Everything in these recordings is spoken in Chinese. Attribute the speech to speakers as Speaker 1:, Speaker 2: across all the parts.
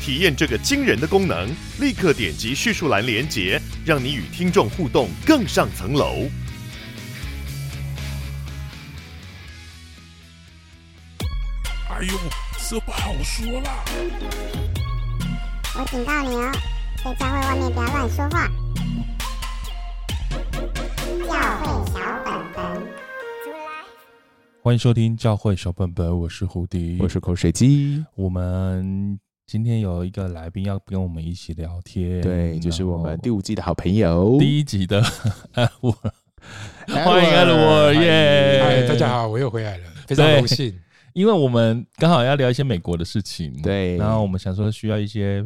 Speaker 1: 体验这个惊人的功能，立刻点击叙述栏连接，让你与听众互动更上层楼。
Speaker 2: 哎呦，这不好说啦。
Speaker 3: 我警告你哦，在教会外面不要乱说话。教会小本本，
Speaker 4: 欢迎收听教会小本本，我是胡迪，
Speaker 5: 我是口水鸡，
Speaker 4: 我们今天有一个来宾要跟我们一起聊天，
Speaker 5: 对，就是我们第
Speaker 4: 五
Speaker 5: 五季的好朋友，
Speaker 4: 第一集的 安我，
Speaker 5: Edward
Speaker 4: 欢迎安我耶！
Speaker 2: 哎，大家，好，我又回来了，非常
Speaker 4: 对
Speaker 2: 荣幸。
Speaker 4: 因为我们刚好要聊一些美国的事情，，
Speaker 5: 对，
Speaker 4: 然后我们想说需要一些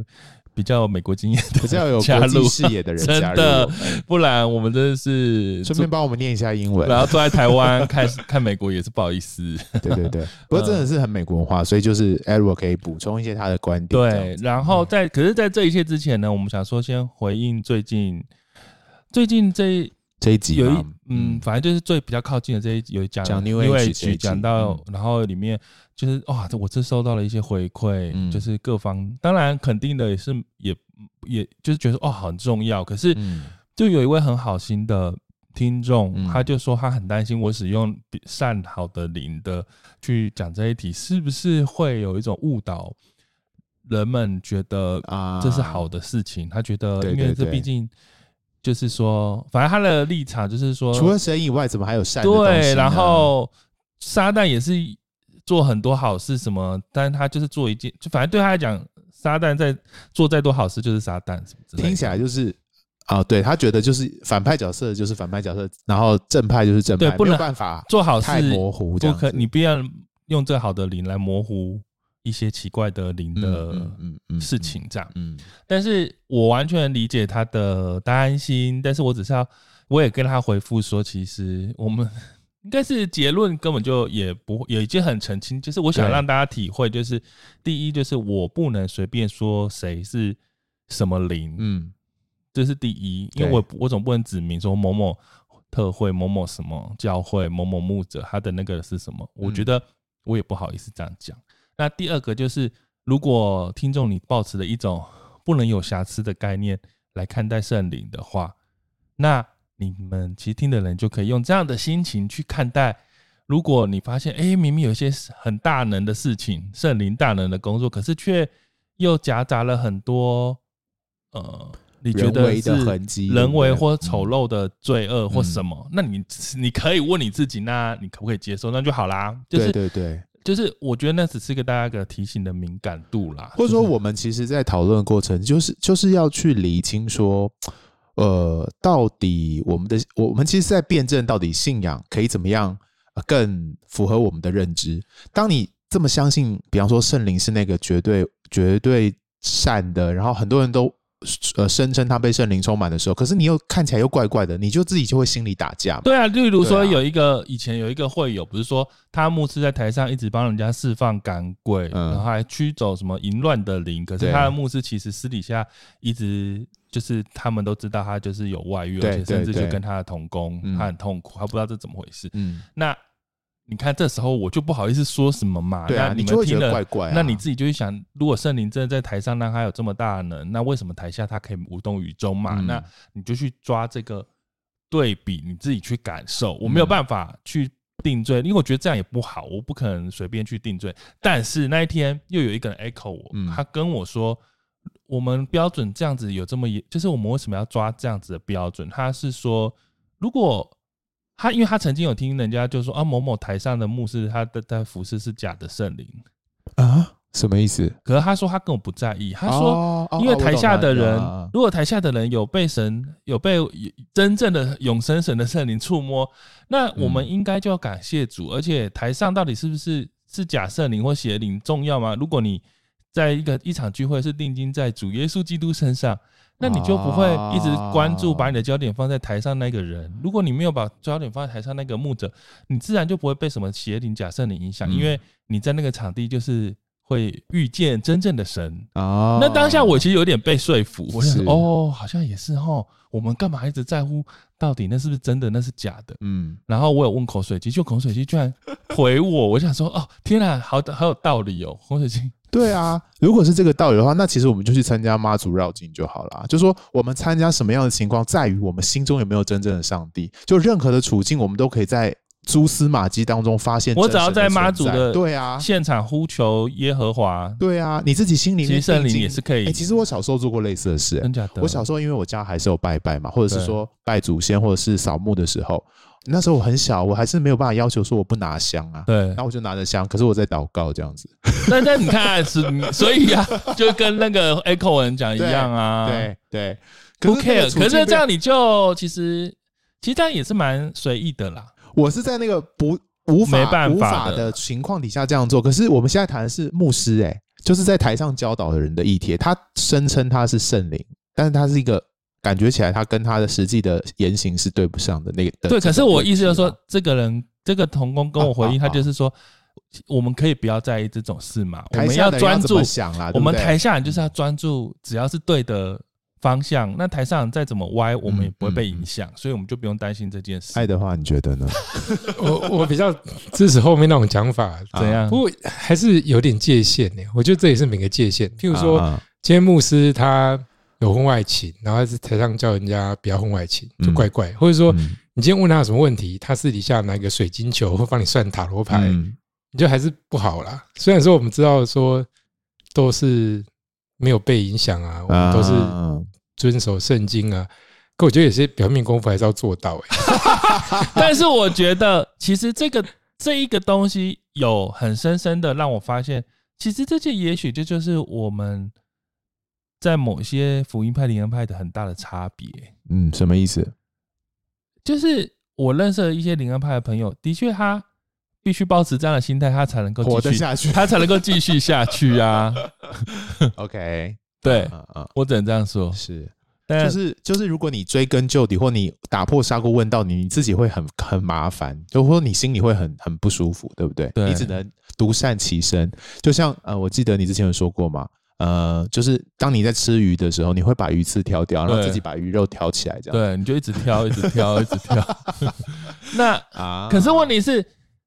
Speaker 4: 比较有美国经验的
Speaker 5: 比较有
Speaker 4: 加
Speaker 5: 国
Speaker 4: 入
Speaker 5: 际视 野的人
Speaker 4: 真
Speaker 5: 加入
Speaker 4: 的
Speaker 5: 我们，
Speaker 4: 不然我们真的是
Speaker 5: 顺便帮我们念一下英文
Speaker 4: 然。后坐在台湾看 看美国也是不好意思，
Speaker 5: 对对对，不过真的是很美国文化，所以就是 Edward 可以补充一些他的观点。这
Speaker 4: 对
Speaker 5: 样，子嗯
Speaker 4: 然后在可是，在这一切之前呢，我们想说先回应最近最近这
Speaker 5: 这一集
Speaker 4: 有一
Speaker 5: 嘛
Speaker 4: 嗯，，反正就是最比较靠近的这一有讲
Speaker 5: 讲
Speaker 4: New
Speaker 5: New Age 这一集
Speaker 4: 讲到
Speaker 5: 嗯，
Speaker 4: 然后里面就是哇，这我这收到了一些回馈，
Speaker 5: 嗯
Speaker 4: 就是各方当然肯定的也是也也就是觉得哦很重要，可是
Speaker 5: 嗯
Speaker 4: 就有一位很好心的听众，
Speaker 5: 嗯
Speaker 4: 他就说他很担心我使用比善好的灵的去讲这一题，是不是会有一种误导人们觉得
Speaker 5: 啊
Speaker 4: 这是好的事情？他觉得，
Speaker 5: 对
Speaker 4: 因为
Speaker 5: 对
Speaker 4: 这
Speaker 5: 对
Speaker 4: 毕竟就是说，反正他的立场就是说，
Speaker 5: 除了神以外，怎么还有善的东西啊呢
Speaker 4: 对，然后撒旦也是做很多好事，什么，但他就是做一件，就反正对他来讲，撒旦在做再多好事就是撒旦，什么之类的
Speaker 5: 听起来就是啊，对他觉得就是反派角色就是反派角色，然后正派就是正
Speaker 4: 对
Speaker 5: 派，
Speaker 4: 不
Speaker 5: 没有
Speaker 4: 能
Speaker 5: 办法
Speaker 4: 做好事
Speaker 5: 太模糊这
Speaker 4: 不
Speaker 5: 样子。
Speaker 4: 可，你不要用这好的零来模糊一些奇怪的零的
Speaker 5: 嗯
Speaker 4: 事，情，这样。
Speaker 5: 嗯，
Speaker 4: 但是我完全理解他的担心，但是我只是要，我也跟他回复说，其实我们应该是结论根本就也不也已经很澄清，就是我想
Speaker 5: 对
Speaker 4: 让大家体会，就是第一就是我不能随便说谁是什么零，
Speaker 5: 嗯
Speaker 4: 这是第一，因为
Speaker 5: 对
Speaker 4: 我我总不能指明说某某特会、某某什么教会、某某牧者他的那个是什么，我觉得我也不好意思这样讲。那第二个就是，如果听众你抱持了一种不能有瑕疵的概念来看待圣灵的话，那你们其实听的人就可以用这样的心情去看待。如果你发现，哎、明明有一些很大能的事情，圣灵大能的工作，可是却又夹杂了很多，呃，你觉
Speaker 5: 人
Speaker 4: 得
Speaker 5: 为
Speaker 4: 是
Speaker 5: 的痕迹
Speaker 4: 人为
Speaker 5: 对不对
Speaker 4: 或丑陋的罪恶或
Speaker 5: 嗯
Speaker 4: 什么？那你你可以问你自己，那你可不可以接受？那就好啦。就
Speaker 5: 对
Speaker 4: 是
Speaker 5: 对对。
Speaker 4: 就是，我觉得那只是给大家一个提醒的敏感度啦。
Speaker 5: 或者
Speaker 4: 就
Speaker 5: 说，
Speaker 4: 是
Speaker 5: 我们其实，在讨论过程，就是就是要去理清说，呃，到底我们的我们其实，在辩证到底信仰可以怎么样呃更符合我们的认知。当你这么相信，比方说圣灵是那个绝对绝对善的，然后很多人都呃声称他被圣灵充满的时候，可是你又看起来又怪怪的，你就自己就会心里打架嘛。
Speaker 4: 对啊，例如说
Speaker 5: 对啊
Speaker 4: 有一个、以前有一个会友，不是说他牧师在台上一直帮人家释放赶鬼，
Speaker 5: 嗯
Speaker 4: 然后还驱走什么淫乱的灵，可是
Speaker 5: 对
Speaker 4: 他的牧师其实私底下一直就是他们都知道他就是有外遇，
Speaker 5: 对
Speaker 4: 而且甚至
Speaker 5: 对
Speaker 4: 就
Speaker 5: 对
Speaker 4: 跟他的同工，
Speaker 5: 嗯
Speaker 4: 他很痛苦，他不知道这怎么回事。
Speaker 5: 嗯，
Speaker 4: 那你看这时候我就不好意思说什么嘛，
Speaker 5: 对啊
Speaker 4: 那
Speaker 5: 你就
Speaker 4: 们
Speaker 5: 会
Speaker 4: 听
Speaker 5: 觉得
Speaker 4: 了
Speaker 5: 怪怪啊
Speaker 4: 那你自己就会想，如果圣灵真的在台上让他有这么大的能，那为什么台下他可以无动于衷嘛？
Speaker 5: 嗯
Speaker 4: 那你就去抓这个对比，你自己去感受。我没
Speaker 5: 嗯
Speaker 4: 有办法去定罪，因为我觉得这样也不好，我不可能随便去定罪。但是那一天又有一个人 echo 我，
Speaker 5: 嗯
Speaker 4: 他跟我说。我们标准这样子有这么严，就是我们为什么要抓这样子的标准？他是说，如果他因为他曾经有听人家就说啊某某台上的牧师他的他服饰是假的圣灵，
Speaker 5: 啊，什么意思？
Speaker 4: 可是他说他根本不在意，他说
Speaker 5: 哦
Speaker 4: 因为台下的人，
Speaker 5: 哦
Speaker 4: 如果台下的人有被神有被真正的永生神的圣灵触摸，那我们
Speaker 5: 嗯
Speaker 4: 应该就要感谢主。而且台上到底是不是是假圣灵或邪灵重要吗？如果你在一个一场聚会是定睛在主耶稣基督身上，那你就不会一直关注
Speaker 5: 啊
Speaker 4: 把你的焦点放在台上那个人。如果你没有把焦点放在台上那个牧者，你自然就不会被什么邪灵假设你影响，
Speaker 5: 嗯
Speaker 4: 因为你在那个场地就是会遇见真正的神。
Speaker 5: 啊
Speaker 4: 那当下我其实有点被说服，哦我想
Speaker 5: 是
Speaker 4: 哦，好像也是哦，我们干嘛一直在乎到底那是不是真的，那是假的？
Speaker 5: 嗯
Speaker 4: 然后我有问口水鸡，就口水鸡居然回我，我想说哦，天啊，好好有道理哦，口水鸡。
Speaker 5: 对啊，如果是这个道理的话，那其实我们就去参加妈祖绕境就好了。就说我们参加什么样的情况，在于我们心中有没有真正的上帝。就任何的处境，我们都可以在蛛丝马迹当中发现真
Speaker 4: 我
Speaker 5: 神
Speaker 4: 只
Speaker 5: 存在。
Speaker 4: 要在妈祖的
Speaker 5: 对啊，
Speaker 4: 现场呼求耶和华，
Speaker 5: 对啊，你自己心里
Speaker 4: 其实
Speaker 5: 面
Speaker 4: 圣灵
Speaker 5: 定睛
Speaker 4: 也是可以
Speaker 5: 哎、其实我小时候做过类似的事、哎
Speaker 4: 真假的？
Speaker 5: 我小时候因为我家还是有拜拜嘛，或者
Speaker 4: 对
Speaker 5: 是说拜祖先，或者是扫墓的时候，那时候我很小，我还是没有办法要求说我不拿香啊。
Speaker 4: 对
Speaker 5: 然，后我就拿着香，可是我在祷告这样子。
Speaker 4: 但但你看是，所以啊，就跟那个 Echo 人讲一样啊，，
Speaker 5: 对对，
Speaker 4: 不
Speaker 5: 是那个
Speaker 4: care。
Speaker 5: 处
Speaker 4: 可
Speaker 5: 境
Speaker 4: 是这
Speaker 5: 被
Speaker 4: 样你就其实其实这样也是蛮随意的啦，
Speaker 5: 我是在那个不无法
Speaker 4: 没办法
Speaker 5: 无法
Speaker 4: 的
Speaker 5: 的情况底下这样做。可是我们现在谈的是牧师、哎，就是在台上教导的人的议题，他声称他是圣灵，但是他是一个感觉起来他跟他的实际的言行是对不上的那个。的啊
Speaker 4: 对。可是我意思就是，
Speaker 5: 这
Speaker 4: 说
Speaker 5: 个，
Speaker 4: 这个人这个童工跟我回应，
Speaker 5: 啊啊
Speaker 4: 他
Speaker 5: 啊
Speaker 4: 就是说，我们可以不要在意这种事嘛，我
Speaker 5: 问
Speaker 4: 们
Speaker 5: 题啦台下的人
Speaker 4: 专
Speaker 5: 怎
Speaker 4: 注
Speaker 5: 么想啦，
Speaker 4: 我们
Speaker 5: 对不对
Speaker 4: 台下人就是要专注，只要是对的方向，那台上再怎么歪，
Speaker 5: 嗯
Speaker 4: 我们也不会被影响，所以我们就不用担心这件事。
Speaker 5: 爱的话，你觉得呢？
Speaker 6: 我我比较支持后面那种讲法，
Speaker 5: 嗯
Speaker 4: 怎样？
Speaker 6: 不过还是有点界限呢。我觉得这也是每个界限。譬如说，
Speaker 5: 啊
Speaker 6: 今天牧师他有婚外情，然后他在台上叫人家不要婚外情，就
Speaker 5: 嗯
Speaker 6: 怪怪。或者说，
Speaker 5: 嗯
Speaker 6: 你今天问他有什么问题，他私底下拿一个水晶球会帮你算塔罗牌，
Speaker 5: 嗯
Speaker 6: 你就还是不好啦。虽然说我们知道说都是没有被影响啊，我们都是
Speaker 5: 啊
Speaker 6: 遵守圣经啊，可我觉得有些表面功夫还是要做到、欸。
Speaker 4: 但是我觉得，其实这个这一个东西有很深深的让我发现，其实这件也许这就是我们在某些福音派、灵恩派的很大的差别。
Speaker 5: 嗯，什么意思？
Speaker 4: 就是我认识的一些灵恩派的朋友，的确他必须保持这样的心态，他才能够
Speaker 5: 活
Speaker 4: 继
Speaker 5: 得
Speaker 4: 续，
Speaker 5: 下去
Speaker 4: 他才能够继续下去啊。
Speaker 5: ？OK，
Speaker 4: 对
Speaker 5: 嗯嗯，
Speaker 4: 我只能这样说，
Speaker 5: 是。啊
Speaker 4: 但
Speaker 5: 就是就是，如果你追根究底，或你打破砂锅问到底，你自己会很很麻烦，就或你心里会很很不舒服，对不对？
Speaker 4: 对
Speaker 5: 你只能独善其身。就像呃，我记得你之前有说过嘛，呃，就是当你在吃鱼的时候，你会把鱼刺挑掉，然后
Speaker 4: 对
Speaker 5: 自己把鱼肉挑起来，这样
Speaker 4: 对，你就一直挑，一直挑，一直 挑。那
Speaker 5: 啊
Speaker 4: 可是问题是，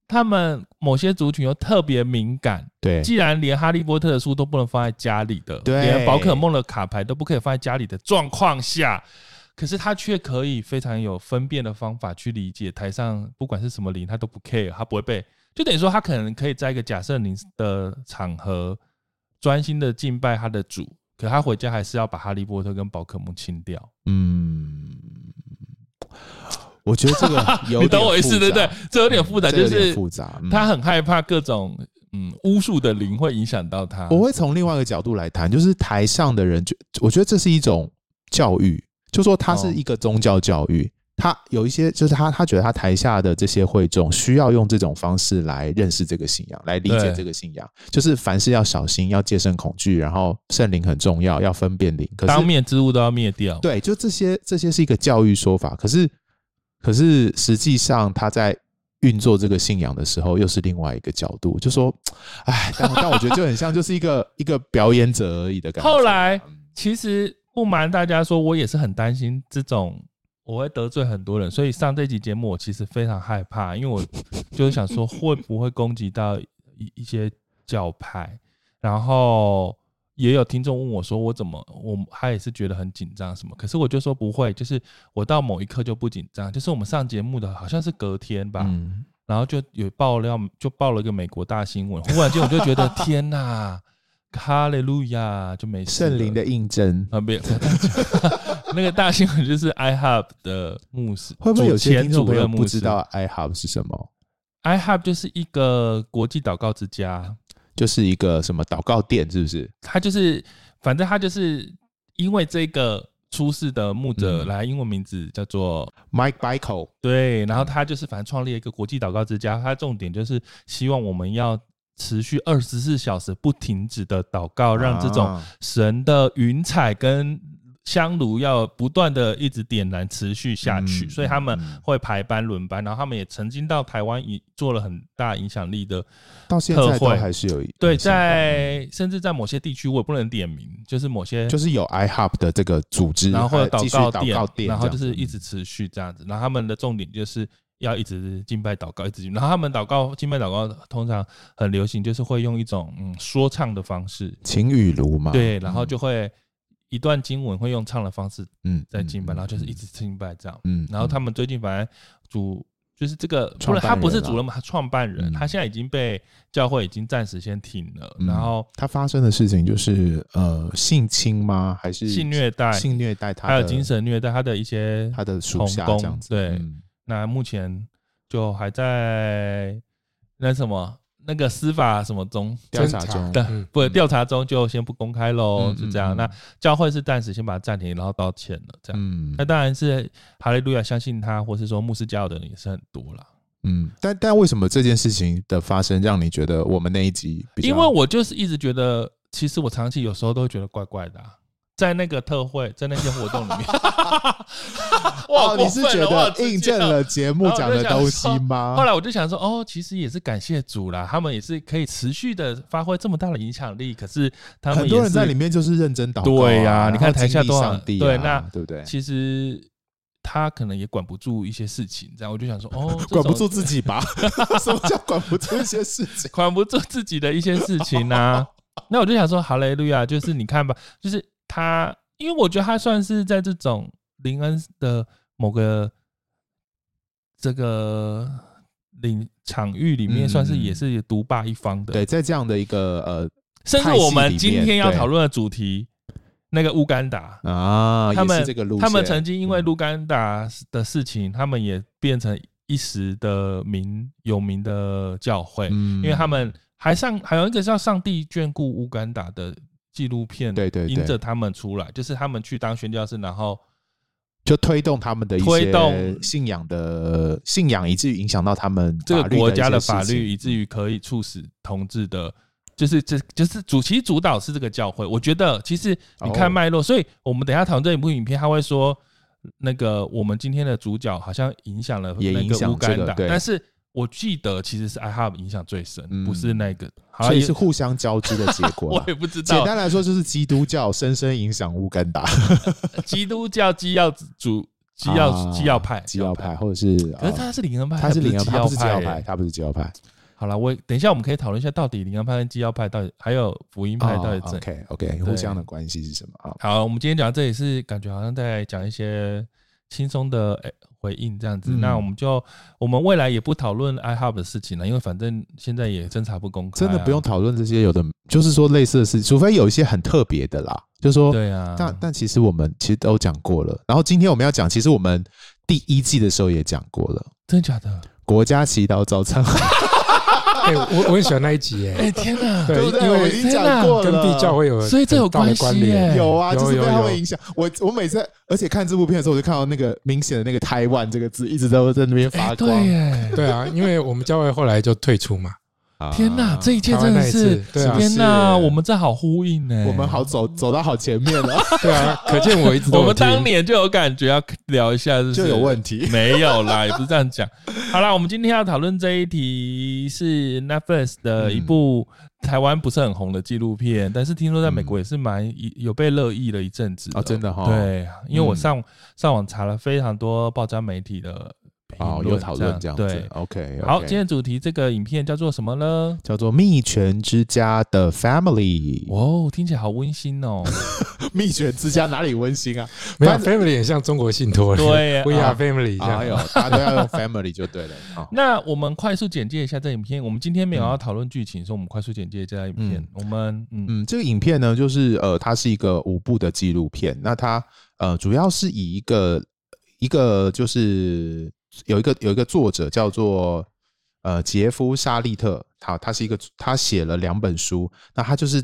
Speaker 4: 他们某些族群又特别敏感。
Speaker 5: 对
Speaker 4: 既然连哈利波特的书都不能放在家里的，
Speaker 5: 对
Speaker 4: 连宝可梦的卡牌都不可以放在家里的状况下，可是他却可以非常有分辨的方法去理解台上不管是什么灵，他都不 care，他不会被，就等于说他可能可以在一个假设灵的场合专心的敬拜他的主，可他回家还是要把哈利波特跟宝可梦清掉。
Speaker 5: 嗯，我觉得这 个有
Speaker 4: 你懂
Speaker 5: 点
Speaker 4: 我意思
Speaker 5: 复
Speaker 4: 对不对
Speaker 5: 杂？
Speaker 4: 这有点复杂，
Speaker 5: 这
Speaker 4: 就
Speaker 5: 有点
Speaker 4: 是
Speaker 5: 复杂。嗯
Speaker 4: 他很害怕各种嗯巫术的灵会影响到他。
Speaker 5: 我会从另外一个角度来谈，就是台上的人觉，我觉得这是一种教育，就说它是一个宗教教育。他有一些，就是他他觉得他台下的这些会众需要用这种方式来认识这个信仰，来理解
Speaker 4: 对
Speaker 5: 这个信仰，就是凡事要小心，要戒慎恐惧，然后圣灵很重要，要分辨灵。可是
Speaker 4: 当面之物都要灭掉。
Speaker 5: 对，就这些，这些是一个教育说法。可是，可是实际上他在运作这个信仰的时候，又是另外一个角度，就说，哎，但但我觉得就很像，就是一个一个表演者而已的感觉。
Speaker 4: 后来
Speaker 5: 嗯，
Speaker 4: 其实不瞒大家说，我也是很担心这种我会得罪很多人，所以上这期节目我其实非常害怕，因 为我就是想说会不会攻击到一一些教派，然后。也有听众问我说：“我怎么我他也是觉得很紧张什么？”可是我就说不会，就是我到某一刻就不紧张。就是我们上节目的好像是隔天吧，
Speaker 5: 嗯，
Speaker 4: 然后就有爆料，就爆了一个美国大新闻。忽然间我就 觉得天哪，哈利路亚，就没事了
Speaker 5: 圣灵的印证，
Speaker 4: 啊，没有那个大新闻就是 iHub 的牧师，
Speaker 5: 会不会有些听众
Speaker 4: 主
Speaker 5: 朋友
Speaker 4: 任牧师
Speaker 5: 不知道啊 iHub 是什么？
Speaker 4: iHub 就是一个国际祷告之家，
Speaker 5: 就是一个什么祷告殿，是不是？
Speaker 4: 他就是反正他就是因为这个出事的牧者
Speaker 5: 嗯
Speaker 4: 来，英文名字叫做
Speaker 5: Mike Bickle，
Speaker 4: 对，然后他就是反正创立了一个国际祷告之家，他重点就是希望我们要持续二十四小时不停止的祷告，让这种
Speaker 5: 啊
Speaker 4: 神的云彩跟香炉要不断的一直点燃，持续下去。
Speaker 5: 嗯
Speaker 4: 所以他们
Speaker 5: 嗯
Speaker 4: 会排班轮班，然后他们也曾经到台湾以做了很大影响力的
Speaker 5: 到现在
Speaker 4: 特
Speaker 5: 都
Speaker 4: 惠
Speaker 5: 还是有一
Speaker 4: 对，
Speaker 5: 有相关
Speaker 4: 在甚至在某些地区，我也不能点名，就是某些
Speaker 5: 嗯就是有 iHub 的这个组织，哎
Speaker 4: 然后会有
Speaker 5: 还继
Speaker 4: 祷
Speaker 5: 续
Speaker 4: 告
Speaker 5: 祷告
Speaker 4: 殿，
Speaker 5: 殿，
Speaker 4: 然后就
Speaker 5: 这样
Speaker 4: 是一直持续这样子。然后他们的重点就是要一直敬拜祷告，一直敬。然后他们祷告敬拜祷告通常很流行，就是会用一种嗯说唱的方式，
Speaker 5: 晴雨炉嘛，
Speaker 4: 对，然后就会一段经文会用唱的方式
Speaker 5: 嗯
Speaker 4: 在敬拜，然后就是一
Speaker 5: 直
Speaker 4: 直敬拜这样。
Speaker 5: 嗯
Speaker 4: 然后他们最近反正主就是这个，不
Speaker 5: 创
Speaker 4: 然
Speaker 5: 办
Speaker 4: 他不是
Speaker 5: 人啊
Speaker 4: 主任嘛，他创办人，
Speaker 5: 嗯
Speaker 4: 他现在已经被教会已经暂时先停了，
Speaker 5: 嗯
Speaker 4: 然后。
Speaker 5: 他发生的事情就是呃性侵吗？还是
Speaker 4: 性虐待，
Speaker 5: 性虐待他的
Speaker 4: 还有精神虐待他的一些
Speaker 5: 他的属下
Speaker 4: 童
Speaker 5: 这
Speaker 4: 工
Speaker 5: 样子，
Speaker 4: 对
Speaker 5: 嗯
Speaker 4: 那目前就还在那什么那个司法什么中
Speaker 5: 调
Speaker 6: 侦
Speaker 5: 查
Speaker 6: 查
Speaker 5: 中
Speaker 4: 的、
Speaker 6: 嗯
Speaker 4: 不调查中，就先不公开喽，
Speaker 5: 嗯
Speaker 4: 是这样。
Speaker 5: 嗯嗯
Speaker 4: 那教会是暂时先把它暂停，然后道歉了，这样。
Speaker 5: 嗯
Speaker 4: 那当然是哈利路亚相信他，或是说牧师加油的人也是很多啦。
Speaker 5: 嗯，但但为什么这件事情的发生让你觉得我们那一集比较？
Speaker 4: 因为我就是一直觉得，其实我长期有时候都会觉得怪怪的、啊，在那个特会，在那些活动里 面，哇，
Speaker 5: 哦，你是觉得印证
Speaker 4: 啊
Speaker 5: 了节目讲的东西吗？
Speaker 4: 后来我就想说，哦，其实也是感谢主啦，他们也是可以持续的发挥这么大的影响力，可是他们
Speaker 5: 很多
Speaker 4: 也
Speaker 5: 人
Speaker 4: 是
Speaker 5: 在里面就是认真祷告、啊
Speaker 4: 对呀、
Speaker 5: 呀、
Speaker 4: 你看台下
Speaker 5: 多
Speaker 4: 多少
Speaker 5: 上帝、啊，
Speaker 4: 对，那
Speaker 5: 对不对？
Speaker 4: 其实他可能也管不住一些事情，这样我就想说， 哦，这
Speaker 5: 管不
Speaker 4: 种
Speaker 5: 住自己吧？ 什么叫管不住一些事情？
Speaker 4: 管不住自己的一些事情 呐、那我就想说，哈雷路亚，就是你看吧，就是他，因为我觉得他算是在这种林恩的某个这个领场域里
Speaker 5: 嗯
Speaker 4: 面，算是
Speaker 5: 嗯
Speaker 4: 也是独霸一方的。
Speaker 5: 对，在这样的一个呃
Speaker 4: 甚至
Speaker 5: 派系
Speaker 4: 我
Speaker 5: 里
Speaker 4: 们今
Speaker 5: 面
Speaker 4: 天要
Speaker 5: 对
Speaker 4: 讨论的主题，那个乌干达，
Speaker 5: 呃啊，
Speaker 4: 他们
Speaker 5: 也是这个路线，
Speaker 4: 他们曾经因为
Speaker 5: 嗯
Speaker 4: 卢甘达的事情，他们也变成一时的名有名的教会，
Speaker 5: 嗯
Speaker 4: 因为他们还上还有一个叫《上帝眷顾乌干达》的纪录片，
Speaker 5: 对对对
Speaker 4: 引着他们出来，就是他们去当宣教士，然后
Speaker 5: 就推动他们的一些
Speaker 4: 推动
Speaker 5: 信仰的信仰，以至于影响到他们
Speaker 4: 这
Speaker 5: 法
Speaker 4: 个
Speaker 5: 律
Speaker 4: 国家
Speaker 5: 的
Speaker 4: 的
Speaker 5: 一些
Speaker 4: 法
Speaker 5: 事情
Speaker 4: 律，以至于可以促使同志的。就是这就是主其实主导是这个教会，我觉得其实你
Speaker 5: 哦
Speaker 4: 看脉络，所以我们等一下讨论这一部影片，他会说那个我们今天的主角好像影响了
Speaker 5: 也
Speaker 4: 那
Speaker 5: 影响
Speaker 4: 个乌
Speaker 5: 这个
Speaker 4: 干达，
Speaker 5: 对
Speaker 4: 但是我记得其实是 iHub 影响最深，
Speaker 5: 嗯
Speaker 4: 不是那个，好
Speaker 5: 所
Speaker 4: 像
Speaker 5: 以
Speaker 4: 也
Speaker 5: 是互相交织的结果
Speaker 4: 我
Speaker 5: 啦。
Speaker 4: 也不知
Speaker 5: 简
Speaker 4: 道，
Speaker 5: 单来说，就是基督教深深影响乌干达，
Speaker 4: 基督教基要主基要
Speaker 5: 啊
Speaker 4: 基要派
Speaker 5: 基要派，，或者是呃
Speaker 4: 可是他是灵恩派，
Speaker 5: 他是灵
Speaker 4: 他不
Speaker 5: 恩派，他不是
Speaker 4: 基
Speaker 5: 基要
Speaker 4: 要
Speaker 5: 派，
Speaker 4: 派。
Speaker 5: 他不是基要派。
Speaker 4: 好了，我等一下我们可以讨论一下到底灵恩派跟基要派到底还有福音派到底哎怎
Speaker 5: 哦 OK OK，互相的关系是什么啊？
Speaker 4: 好，我们今天讲到这里是感觉好像在讲一些轻松的诶回应这样子。
Speaker 5: 嗯
Speaker 4: 那我们就我们未来也不讨论 iHub 的事情了，因为反正现在也侦查不公开啊、
Speaker 5: 真的不用讨论这些有的，就是说类似的事，除非有一些很特别的啦，就是说，
Speaker 4: 对啊。
Speaker 5: 但但其实我们其实都讲过了。然后今天我们要讲，其实我们第一季的时候也讲过了，
Speaker 4: 真的假的？
Speaker 5: 国家祈祷早餐，
Speaker 6: 哎，我我很喜欢那一集
Speaker 4: 哎、
Speaker 6: 耶，
Speaker 4: 天哪！
Speaker 6: 对
Speaker 5: 对不对？
Speaker 6: 因为
Speaker 5: 我已经讲过
Speaker 6: 跟
Speaker 5: 了，
Speaker 6: 地教会有
Speaker 4: 所以这有
Speaker 6: 很大的
Speaker 4: 关
Speaker 6: 关
Speaker 4: 系耶
Speaker 6: 联，
Speaker 5: 有啊，
Speaker 6: 有
Speaker 5: 就是被
Speaker 6: 有
Speaker 5: 他
Speaker 6: 有
Speaker 5: 们影响。我我每次，而且看这部片的时候，我就看到那个明显的那个台湾这个字一直都在那边
Speaker 4: 哎、
Speaker 5: 发光。
Speaker 4: 对耶！
Speaker 6: 对啊，因为我们教会后来就退出 嘛，
Speaker 5: 啊
Speaker 4: 天哪，这一切
Speaker 6: 台湾
Speaker 4: 真的
Speaker 6: 那一
Speaker 4: 是
Speaker 6: 次，对啊
Speaker 5: 是，
Speaker 4: 天哪！我们这好呼应呢、
Speaker 5: 哎我们好走走到好前面 了，
Speaker 6: 对啊，可见我一直都
Speaker 4: 我
Speaker 6: 有
Speaker 4: 们当
Speaker 6: 听
Speaker 4: 年就有感觉要聊一下，是不是
Speaker 5: 就有问 题。
Speaker 4: 没有啦，也不是这样讲。好啦，我们今天要讨论这一题是 Netflix 的一部
Speaker 5: 嗯
Speaker 4: 台湾不是很红的纪录片，但是听说在美国也是蛮有被热议了一阵子
Speaker 5: 哦真的哈
Speaker 4: 对，因为我上、上网查了非常多报章媒体的评
Speaker 5: 哦，
Speaker 4: 论
Speaker 5: 有讨论这样子。
Speaker 4: 对。
Speaker 5: OK，
Speaker 4: 好，今天主题这个影片叫做什么呢？
Speaker 5: 叫做《蜜泉之家的 Family》。
Speaker 4: 哦，听起来好温馨哦。
Speaker 5: 蜜泉之家哪里温馨啊？
Speaker 6: 没有
Speaker 5: 反
Speaker 6: family 很像中国信托了，
Speaker 4: 对啊
Speaker 6: ，We are family 这
Speaker 5: 哎呦
Speaker 6: 样。，
Speaker 5: 大家都要用 Family 就对 了。啊。
Speaker 4: 那我们快速简介一下这影片。我们今天没有要讨论剧情，所以我们快速简介这条影片。
Speaker 5: 嗯
Speaker 4: 我们嗯
Speaker 5: 嗯，这个影片呢，就是呃，它是一个五部的纪录片。那它呃，主要是以一个一个就是有一个有一个作者叫做呃杰夫沙利特，好，他是一个他写了两本书。那他就是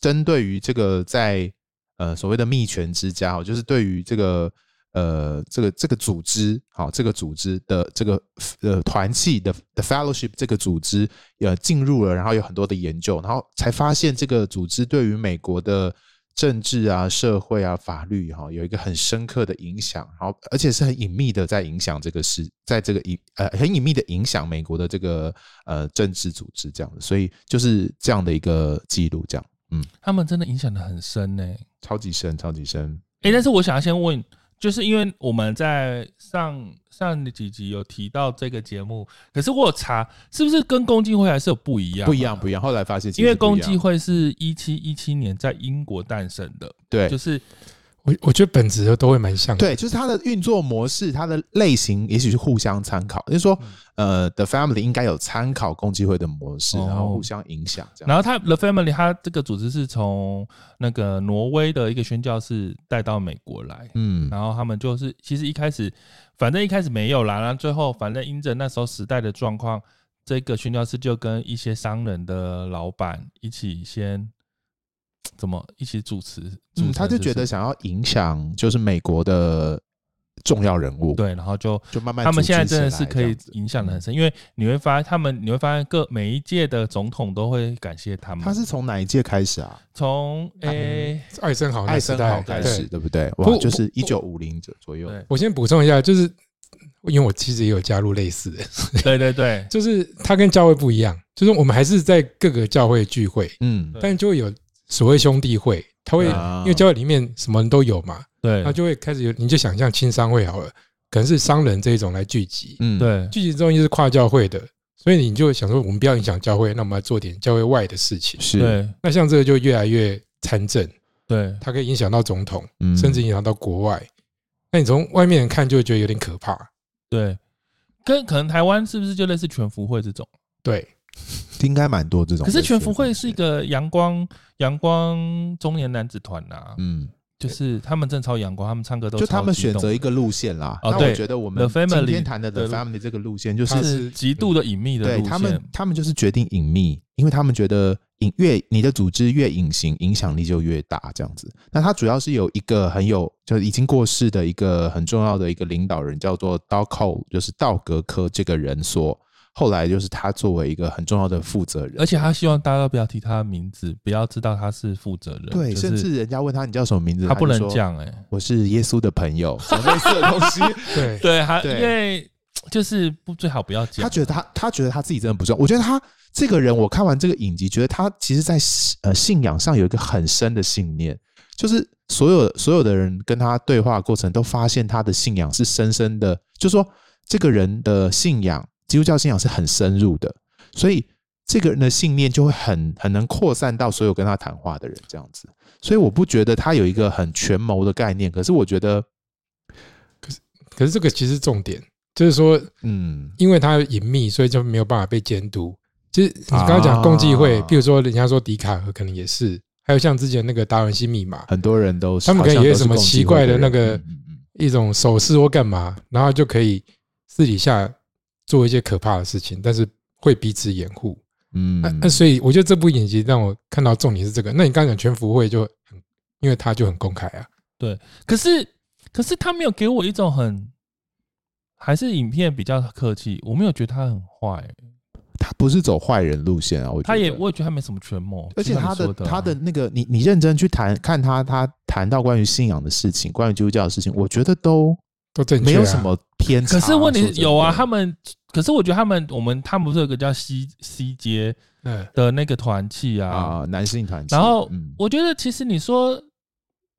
Speaker 5: 针对于这个在呃所谓的蜜泉之家，哦就是对于这个呃这个这个组织，好，这个组织的这个呃团契的的 fellowship 这个组织呃进入了，然后有很多的研究，然后才发现这个组织对于美国的政治啊、社会啊、法律哈、有一个很深刻的影响，然后而且是很隐秘的在影响这个事，在这个影呃很隐秘的影响美国的这个呃政治组织这样子，所以就是这样的一个记录，这样嗯，
Speaker 4: 他们真的影响的很深呢、欸。
Speaker 5: 超级深，超级深，
Speaker 4: 哎、但是我想要先问，就是因为我们在上上几集有提到这个节目，可是我有查是不是跟共济会还是有不一样？啊
Speaker 5: 不一样，不一样。。后来发现其
Speaker 4: 因
Speaker 5: 实
Speaker 4: 为
Speaker 5: 不一样，
Speaker 4: 共济会是一七一七年在英国诞生的，
Speaker 5: 对
Speaker 4: 就是
Speaker 6: 我我觉得本质都会蛮像的。
Speaker 5: 对，就是它的运作模式，它的类型也许是互相参考。就是说，
Speaker 4: 嗯
Speaker 5: 呃，The Family 应该有参考共济会的模式，
Speaker 4: 哦
Speaker 5: 然后互相影响这样。
Speaker 4: 然后他 The Family，他这个组织是从那个挪威的一个宣教士带到美国来，
Speaker 5: 嗯，
Speaker 4: 然后他们就是其实一开始，反正一开始没有啦，然后最后反正因着那时候时代的状况，这个宣教士就跟一些商人的老板一起先怎么一起主持，主持
Speaker 5: 嗯，他就觉得想要影响就是美国的重要人物，，
Speaker 4: 对，然后就
Speaker 5: 就慢慢
Speaker 4: 他们
Speaker 5: 组
Speaker 4: 现在
Speaker 5: 织
Speaker 4: 真的
Speaker 5: 起
Speaker 4: 是
Speaker 5: 来
Speaker 4: 可
Speaker 5: 这
Speaker 4: 以
Speaker 5: 样子嗯
Speaker 4: 影响的很深，因为你会发现他们，你会发现各每一届的总统都会感谢他们。
Speaker 5: 他是从哪一届开始啊？
Speaker 4: 从 诶、
Speaker 6: 艾森豪那
Speaker 5: 艾
Speaker 6: 时
Speaker 5: 森
Speaker 6: 代
Speaker 5: 豪开始，
Speaker 6: 对
Speaker 5: 对不对？
Speaker 6: 不
Speaker 5: 哇，
Speaker 6: 不
Speaker 5: 就是一九五零左左右。
Speaker 4: 对
Speaker 6: 我先补充一下，就是因为我其实也有加入类似的，
Speaker 4: 对对对，
Speaker 6: 就是它跟教会不一样，就是我们还是在各个教会聚会，
Speaker 5: 嗯，
Speaker 4: 对
Speaker 6: 但就会有所谓兄弟会，他会
Speaker 5: 啊
Speaker 6: 因为教会里面什么人都有嘛，
Speaker 4: 对，
Speaker 6: 他就会开始有，你就想象青商会好了，可能是商人这一种来聚集，
Speaker 5: 嗯，
Speaker 4: 对
Speaker 6: 聚集之后又是跨教会的，所以你就想说我们不要影响教会，那我们要做点教会外的事情。
Speaker 5: 是，
Speaker 4: 对
Speaker 6: 那像这个就越来越参政，
Speaker 4: 对，
Speaker 6: 它可以影响到总统，
Speaker 5: 嗯
Speaker 6: 甚至影响到国外。那你从外面人看就会觉得有点可怕，
Speaker 4: 对，跟可能台湾是不是就类似全福会这种？
Speaker 6: 对，
Speaker 5: 应该蛮多这种。
Speaker 4: 可是全福会是一，个阳光阳光中年男子团呐、
Speaker 5: 嗯，
Speaker 4: 就是他们真的超阳光，他们唱歌都
Speaker 5: 就他
Speaker 4: 超
Speaker 5: 们
Speaker 4: 激
Speaker 5: 选
Speaker 4: 动
Speaker 5: 择
Speaker 4: 的
Speaker 5: 一个路线啦。
Speaker 4: 哦
Speaker 5: 那
Speaker 4: 对
Speaker 5: 我觉得我
Speaker 4: The
Speaker 5: 们
Speaker 4: Family
Speaker 5: 今天谈的 The
Speaker 4: 的
Speaker 5: Family 这个路线，就是
Speaker 6: 它
Speaker 4: 是
Speaker 6: 是
Speaker 4: 极度的隐秘的
Speaker 5: 对
Speaker 4: 路
Speaker 5: 他们
Speaker 4: 线，，
Speaker 5: 他们就是决定隐秘，因为他们觉得隐越你的组织越隐形，影响力就越大，这样子。那他主要是有一个很有，就是已经过世的一个很重要的一个领导人，叫做 d o c o 就是道格科这个人所。后来就是他作为一个很重要的负责人，
Speaker 4: 而且他希望大家都不要提他的名字，不要知道他是负责人，
Speaker 5: 对，
Speaker 4: 就
Speaker 5: 甚
Speaker 4: 是
Speaker 5: 至人家问他你叫什么名字，
Speaker 4: 他不
Speaker 5: 就
Speaker 4: 能
Speaker 5: 说
Speaker 4: 讲哎、
Speaker 5: 我是耶稣的朋友，什么类似的东西。
Speaker 6: 对，
Speaker 4: 对，他因
Speaker 5: 对
Speaker 4: 为就是不最好不要讲，
Speaker 5: 他觉得他他觉得他自己真的不重要。我觉得他这个人，我看完这个影集，觉得他其实在呃信仰上有一个很深的信念，就是所有所有的人跟他对话的过程都发现他的信仰是深深的，就说这个人的信仰，基督教信仰是很深入的，所以这个人的信念就会很很能扩散到所有跟他谈话的人这样子。所以我不觉得他有一个很权谋的概念，可是我觉得，
Speaker 6: 可是这个其实重点就是说，
Speaker 5: 嗯，
Speaker 6: 因为它隐秘，所以就没有办法被监督。其实你刚刚讲共济会，
Speaker 5: 啊
Speaker 6: 譬如说人家说迪卡尔可能也是，还有像之前那个达文西密码
Speaker 5: 很多人都是
Speaker 6: 他们可能
Speaker 5: 好像
Speaker 6: 也有
Speaker 5: 都是
Speaker 6: 什么
Speaker 5: 共济
Speaker 6: 奇
Speaker 5: 会
Speaker 6: 怪的
Speaker 5: 人
Speaker 6: 那个
Speaker 5: 嗯嗯嗯
Speaker 6: 一种手势或干嘛，然后就可以私底下做一些可怕的事情，但是会彼此掩护。那、
Speaker 5: 嗯
Speaker 6: 那、所以我觉得这部影集让我看到重点是这个。那你刚刚讲全福会就很，因为它就很公开啊，
Speaker 4: 可是可是他没有给我一种很，还是影片比较客气，我没有觉得他很坏、
Speaker 5: 他不是走坏人路线啊，我觉得
Speaker 4: 他也我也觉得他没什么权谋，
Speaker 5: 而且
Speaker 4: 就像
Speaker 5: 他
Speaker 4: 你
Speaker 5: 的
Speaker 4: 说
Speaker 5: 他
Speaker 4: 啊
Speaker 5: 的那个，你你认真去谈看他他谈到关于信仰的事情，关于基督教的事情，我觉得都
Speaker 6: 都正确、啊，
Speaker 5: 没有什么偏差。
Speaker 4: 可是问题
Speaker 5: 说
Speaker 4: 是
Speaker 5: 真的
Speaker 4: 有啊，他们可是我觉得他们我们他们不是有个叫 C C 街
Speaker 6: 嗯。
Speaker 4: 的那个团契啊？
Speaker 5: 啊，男性团体，
Speaker 4: 然后
Speaker 5: 嗯
Speaker 4: 我觉得其实你说，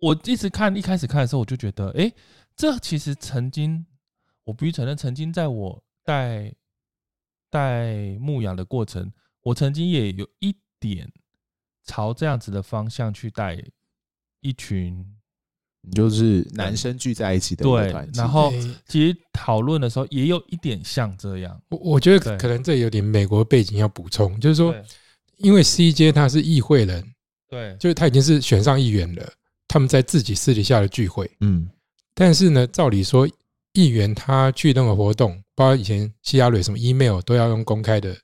Speaker 4: 我一直看一开始看的时候，我就觉得，诶，这其实曾经我必须承认，曾经在我带带牧羊的过程，我曾经也有一点朝这样子的方向去带一群
Speaker 5: 你就是男生聚在一起的一个
Speaker 4: 对
Speaker 5: 团，体，
Speaker 4: 然后
Speaker 6: 诶
Speaker 4: 其实讨论的时候也有一点像这样，
Speaker 6: 我我觉
Speaker 4: 对
Speaker 6: 得可能这有点美国背景要补充，就是说，
Speaker 4: 对
Speaker 6: 因为 CJ 他是议会人，
Speaker 4: 对
Speaker 6: 就是他已经是选上议员了，他们在自己私底下的聚会。
Speaker 5: 嗯
Speaker 6: 但是呢，照理说，议员他去任何活动，包括以前希拉蕊什么 email 都要用公开的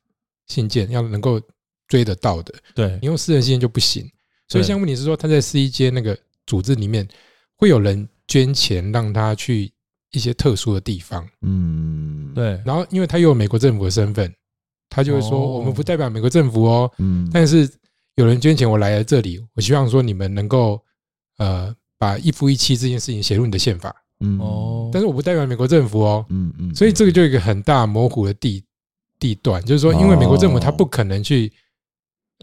Speaker 6: 信件，要能够追得到的，
Speaker 4: 对
Speaker 6: 你用私人信件就不行。所以，
Speaker 4: 对
Speaker 6: 像问题是说，他在 C 街那个组织里面，会有人捐钱让他去一些特殊的地方。
Speaker 5: 嗯，，
Speaker 4: 对，
Speaker 6: 然后，因为他又有美国政府的身份，他就会说：“
Speaker 4: 哦
Speaker 6: 我们不代表美国政府哦，
Speaker 5: 嗯，
Speaker 6: 但是有人捐钱，我来了这里，我希望说你们能够呃把一夫一妻这件事情写入你的宪法，
Speaker 5: 嗯，
Speaker 4: 哦，
Speaker 6: 但是我不代表美国政府哦。
Speaker 5: 嗯嗯，
Speaker 6: 所以这个就有一个很大模糊的地地段，就是
Speaker 5: 哦
Speaker 6: 说，因为美国政府他不可能去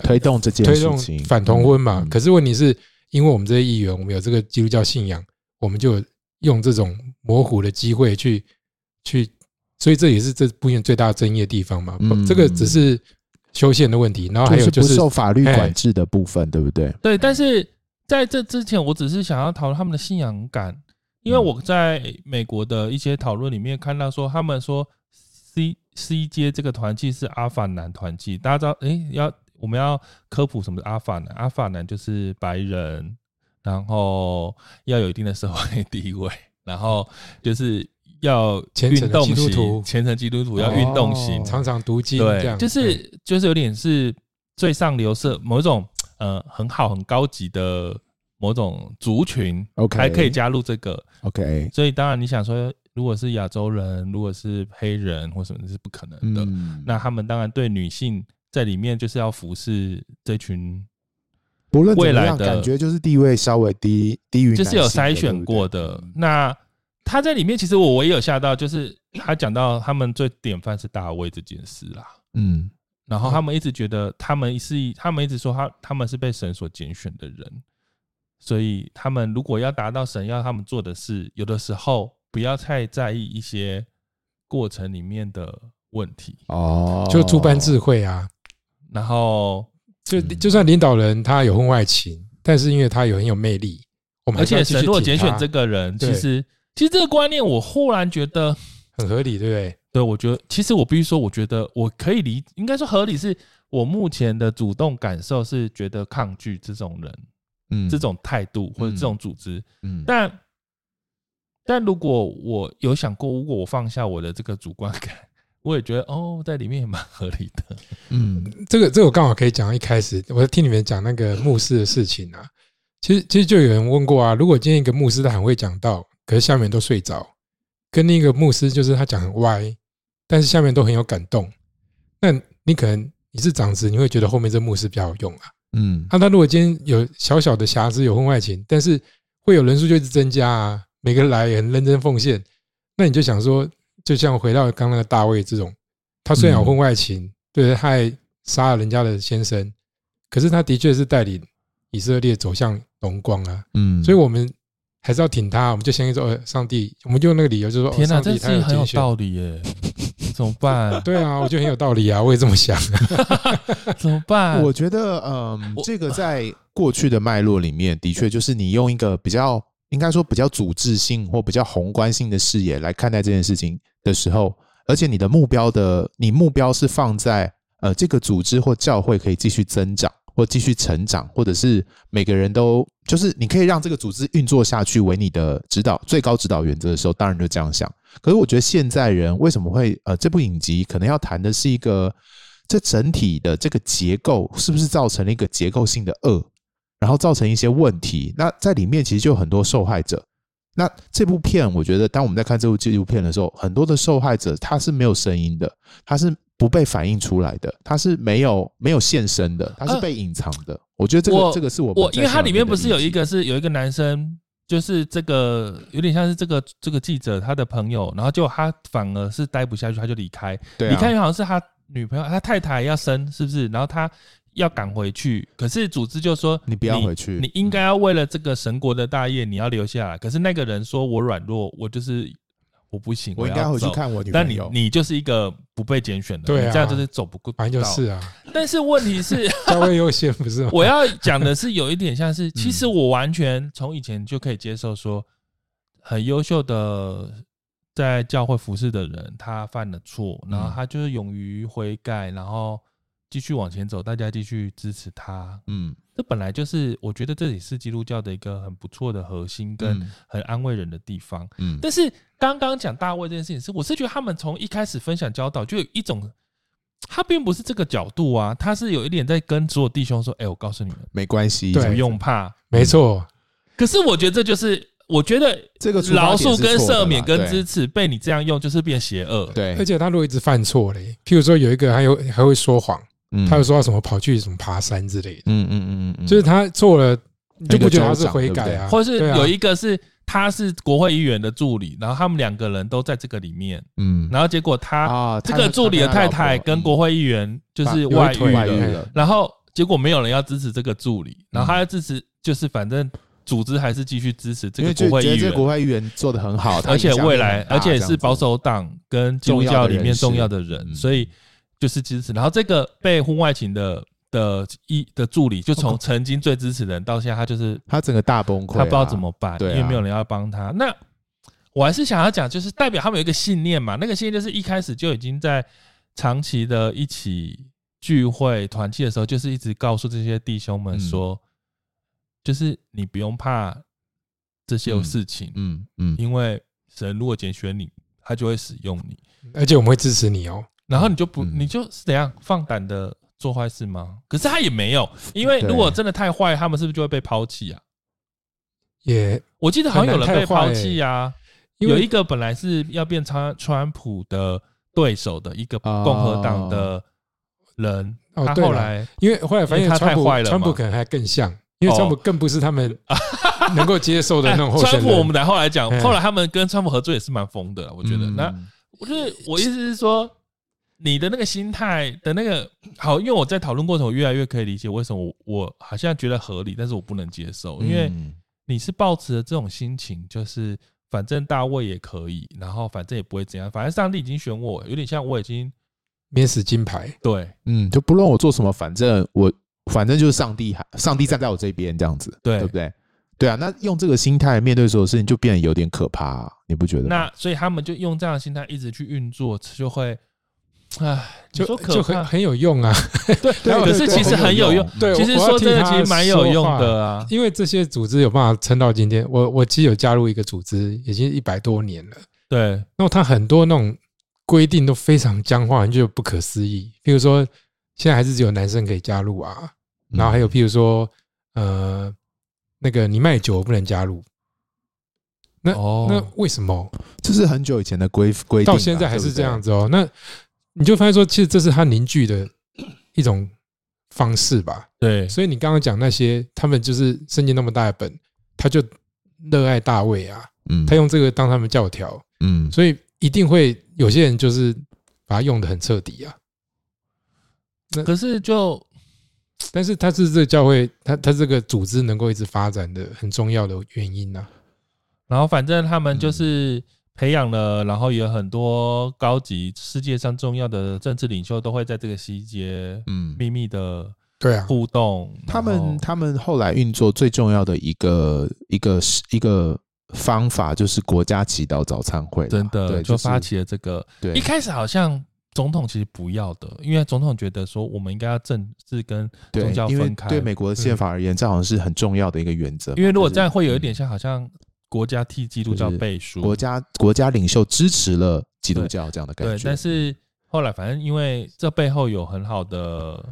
Speaker 5: 推动这件
Speaker 6: 推
Speaker 5: 事
Speaker 6: 动
Speaker 5: 情，
Speaker 6: 反同婚嘛。
Speaker 5: 嗯
Speaker 6: 可是问题是，因为我们这些议员，我们有这个基督教信仰，我们就用这种模糊的机会去去，所以这也是这部分最大的争议的地方嘛。不
Speaker 5: 嗯
Speaker 6: 这个只是修宪的问题，然后还有
Speaker 5: 就
Speaker 6: 就是
Speaker 5: 不
Speaker 6: 是
Speaker 5: 受法律
Speaker 6: 哎
Speaker 5: 管制的部分，对不对？
Speaker 4: 对，但是在这之前，我只是想要讨论他们的信仰感，因为
Speaker 5: 嗯
Speaker 4: 我在美国的一些讨论里面看到说，他们说 C C 街这个团契是阿法男团契，大家知道，诶，要我们要科普什么是阿法男？阿法男就是白人，然后要有一定的社会地位，然后就是要
Speaker 6: 虔
Speaker 4: 运
Speaker 6: 诚的
Speaker 4: 动
Speaker 6: 基督
Speaker 4: 型
Speaker 6: 徒哦
Speaker 4: 虔诚基督徒要运动型，
Speaker 6: 常常读经这
Speaker 4: 对，
Speaker 6: 样，嗯
Speaker 4: 就是就是有点是最上流社某一种呃很好很高级的某种族群
Speaker 5: OK
Speaker 4: 还可以加入这个，
Speaker 5: OK，
Speaker 4: 所以当然你想说，如果是亚洲人，如果是黑人或什么是不可能的，
Speaker 5: 嗯，
Speaker 4: 那他们当然对女性在里面就是要服侍这群，
Speaker 5: 不论怎么
Speaker 4: 未来
Speaker 5: 样
Speaker 4: 的
Speaker 5: 感觉就是地位稍微低低于男
Speaker 4: 就
Speaker 5: 性的，
Speaker 4: 是有筛
Speaker 5: 对
Speaker 4: 选
Speaker 5: 不
Speaker 4: 过
Speaker 5: 对
Speaker 4: 的。那他在里面，其实我我也有吓到，就是他讲到他们最典范是大卫这件事啦。
Speaker 5: 嗯
Speaker 4: 然后他们一直觉得他们是，他们一直说他他们是被神所拣选的人，所以他们如果要达到神要他们做的事，有的时候不要太在意一些过程里面的问题。
Speaker 5: 哦，
Speaker 6: 就诸般智慧啊。
Speaker 4: 然后，
Speaker 6: 就
Speaker 4: 嗯
Speaker 6: 就算领导人他有婚外情，但是因为他有很有魅力，我们
Speaker 4: 而
Speaker 6: 还是
Speaker 4: 且
Speaker 6: 要继续
Speaker 4: 神若
Speaker 6: 挺
Speaker 4: 拣选
Speaker 6: 他
Speaker 4: 这个人，
Speaker 6: 对
Speaker 4: 其实其实这个观念，我忽然觉得，
Speaker 6: 很合理，对不对？
Speaker 4: 对我觉得，其实我必须说，我觉得我可以理，应该说合理，是我目前的主动感受是觉得抗拒这种人、
Speaker 5: 嗯
Speaker 4: 这种态度或者这种组织。
Speaker 5: 嗯
Speaker 4: 但但如果我有想过，如果我放下我的这个主观感，我也觉得哦，在里面也蛮合理的。
Speaker 5: 嗯
Speaker 6: 这个这个我刚好可以讲到一开始，我在听你们讲那个牧师的事情啊。其实其实就有人问过啊，如果今天一个牧师他很会讲道，可是下面都睡着，跟另一个牧师就是他讲很歪，但是下面都很有感动，那你可能你是长子，你会觉得后面这牧师比较有用啊。
Speaker 5: 嗯
Speaker 6: 那、他如果今天有小小的瑕疵，有婚外情，但是会有人数就一直增加啊，每个人来也很认真奉献，那你就想说，就像回到刚刚那个大卫这种，他虽
Speaker 4: 嗯
Speaker 6: 然有婚外情，对他还杀了人家的先生，可是他的确是带领以色列走向荣光啊，
Speaker 5: 嗯，
Speaker 6: 所以我们还是要挺他，我们就相信说，呃，上帝，我们就用那个理由就说，哦
Speaker 4: 天哪、
Speaker 6: 上
Speaker 4: 这
Speaker 6: 帝
Speaker 4: 是
Speaker 6: 他有
Speaker 4: 很有
Speaker 6: 拣选。
Speaker 4: 道理耶，怎么办？
Speaker 6: 对啊，我觉得很有道理啊，我也这么想。
Speaker 4: 怎么办？
Speaker 5: 我觉得，嗯
Speaker 4: 我，
Speaker 5: 这个在过去的脉络里面，的确就是你用一个比较，应该说比较组织性或比较宏观性的视野来看待这件事情的时候，而且你的目标的，你目标是放在呃这个组织或教会可以继续增长或继续成长，或者是每个人都就是你可以让这个组织运作下去为你的指导最高指导原则的时候，当然就这样想。可是我觉得现在人为什么会呃，这部影集可能要谈的是一个这整体的这个结构是不是造成了一个结构性的恶，然后造成一些问题。那在里面其实就有很多受害者。那这部片，我觉得当我们在看这部纪录片的时候，很多的受害者他是没有声音的，他是不被反映出来的，他是没有没有现身的，他是
Speaker 4: 呃
Speaker 5: 被隐藏的。我觉得这个
Speaker 4: 我
Speaker 5: 这个是我们
Speaker 4: 我因为
Speaker 5: 在
Speaker 4: 它里面
Speaker 5: 想的
Speaker 4: 不是有
Speaker 5: 议
Speaker 4: 一
Speaker 5: 题
Speaker 4: 个是有一个男生，就是这个有点像是这个这个记者他的朋友，然后结果他反而是待不下去，他就离开。
Speaker 5: 对啊
Speaker 4: 离开好像是他女朋友，他太太要生是不是？然后他要赶回去，可是组织就说
Speaker 5: 你不要回去
Speaker 4: 你应该要为了这个神国的大业，你要留下来。可是那个人说我软弱，我就是我不行，
Speaker 5: 我应
Speaker 4: 要
Speaker 5: 该回去
Speaker 4: 走。
Speaker 5: 看我女
Speaker 4: 但
Speaker 5: 朋
Speaker 4: 你
Speaker 5: 友。
Speaker 4: 你就是一个不被拣选的，
Speaker 6: 对啊
Speaker 4: 你这样就是走不过。
Speaker 6: 反正就是。啊，
Speaker 4: 但是问题 是，
Speaker 6: 教会优先不是吗？
Speaker 4: 我要讲的是，有一点像 是，其实嗯我完全从以前就可以接受说，很优秀的在教会服侍的人，他犯了错，然后他就是勇于悔改，然后继续往前走，大家继续支持他。
Speaker 5: 嗯，
Speaker 4: 这本来就是，我觉得这也是基督教的一个很不错的核心，跟
Speaker 5: 嗯
Speaker 4: 很安慰人的地方。
Speaker 5: 嗯
Speaker 4: 但是刚刚讲大卫这件事情是，我是觉得他们从一开始分享教导就有一种，他并不是这个角度啊，他是有一点在跟所有弟兄说：“哎、我告诉你们，
Speaker 5: 没关系，
Speaker 6: 对
Speaker 4: 不用怕。
Speaker 6: 没错，”
Speaker 4: 可是我觉得这就是我觉得
Speaker 5: 这个出发
Speaker 4: 饶
Speaker 5: 点是
Speaker 4: 恕跟
Speaker 5: 错的
Speaker 4: 赦
Speaker 5: 啦
Speaker 4: 免跟
Speaker 5: 对
Speaker 4: 支持被你这样用，就是变邪恶。
Speaker 5: 对，
Speaker 6: 而且他如果一直犯错嘞，譬如说有一个还有还会说谎，
Speaker 5: 嗯
Speaker 6: 他又说到什么跑去什么爬山之类的，
Speaker 5: 嗯嗯嗯嗯嗯，
Speaker 6: 就是他错了，你就
Speaker 5: 那个
Speaker 6: 不觉得他是
Speaker 5: 州长
Speaker 6: 悔改啊？
Speaker 4: 或是
Speaker 6: 对啊
Speaker 4: 有一个是他是国会议员的助理，然后他们两个人都在这个里面，
Speaker 5: 嗯
Speaker 4: 然后结果他
Speaker 5: 啊，
Speaker 4: 这个助理的太太跟国
Speaker 5: 会
Speaker 4: 会议员嗯就是
Speaker 6: 把有
Speaker 4: 外
Speaker 6: 一腿
Speaker 4: 遇
Speaker 5: 外遇
Speaker 4: 了，
Speaker 5: 嗯了，
Speaker 4: 然后结果没有人要支持这个助理，然后他要支持就是反正组织还是继续支持这个
Speaker 5: 因为就
Speaker 4: 国会
Speaker 5: 觉
Speaker 4: 议
Speaker 5: 得这
Speaker 4: 员
Speaker 5: 个，国会议员做的很好，他
Speaker 4: 而且
Speaker 5: 影响力
Speaker 4: 未来
Speaker 5: 很大
Speaker 4: 而且
Speaker 5: 这样
Speaker 4: 是
Speaker 5: 子
Speaker 4: 保守党跟基督教里面重要的人，
Speaker 5: 嗯
Speaker 4: 所以就是支持。然后这个被婚外情的的一的助理，就从曾经最支持的人到现在，他就是
Speaker 5: 他整个大崩溃
Speaker 4: 他
Speaker 5: 啊，
Speaker 4: 不知道怎么办，
Speaker 5: 对啊
Speaker 4: 因为没有人要帮他。那我还是想要讲，就是代表他们有一个信念嘛，那个信念就是一开始就已经在长期的一起聚会团契的时候，就是一直告诉这些弟兄们说，
Speaker 5: 嗯
Speaker 4: 就是你不用怕这些事情，
Speaker 5: 嗯嗯
Speaker 4: 因为神如果拣选你，他就会使用你，
Speaker 6: 而且我们会支持你哦。
Speaker 4: 然后你就不、
Speaker 5: 嗯
Speaker 4: 你就是怎样放胆的。做坏事吗？可是他也没有，因为
Speaker 5: 对
Speaker 4: 如果真的太坏，他们是不是就会被抛弃啊？
Speaker 6: 也
Speaker 4: 我记得好像有人被抛弃啊，
Speaker 6: 因为
Speaker 4: 有一个本来是要变川川普的对手的一个
Speaker 5: 哦
Speaker 4: 共和党的人，
Speaker 6: 哦
Speaker 4: 他
Speaker 6: 对了
Speaker 4: 后来
Speaker 6: 因为后来发
Speaker 4: 因
Speaker 6: 现
Speaker 4: 为他
Speaker 6: 川普
Speaker 4: 太坏了嘛
Speaker 6: 川普可能还更像，因为川普更不是他们能够接受的那 种候选
Speaker 4: 哎川
Speaker 6: 人。
Speaker 4: 普，我们等一下后来讲，
Speaker 6: 嗯
Speaker 4: 后来他们跟川普合作也是蛮疯的，我
Speaker 5: 我
Speaker 4: 觉得。那
Speaker 5: 嗯
Speaker 4: 我就是我意思是说，你的那个心态的那个好，因为我在讨论过程，我越来越可以理解为什么我我好像觉得合理，但是我不能接受，因
Speaker 6: 嗯
Speaker 4: 为你是抱持着这种心情，就是反正大卫也可以，然后反正也不会怎样，反正上帝已经选我，有点像我已经
Speaker 6: 免死金牌，
Speaker 4: 对
Speaker 5: 嗯，就不论我做什么，反正我反正就是上帝，上帝站在我这边这样子，
Speaker 4: 对
Speaker 5: 对不对？对啊，那用这个心态面对所有事情，就变得有点可怕啊、你不觉得吗？
Speaker 4: 那所以他们就用这样的心态一直去运作，就会，唉，你
Speaker 6: 就
Speaker 4: 说可
Speaker 6: 就很
Speaker 4: 怕，
Speaker 6: 很有用啊。
Speaker 4: 对
Speaker 5: 对
Speaker 4: 可是其实很有用。
Speaker 5: 嗯
Speaker 6: 对，
Speaker 4: 其实
Speaker 6: 我我要
Speaker 4: 说
Speaker 6: 替
Speaker 4: 真的，
Speaker 6: 他
Speaker 4: 其实蛮有用的啊
Speaker 6: 说话。。因为这些组织有办法撑到今天。我我其实有加入一个组织，已经一百多年了。
Speaker 4: 对，
Speaker 6: 那它很多那种规定都非常僵化，你就觉得不可思议。譬如说，现在还是只有男生可以加入啊，
Speaker 5: 嗯
Speaker 6: 然后还有譬如说，呃，那个你卖酒不能加入。那、
Speaker 4: 哦
Speaker 6: 那为什么
Speaker 5: 这是很久以前的规规定啊、
Speaker 6: 到现在还是这样
Speaker 5: 子。
Speaker 6: 子哦？那你就发现说，其实这是他凝聚的一种方式吧。
Speaker 4: 对，
Speaker 6: 所以你刚刚讲那些，他们就是身兼那么大的本，他就热爱大卫啊，
Speaker 5: 嗯，
Speaker 6: 他用这个当他们教条，
Speaker 5: 嗯，
Speaker 6: 所以一定会有些人就是把它用的很彻底啊。
Speaker 4: 可是就
Speaker 6: 但是他是这个教会，他他这个组织能够一直发展的很重要的原因啊呐、
Speaker 4: 然后反正他们就是培养了，然后有很多高级世界上重要的政治领袖都会在这个西街
Speaker 5: 嗯，
Speaker 4: 秘密的
Speaker 6: 对啊，
Speaker 4: 互动。
Speaker 5: 他
Speaker 4: 然后
Speaker 5: 们他们后来运作最重要的一个一个一个方法就是国家祈祷早餐会啦，
Speaker 4: 真的
Speaker 5: 对，
Speaker 4: 就是发起了这个
Speaker 5: 对
Speaker 4: 一开始好像总统其实不要的，因为总统觉得说我们应该要政治跟
Speaker 5: 对
Speaker 4: 宗教
Speaker 5: 因为
Speaker 4: 分开，嗯
Speaker 5: 对美国的宪法而言，这好像是很重要的一个原则嘛。
Speaker 4: 因为如果
Speaker 5: 就是
Speaker 4: 这样会有一点像好像国家替基督教背书，
Speaker 5: 国家国家领袖支持了基督教这样的感
Speaker 4: 对
Speaker 5: 觉，，
Speaker 4: 但是后来反正因为这背后有很好的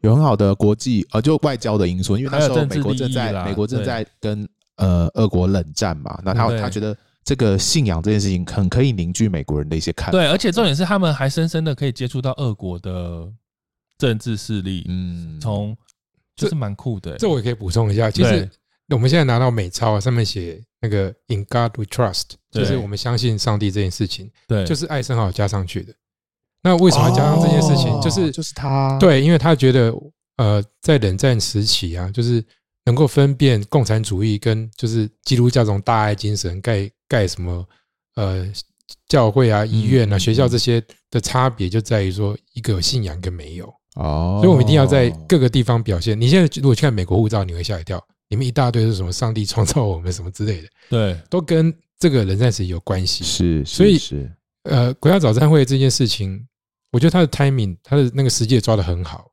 Speaker 5: 有很好的国际呃，就外交的因素，因为那
Speaker 4: 还
Speaker 5: 时候
Speaker 4: 有政治
Speaker 5: 美国正
Speaker 4: 利益
Speaker 5: 在
Speaker 4: 啦
Speaker 5: 美国正在跟呃俄国冷战嘛，那他
Speaker 4: 对
Speaker 5: 他觉得这个信仰这件事情很可以凝聚美国人的一些看法，
Speaker 4: 对，而且重点是他们还深深的可以接触到俄国的政治势力，
Speaker 5: 嗯，
Speaker 4: 从就是蛮酷的、欸，
Speaker 6: 这我也可以补充一下。其实
Speaker 4: 对
Speaker 6: 我们现在拿到美钞、啊、上面写那个 “In God We Trust”，
Speaker 4: 对
Speaker 6: 就是我们相信上帝这件事情，
Speaker 4: 对，
Speaker 6: 就是爱森豪加上去的。那为什么加上这件事情？
Speaker 5: 哦
Speaker 6: 就是
Speaker 5: 就是他，
Speaker 6: 对，因为他觉得呃，在冷战时期啊，就是能够分辨共产主义跟就是基督教这种大爱精神盖盖什么呃教会啊、医院啊、
Speaker 5: 嗯
Speaker 6: 学校这些的差别，就在于说一个有信仰跟没有，
Speaker 5: 哦，
Speaker 6: 所以我们一定要在各个地方表现。你现在如果去看美国护照，你会吓一跳，里面一大堆是什么上帝创造我们什么之类的，
Speaker 4: 对
Speaker 6: 都跟这个冷战时期有关系。
Speaker 5: 是，
Speaker 6: 所以
Speaker 5: 是
Speaker 6: 呃，国家早餐会这件事情，我觉得他的 timing，他的那个时机也抓得很好。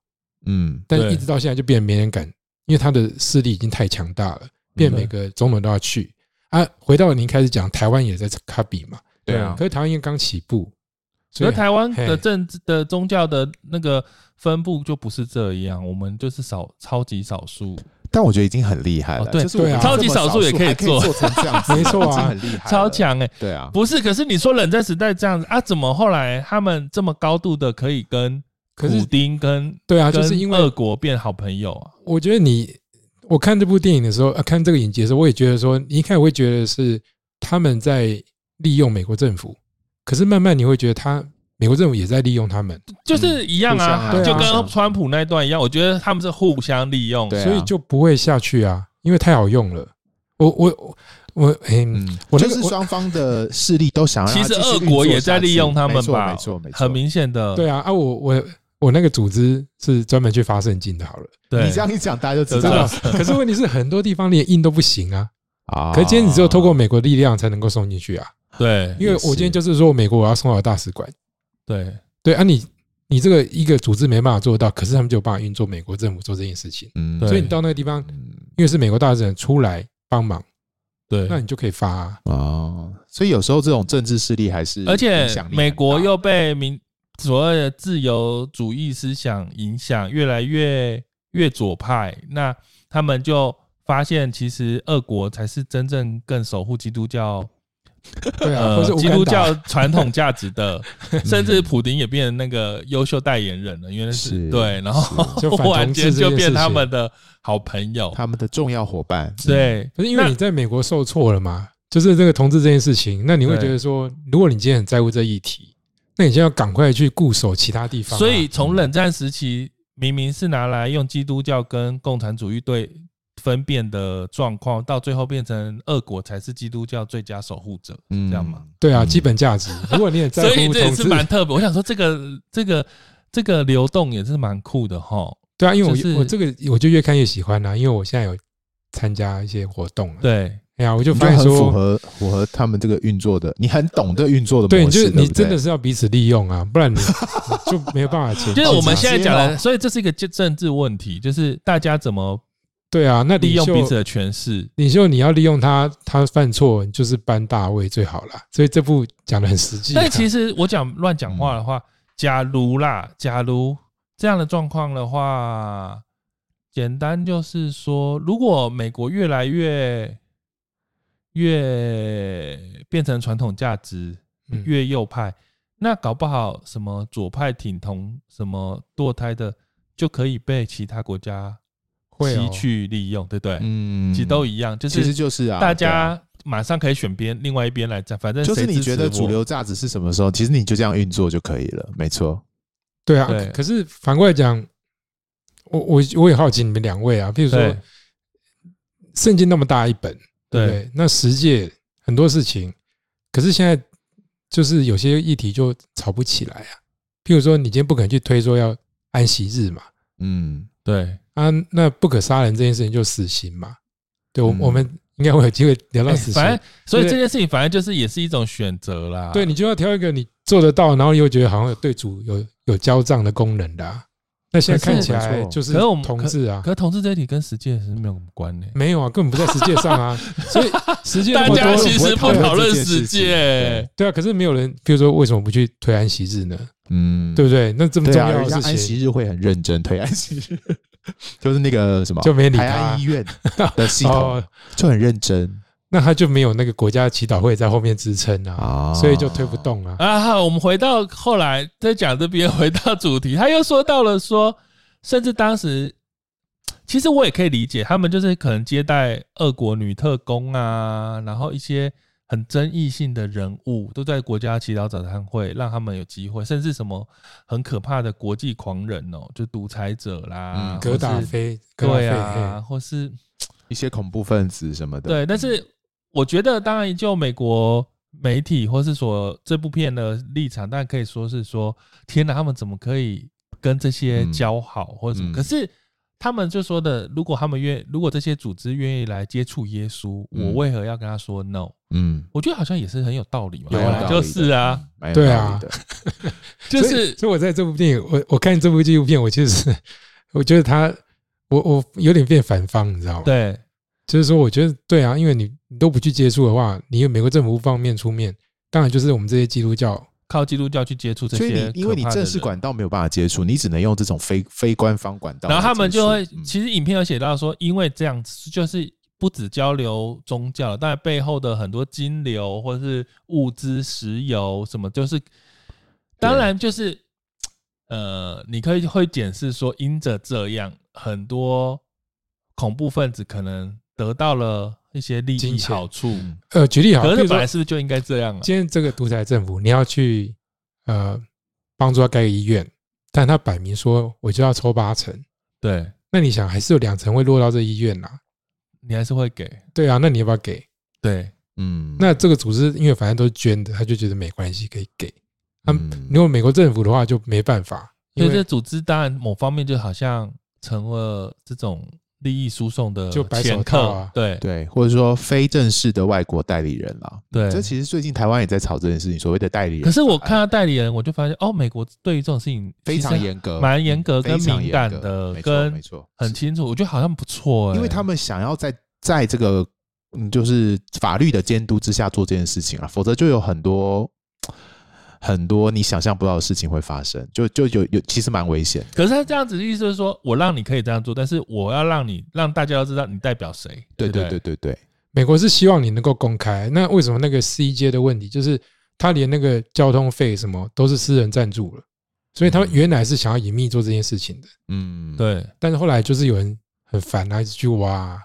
Speaker 5: 嗯
Speaker 6: 但
Speaker 4: 对
Speaker 6: 一直到现在就变得没人敢，因为他的势力已经太强大了，变每个总统都要去啊。回到您开始讲，台湾也在卡比嘛，
Speaker 5: 对啊
Speaker 6: 可是台湾因为刚起步，
Speaker 4: 所
Speaker 6: 所
Speaker 4: 以
Speaker 6: 以
Speaker 4: 台湾的
Speaker 6: 嘿
Speaker 4: 政治的宗教的那个分布就不是这样，我们就是少超级少数。
Speaker 5: 但我觉得已经很厉害了
Speaker 4: 哦，对
Speaker 5: 就是我们
Speaker 6: 对啊
Speaker 5: 这么
Speaker 4: 超级少数也可以
Speaker 5: 还可以
Speaker 4: 做
Speaker 5: 做成这样子，
Speaker 6: 没错啊
Speaker 5: 已经很厉害，
Speaker 4: 超，强哎、
Speaker 5: 对啊，
Speaker 4: 不是，可是你说冷战时代这样子啊，怎么后来他们这么高度的可以跟
Speaker 6: 可是
Speaker 4: 普丁跟
Speaker 6: 对啊，就是
Speaker 4: 跟
Speaker 6: 因为
Speaker 4: 俄国变好朋友啊？
Speaker 6: 我觉得你，我看这部电影的时候，呃、看这个影集的时候，我也觉得说，你一开始会觉得是他们在利用美国政府，可是慢慢你会觉得他美国政府也在利用他们，
Speaker 4: 就是一样啊，
Speaker 5: 嗯互相啊
Speaker 4: 就
Speaker 6: 对
Speaker 5: 啊
Speaker 4: 跟川普那一段一样，我觉得他们是互相利用。
Speaker 5: 对啊
Speaker 6: 所以就不会下去啊，因为太好用了。我我我我，哎、
Speaker 5: 嗯，
Speaker 6: 我那
Speaker 5: 就
Speaker 6: 个
Speaker 5: 是双方的势力都想让
Speaker 4: 其
Speaker 5: 它
Speaker 4: 实
Speaker 5: 继续
Speaker 4: 俄
Speaker 5: 运作
Speaker 4: 国也在
Speaker 5: 下去
Speaker 4: 利用他们吧，
Speaker 5: 没错没错没错，
Speaker 4: 很明显的，
Speaker 6: 对啊啊，我我我那个组织是专门去发圣经的，好了。
Speaker 4: 对
Speaker 5: 你这样一讲，大家就知
Speaker 4: 对
Speaker 5: 道
Speaker 4: 啊
Speaker 5: 了
Speaker 6: 可是问题是，很多地方连印都不行啊。
Speaker 5: 啊
Speaker 4: 哦
Speaker 6: 可是今天你只有透过美国力量才能够送进去啊，
Speaker 4: 对
Speaker 6: 因为我今天就是说，美国我要送到大使馆，
Speaker 4: 对，
Speaker 6: 对啊你，你这个一个组织没办法做到，可是他们就有办法运作美国政府做这件事情，
Speaker 5: 嗯
Speaker 4: 对
Speaker 6: 所以你到那个地方，
Speaker 5: 嗯
Speaker 6: 因为是美国大使馆出来帮忙，
Speaker 4: 对，
Speaker 6: 那你就可以发、 啊。
Speaker 5: 哦，所以有时候这种政治势力还是
Speaker 4: 而且
Speaker 5: 影响力
Speaker 4: 美国
Speaker 5: 很大
Speaker 4: 又被民所谓的自由主义思想影响，越来越越左派。那他们就发现，其实俄国才是真正更守护基督教
Speaker 6: 对啊，
Speaker 4: 呃
Speaker 6: 或是乌
Speaker 4: 基
Speaker 6: 干
Speaker 4: 督
Speaker 6: 达
Speaker 4: 教传统价值 的，甚至普丁也变成那个优秀代言人了，因为是
Speaker 5: 是
Speaker 4: 对，然后
Speaker 5: 是
Speaker 6: 就反
Speaker 4: 忽然
Speaker 6: 同
Speaker 4: 间
Speaker 6: 志这
Speaker 4: 就
Speaker 6: 件事
Speaker 4: 变他们
Speaker 6: 情，
Speaker 4: 的好朋友。
Speaker 5: 他们的重要伙伴，
Speaker 4: 对，
Speaker 6: 可是因为
Speaker 4: 那
Speaker 6: 你在美国受挫了嘛，就是这个同志这件事情，那你会
Speaker 4: 对
Speaker 6: 觉得说，如果你今天很在乎这议题，那你就要赶快去固守其他地方啊、
Speaker 4: 所以从嗯冷战时期，明明是拿来用基督教跟共产主义对分辨的状况，到最后变成俄国才是基督教最佳守护者，
Speaker 5: 嗯，
Speaker 4: 这样嘛？
Speaker 6: 对啊，
Speaker 5: 嗯
Speaker 6: 基本价值，如果你也在乎
Speaker 4: 所以这也
Speaker 6: 同
Speaker 4: 是
Speaker 6: 志，
Speaker 4: 蛮特别。我想说，这个这个这个流动也是蛮酷的哈。
Speaker 6: 对啊，因为我、
Speaker 4: 就是
Speaker 6: 我这个我就越看越喜欢啦、啊因为我现在有参加一些活动、啊，，
Speaker 4: 对，
Speaker 6: 哎呀，我就
Speaker 5: 你就
Speaker 6: 发现
Speaker 5: 很
Speaker 6: 说，
Speaker 5: 符合符合他们这个运作的，你很懂这运作的
Speaker 6: 对，
Speaker 5: 模
Speaker 6: 你
Speaker 5: 式，
Speaker 6: 就是你
Speaker 5: 不
Speaker 6: 真的
Speaker 5: 对
Speaker 6: 是要彼此利用啊，不然你 你就没有办法前进啊。
Speaker 4: 就是我们现在讲
Speaker 5: 直接
Speaker 4: 的，
Speaker 5: 哦
Speaker 4: 所以这是一个政治问题，就是大家怎么
Speaker 6: 对啊，那
Speaker 4: 利
Speaker 6: 领
Speaker 4: 用
Speaker 6: 袖
Speaker 4: 彼此的权势。
Speaker 6: 领袖你要利用他，他犯错你就是搬大卫最好啦。所以这部讲的很实际啊。
Speaker 4: 但其实我讲乱讲话的话，假如啦，假如这样的状况的话，简单就是说，如果美国越来越越变成传统价值，
Speaker 6: 嗯
Speaker 4: 越右派，那搞不好什么左派挺同、什么堕胎的，就可以被其他国家
Speaker 6: 会
Speaker 4: 吸
Speaker 6: 哦
Speaker 4: 去利用，对不对？
Speaker 5: 嗯
Speaker 4: 其实都一样，就
Speaker 5: 其实
Speaker 4: 是
Speaker 5: 就是啊，
Speaker 4: 大
Speaker 5: 对啊
Speaker 4: 家马上可以选边另外一边来站，反正
Speaker 5: 就是
Speaker 4: 谁
Speaker 5: 你
Speaker 4: 支
Speaker 5: 觉
Speaker 4: 持
Speaker 5: 得主
Speaker 4: 我
Speaker 5: 流价值是什么时候，其实你就这样运作就可以了，没错。
Speaker 6: 对啊
Speaker 4: 对，
Speaker 6: 可是反过来讲，我我我也好奇你们两位啊，譬如说
Speaker 4: 对
Speaker 6: 圣经那么大一本，对不
Speaker 4: 对
Speaker 6: 对？那十诫很多事情，可是现在就是有些议题就吵不起来啊。譬如说，你今天不肯去推说要安息日嘛，
Speaker 5: 嗯，
Speaker 4: 对。
Speaker 6: 啊，那不可杀人这件事情就死刑嘛。对，我、
Speaker 5: 嗯
Speaker 6: 我们应该会有机会聊到
Speaker 4: 哎
Speaker 6: 死刑。
Speaker 4: 反正，啊所以
Speaker 6: 对
Speaker 4: 这件事情反正就是也是一种选择啦。
Speaker 6: 对你就要挑一个你做得到，然后又觉得好像有对主有有交账的功能的啊、那现在
Speaker 4: 可是
Speaker 6: 看起来
Speaker 5: 没错
Speaker 6: 就是
Speaker 4: 可是我们
Speaker 6: 同志啊
Speaker 4: 可，是同志这一题跟实践是没有什么关联、
Speaker 6: 没有啊，根本不在实界上 啊。所以实界那
Speaker 4: 大
Speaker 6: 么
Speaker 4: 家
Speaker 6: 多，
Speaker 4: 其实不讨论实践
Speaker 5: 对，
Speaker 6: 对啊，可是没有人，比如说为什么不去推安息日呢？
Speaker 5: 嗯，
Speaker 6: 对不对？那这么
Speaker 5: 对
Speaker 6: 重
Speaker 5: 啊，
Speaker 6: 要
Speaker 5: 人
Speaker 6: 的
Speaker 5: 家
Speaker 6: 事情
Speaker 5: 安息日会很认真推安息日， 就是那个什么
Speaker 6: 就没理
Speaker 5: 台
Speaker 6: 他
Speaker 5: 安医，院的系 统
Speaker 6: 哦，
Speaker 5: 就很认真
Speaker 6: 那他就没有那个国家祈祷会在后面支撑啊，
Speaker 4: 哦
Speaker 5: 啊，
Speaker 6: 所以就推不动啊。
Speaker 4: 啊。好我们回到后来在讲这边，回到主题，他又说到了说，甚至当时其实我也可以理解，他们就是可能接待俄国女特工啊，然后一些很争议性的人物都在国家祈祷早餐会，让他们有机会，甚至什么很可怕的国际狂人哦，就独裁者啦，
Speaker 5: 嗯
Speaker 4: 或
Speaker 6: 格达
Speaker 4: 是
Speaker 6: 菲，格达
Speaker 4: 对
Speaker 6: 菲，嘿
Speaker 4: 啊，或是
Speaker 5: 一些恐怖分子什么的。
Speaker 4: 对，但是我觉得，当然就美国媒体或是所这部片的立场，当然可以说是说，天哪，他们怎么可以跟这些
Speaker 5: 嗯
Speaker 4: 交好或者什么？
Speaker 5: 嗯
Speaker 4: 可是他们就说的，如果他们愿，如果这些组织愿意来接触耶稣，
Speaker 5: 嗯
Speaker 4: 我为何要跟他说 no？
Speaker 5: 嗯，
Speaker 4: 我觉得好像也是很有道理嘛，
Speaker 5: 蛮
Speaker 6: 有啊
Speaker 5: 道理的嗯
Speaker 4: 就是啊，，
Speaker 5: 蛮有
Speaker 6: 对
Speaker 5: 道理
Speaker 6: 啊
Speaker 5: 的，
Speaker 4: 就
Speaker 6: 所以
Speaker 4: 是
Speaker 6: 所以我在这部电影，我我看这部纪录片，我其实是 我觉得他，我我有点变反方，你知道吗？，
Speaker 4: 对
Speaker 6: 就是说，我觉得对啊，因为你你都不去接触的话，你有美国政府不方面出面，当然就是我们这些基督教
Speaker 4: 靠基督教去接触这
Speaker 5: 所以
Speaker 4: 些
Speaker 5: 你因为你
Speaker 4: 可怕的
Speaker 5: 正式
Speaker 4: 人
Speaker 5: 管道没有办法接触，你只能用这种非非官方管道来
Speaker 4: 然
Speaker 5: 接
Speaker 4: 后
Speaker 5: 触。
Speaker 4: 他们就会，
Speaker 5: 嗯
Speaker 4: 其实影片有写到说，因为这样子就是不止交流宗教了，但背后的很多金流或是物资、石油什么，就是当然就是呃，你可以会检视说，因着这样，很多恐怖分子可能得到了一些利
Speaker 6: 金
Speaker 4: 益
Speaker 6: 钱
Speaker 4: 好处，
Speaker 6: 呃，举例好，
Speaker 4: 可
Speaker 6: 比
Speaker 4: 是
Speaker 6: 如
Speaker 4: 本
Speaker 6: 说
Speaker 4: 来是不是就应该这样啊？
Speaker 6: 今天这个独裁政府，你要去呃帮助他盖个医院，但他摆明说我就要抽八成，
Speaker 4: 对
Speaker 6: 那你想还是有两成会落到这医院啦、
Speaker 4: 你还是会给，
Speaker 6: 对啊，那你要不要给？
Speaker 4: 对
Speaker 5: 嗯，
Speaker 6: 那这个组织因为反正都是捐的，他就觉得没关系可以给。那
Speaker 5: 嗯
Speaker 6: 如果美国政府的话就没办法，
Speaker 4: 所
Speaker 6: 因
Speaker 4: 以这
Speaker 6: 为
Speaker 4: 组织当然某方面就好像成了这种利益输送的
Speaker 6: 就白手套
Speaker 4: 前客
Speaker 6: 啊，
Speaker 4: 对
Speaker 5: 对，或者说非正式的外国代理人啦。
Speaker 4: 对
Speaker 5: 这其实最近台湾也在炒这件事情，所谓的代理人。
Speaker 4: 可是我看到代理人，我就发现哦，美国对于这种事情
Speaker 5: 非
Speaker 4: 其
Speaker 5: 常
Speaker 4: 实
Speaker 5: 严格，
Speaker 4: 蛮严格跟
Speaker 5: 非常
Speaker 4: 敏感
Speaker 5: 严格
Speaker 4: 的
Speaker 5: 没错
Speaker 4: 跟
Speaker 5: 没错，
Speaker 4: 很清楚，我觉得好像不错哎，
Speaker 5: 因为他们想要在在这个嗯，就是法律的监督之下做这件事情啊，否则就有很多很多你想象不到的事情会发生，就就有有其实蛮危险。
Speaker 4: 可是他这样子的意思就是说，我让你可以这样做，但是我要让你让大家都知道你代表谁，
Speaker 5: 对
Speaker 4: 不
Speaker 5: 对对对对，
Speaker 6: 美国是希望你能够公开。那为什么那个 C 街的问题，就是他连那个交通费什么都是私人赞助了，所以他们
Speaker 5: 嗯
Speaker 6: 原来是想要隐秘做这件事情的。
Speaker 5: 嗯，
Speaker 4: 对，
Speaker 6: 但是后来就是有人很烦啊，一直去挖啊，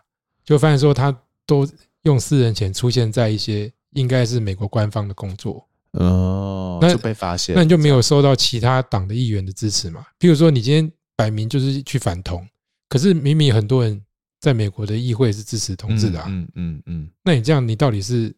Speaker 6: 就发现说他都用私人钱出现在一些应该是美国官方的工作，
Speaker 5: 哦，
Speaker 6: 那
Speaker 5: 就被发现，
Speaker 6: 那你就没有受到其他党的议员的支持嘛？譬如说你今天摆明就是去反同，可是明明很多人在美国的议会是支持同志的、啊，
Speaker 5: 嗯嗯嗯
Speaker 6: 那你这样你到底是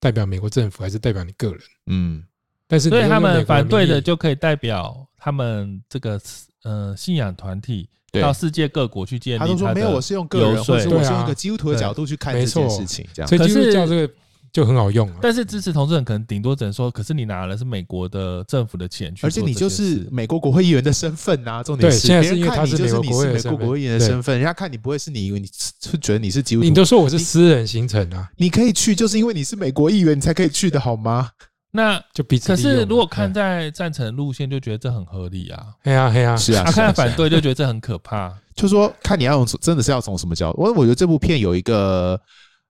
Speaker 6: 代表美国政府还是代表你个人？
Speaker 5: 嗯
Speaker 6: 但是你
Speaker 4: 所以
Speaker 6: 用
Speaker 4: 他
Speaker 6: 美
Speaker 4: 们
Speaker 6: 国
Speaker 4: 反对
Speaker 6: 名义
Speaker 4: 的就可以代表他们这个呃信仰团体
Speaker 5: 对
Speaker 4: 到世界各国去建
Speaker 5: 嗯，
Speaker 4: 立。
Speaker 5: 他都说没有，我是用个
Speaker 4: 游
Speaker 5: 人，
Speaker 4: 说
Speaker 5: 或者我
Speaker 6: 对
Speaker 5: 是用
Speaker 6: 啊
Speaker 5: 一个基督徒的角度去看
Speaker 6: 没
Speaker 5: 这件
Speaker 6: 错
Speaker 5: 事情，这样
Speaker 6: 所以
Speaker 4: 可
Speaker 6: 基督
Speaker 4: 是
Speaker 6: 教这个就很好用啊。
Speaker 4: 但是支持同志人可能顶多只能说，可是你拿的是美国的政府的钱去做
Speaker 5: 而
Speaker 4: 这
Speaker 5: 且
Speaker 4: 件事，
Speaker 5: 你就是美国国会议员的身份呐、重点
Speaker 6: 对
Speaker 5: 是
Speaker 6: 现在
Speaker 5: 别人
Speaker 6: 是因为
Speaker 5: 看
Speaker 6: 他
Speaker 5: 你
Speaker 6: 是
Speaker 5: 就
Speaker 6: 美
Speaker 5: 是
Speaker 6: 国
Speaker 5: 你
Speaker 6: 国会
Speaker 5: 是
Speaker 6: 的
Speaker 5: 美
Speaker 6: 身份
Speaker 5: 国国会议员的
Speaker 6: 对
Speaker 5: 身份，人家看你不会是你，以为你是觉得你是基督徒，
Speaker 6: 你都说我是私人行程啊，
Speaker 5: 你可以去，就是因为你是美国议员，你才可以去的好吗？
Speaker 4: 那。
Speaker 6: 就彼此
Speaker 4: 可
Speaker 6: 利用啊。
Speaker 4: 是如果看
Speaker 6: 嗯
Speaker 4: 在赞成路线，就觉得这很合理啊。
Speaker 6: 嘿哎呀嘿呀，
Speaker 5: 是啊
Speaker 4: 啊，，看
Speaker 5: 是
Speaker 4: 在
Speaker 5: 啊
Speaker 4: 反对就觉得这很可怕。
Speaker 5: 就说看你要用，真的是要从什么角度。我我觉得这部片有一个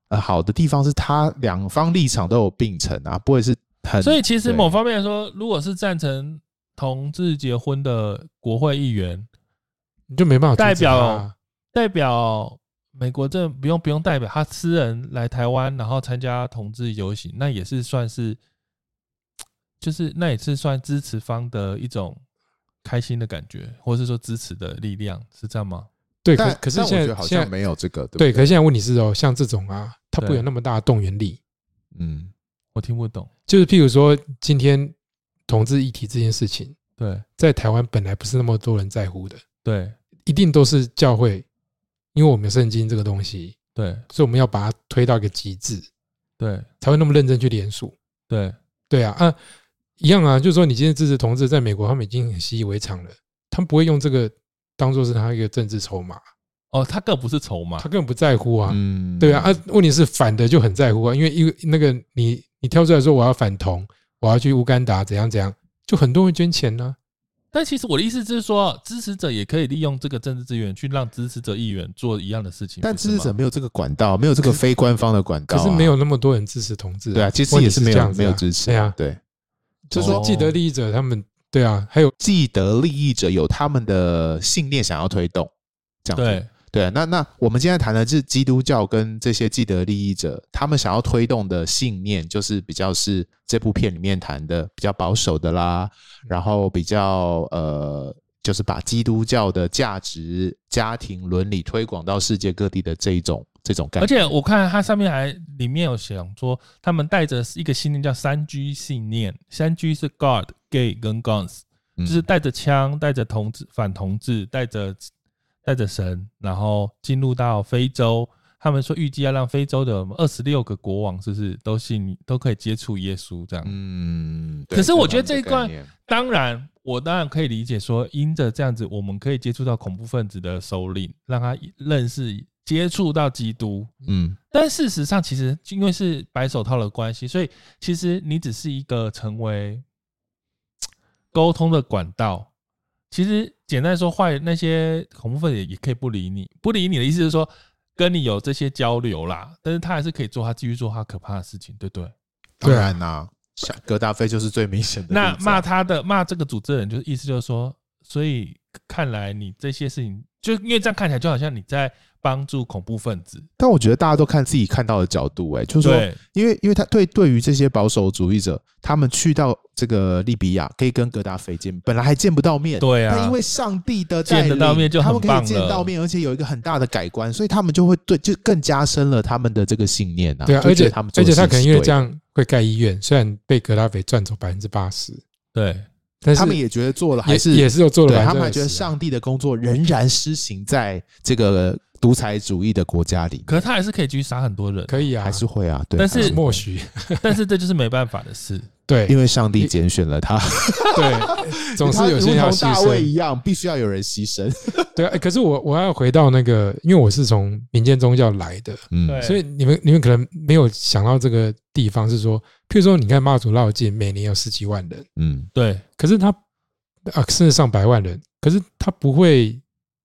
Speaker 5: 呃好的地方是，它两方立场都有并存啊，不会是 很。
Speaker 4: 所以其实
Speaker 5: 对
Speaker 4: 某方面来说，如果是赞成同志结婚的国会议员，
Speaker 6: 你就没办法阻止
Speaker 4: 代表
Speaker 6: 他啊
Speaker 4: 代表美国政不用不用代表他私人来台湾，然后参加同志游行，那也是算是，就是那也是算支持方的一种开心的感觉，或是说支持的力量，是这样吗？
Speaker 6: 对，可
Speaker 5: 但
Speaker 6: 可是
Speaker 5: 但我
Speaker 6: 现在
Speaker 5: 觉得好
Speaker 6: 现
Speaker 5: 像
Speaker 6: 在
Speaker 5: 没有这个，
Speaker 6: 对，
Speaker 5: 对不
Speaker 6: 可
Speaker 5: 对，
Speaker 6: 是现在问题是哦，像这种啊，它不
Speaker 4: 对
Speaker 6: 有那么大的动员力。
Speaker 5: 嗯，
Speaker 4: 我听不懂。
Speaker 6: 就是譬如说，今天同志议题这件事情，
Speaker 4: 对
Speaker 6: 在台湾本来不是那么多人在乎的，
Speaker 4: 对
Speaker 6: 一定都是教会，因为我们有圣经这个东西，
Speaker 4: 对
Speaker 6: 所以我们要把它推到一个极致，
Speaker 4: 对
Speaker 6: 才会那么认真去联署。
Speaker 4: 对，
Speaker 6: 对啊，啊，一样啊，就是说你今天支持同志，在美国他们已经很习以为常了，他们不会用这个当做是他一个政治筹码，
Speaker 4: 哦，他更不是筹码
Speaker 6: 他，根本不在乎啊。
Speaker 5: 嗯
Speaker 6: 对啊，啊，问题是反的就很在乎啊，因为因为那个你你跳出来说我要反同，我要去乌干达怎样怎样，就很多人捐钱呢、
Speaker 4: 但其实我的意思就是说，支持者也可以利用这个政治资源去让支持者议员做一样的事情。
Speaker 5: 但
Speaker 4: 不是
Speaker 5: 支持
Speaker 4: 吗
Speaker 5: 者没有这个管道，没有这个非官方的管道
Speaker 6: 啊可
Speaker 5: 啊，
Speaker 6: 是没有那么多人支持同志、
Speaker 5: 对啊，其实
Speaker 6: 问
Speaker 5: 也
Speaker 6: 题
Speaker 5: 是
Speaker 6: 是
Speaker 5: 没
Speaker 6: 这
Speaker 5: 有
Speaker 6: 样子
Speaker 5: 没
Speaker 6: 啊
Speaker 5: 有支持，
Speaker 6: 对啊，
Speaker 5: 对，
Speaker 6: 就是
Speaker 4: 哦
Speaker 6: 说既得利益者他们对啊，还有
Speaker 5: 既得利益者有他们的信念想要推动，这样子
Speaker 4: 对
Speaker 5: 对，那那我们今天谈的是基督教跟这些既得利益者，他们想要推动的信念，就是比较是这部片里面谈的比较保守的啦，然后比较呃，就是把基督教的价值、家庭伦理推广到世界各地的这一种这种概念。
Speaker 4: 而且我看它上面还里面有想说，他们带着一个信念叫三 G 信念，三 G 是 God、Gay 跟 Guns，
Speaker 5: 嗯
Speaker 4: 就是带着枪、带着同志、反同志、带着带着神，然后进入到非洲。他们说预计要让非洲的二十六个国王，是不是都信都可以接触耶稣这样？
Speaker 5: 嗯，对
Speaker 4: 可是我觉得这一
Speaker 5: 这种
Speaker 4: 段
Speaker 5: 概念，
Speaker 4: 当然，我当然可以理解说，因着这样子，我们可以接触到恐怖分子的首领，让他认识、接触到基督。
Speaker 5: 嗯
Speaker 4: 但事实上，其实因为是白手套的关系，所以其实你只是一个成为沟通的管道。其实简单说，坏那些恐怖分子也也可以不理你，不理你的意思是说跟你有这些交流啦，但是他还是可以做他继续做他可怕的事情，对不对？
Speaker 5: 当
Speaker 6: 对啊
Speaker 5: 然啦、像葛大飞就是最明显的例子啊。
Speaker 4: 那骂他的骂这个组织的人，就是意思就是说，所以看来你这些事情，就因为这样看起来就好像你在帮助恐怖分子，
Speaker 5: 但我觉得大家都看自己看到的角度、欸，哎，就是说，
Speaker 4: 对
Speaker 5: 因为因为他对对于这些保守主义者，他们去到这个利比亚，可以跟格达菲见，本来还见不到面，
Speaker 4: 对啊
Speaker 5: 但因为上帝的带
Speaker 4: 见得
Speaker 5: 领
Speaker 4: 到面就
Speaker 5: 他
Speaker 4: 很
Speaker 5: 们可
Speaker 4: 棒
Speaker 5: 以见
Speaker 4: 了
Speaker 5: 到面，而且有一个很大的改观，所以他们就会对，就更加深了他们的这个信念啊。
Speaker 6: 对啊，
Speaker 5: 就
Speaker 6: 而
Speaker 5: 觉
Speaker 6: 且
Speaker 5: 得他们做
Speaker 6: 而
Speaker 5: 的
Speaker 6: 且他
Speaker 5: 事
Speaker 6: 可能
Speaker 5: 是
Speaker 6: 因为
Speaker 5: 对
Speaker 6: 这样会盖医院，虽然被格拉菲赚走百分之八十，
Speaker 4: 对，
Speaker 6: 但
Speaker 5: 的，
Speaker 6: 是
Speaker 5: 他们也觉得做了还
Speaker 6: 也
Speaker 5: 是
Speaker 6: 也是有做了
Speaker 5: 对
Speaker 6: 百分之二十啊，
Speaker 5: 他们还觉得上帝的工作仍然施行在这个独裁主义的国家里面，
Speaker 4: 可是他还是可以继续杀很多人，
Speaker 6: 可以啊，
Speaker 5: 还是会啊，对，
Speaker 4: 但
Speaker 5: 还
Speaker 4: 是
Speaker 5: 会
Speaker 6: 默 许
Speaker 4: 但是这就是没办法的事。
Speaker 6: 对
Speaker 5: 因为上帝拣选了他。
Speaker 6: 对，总是有些
Speaker 5: 如
Speaker 6: 人要
Speaker 5: 同
Speaker 6: 牺
Speaker 5: 大卫一
Speaker 6: 牲。
Speaker 5: 样，必须要有人牺牲。
Speaker 6: 对啊，哎可是我我要回到那个，因为我是从民间宗教来的，
Speaker 5: 嗯
Speaker 4: 对啊
Speaker 6: 所以你们你们可能没有想到这个地方是说，譬如说你看妈祖绕境每年有十几万人，
Speaker 5: 嗯，
Speaker 4: 对，
Speaker 6: 可是他啊甚至上百万人，可是他不会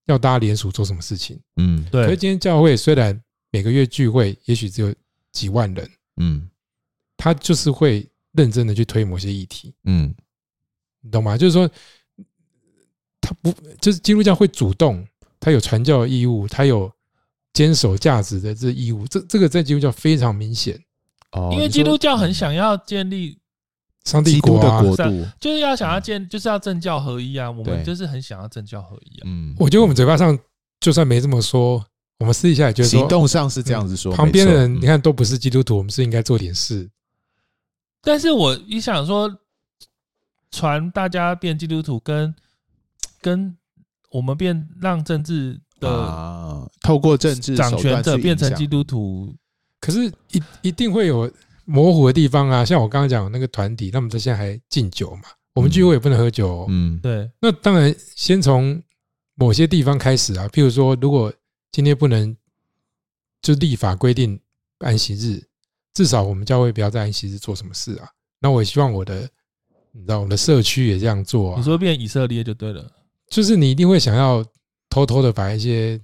Speaker 6: 要大家联署做什么事情。
Speaker 5: 嗯
Speaker 6: 可是
Speaker 4: 对，
Speaker 6: 今天教会虽然每个月聚会也许只有几万人，
Speaker 5: 嗯
Speaker 6: 他就是会认真的去推某些议题，
Speaker 5: 嗯
Speaker 6: 你懂吗？就是说，他不就是基督教会主动，他有传教义务，他有坚守价值的这义务，这这个在基督教非常明显。
Speaker 5: 哦
Speaker 4: 因为基督教很想要建立，
Speaker 6: 上帝
Speaker 5: 基督
Speaker 6: 国啊
Speaker 5: 的，国
Speaker 4: 是啊
Speaker 5: 度，
Speaker 4: 就是要想要建，就是要政教合一啊。我们
Speaker 5: 对
Speaker 4: 就是很想要政教合一啊。
Speaker 5: 嗯，
Speaker 6: 我觉得我们嘴巴上就算没这么说，我们私底下也觉得说嗯
Speaker 5: 行动嗯上是这样子说，
Speaker 6: 旁边的人，
Speaker 5: 没
Speaker 6: 你
Speaker 5: 错
Speaker 6: 看都不是基督徒，我们是应该做点事。
Speaker 4: 但是我一想说，传大家变基督徒跟跟我们变让政治的
Speaker 5: 啊，透过政治
Speaker 4: 掌权者变成基
Speaker 5: 督，
Speaker 4: 督徒，
Speaker 6: 可是一一定会有模糊的地方啊，像我刚刚讲的那个团体，他们现在还敬酒嘛，我们聚会也不能喝酒、哦。
Speaker 5: 嗯，
Speaker 4: 对
Speaker 6: 那当然，先从某些地方开始啊，譬如说，如果今天不能就立法规定安息日，至少我们教会不要在安息日做什么事啊。那我也希望我的，你知道，我们的社区也这样做啊。
Speaker 4: 你说变以色列就对了。
Speaker 6: 就是你一定会想要偷偷的把一些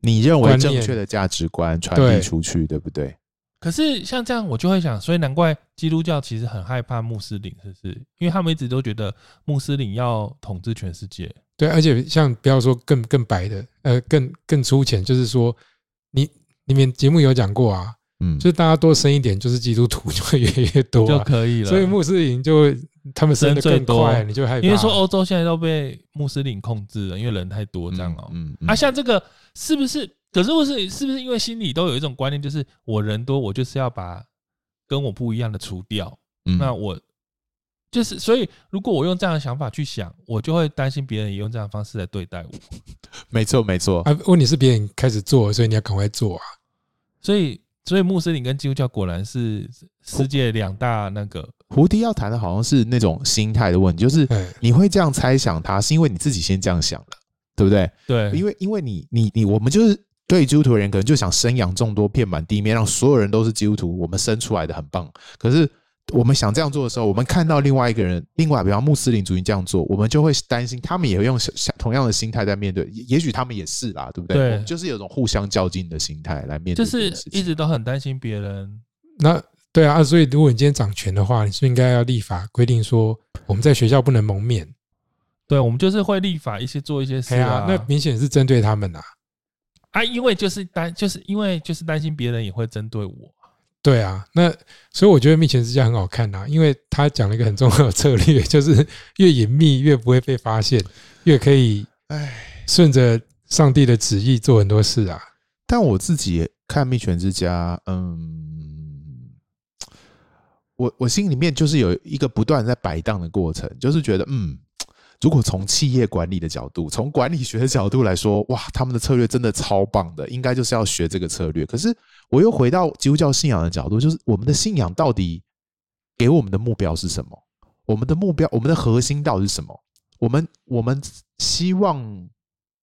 Speaker 5: 你认为
Speaker 6: 观
Speaker 5: 正
Speaker 6: 念
Speaker 5: 确的价值观传
Speaker 6: 对
Speaker 5: 递出去，对不对？
Speaker 4: 可是像这样，我就会想，所以难怪基督教其实很害怕穆斯林，是不是？因为他们一直都觉得穆斯林要统治全世界。
Speaker 6: 对，而且像不要说更更白的，呃，更更粗浅，就是说，你你们节目有讲过啊，
Speaker 5: 嗯，
Speaker 6: 就是大家多生一点，就是基督徒就会越来越多、
Speaker 4: 就
Speaker 6: 啊，
Speaker 4: 可以 了，
Speaker 6: 所以穆斯林就会他们生的
Speaker 4: 生最
Speaker 6: 更
Speaker 4: 多
Speaker 6: 快，你就害怕。
Speaker 4: 因为说欧哦洲现在都被穆斯林控制了，因为人太多这样哦、
Speaker 5: 嗯，
Speaker 4: 啊，像这个是不是？可是我是是不是因为心里都有一种观念，就是我人多，我就是要把跟我不一样的除掉。
Speaker 5: 嗯
Speaker 4: 那我就是，所以如果我用这样的想法去想，我就会担心别人也用这样的方式来对待我。
Speaker 5: 没错没错，
Speaker 6: 啊，问题是别人开始做，所以你要赶快做啊。
Speaker 4: 所以，所以穆斯林跟基督教果然是世界两大那个
Speaker 5: 胡迪要谈的好像是那种心态的问题，就是
Speaker 6: 哎，
Speaker 5: 你会这样猜想他，是因为你自己先这样想了，对不对？
Speaker 4: 对，
Speaker 5: 因为因为你你你，我们就是对基督徒的人，可能就想生养众多，遍满地面，让所有人都是基督徒，我们生出来的很棒。可是我们想这样做的时候，我们看到另外一个人，另外比方穆斯林族群这样做，我们就会担心他们也会用相相同样的心态在面对，也也许他们也是啦，对不对？
Speaker 4: 对
Speaker 5: 我们就是有种互相较劲的心态来面
Speaker 4: 就是
Speaker 5: 对这件事情，
Speaker 4: 一直都很担心别人。
Speaker 6: 那对啊，啊所以如果你今天掌权的话，你是不是应该要立法规定说，我们在学校不能蒙面。
Speaker 4: 对，我们就是会立法一些做一些事
Speaker 6: 哎呀、
Speaker 4: 啊，
Speaker 6: 那明显是针对他们啊。
Speaker 4: 啊，因为就是担，就是因为就是担心别人也会针对我。
Speaker 6: 对啊，那所以我觉得《密前之家》很好看啊，因为他讲了一个很重要的策略， 就是越隐秘越不会被发现，越可以
Speaker 5: 哎。
Speaker 6: 顺着上帝的旨意做很多事啊。
Speaker 5: 但我自己看《蜜泉之家》，嗯，我我心里面就是有一个不断在摆荡的过程，就是觉得，嗯，如果从企业管理的角度，从管理学的角度来说，哇，他们的策略真的超棒的，应该就是要学这个策略。可是我又回到基督教信仰的角度，就是我们的信仰到底给我们的目标是什么？我们的目标，我们的核心到底是什么？我们我们希望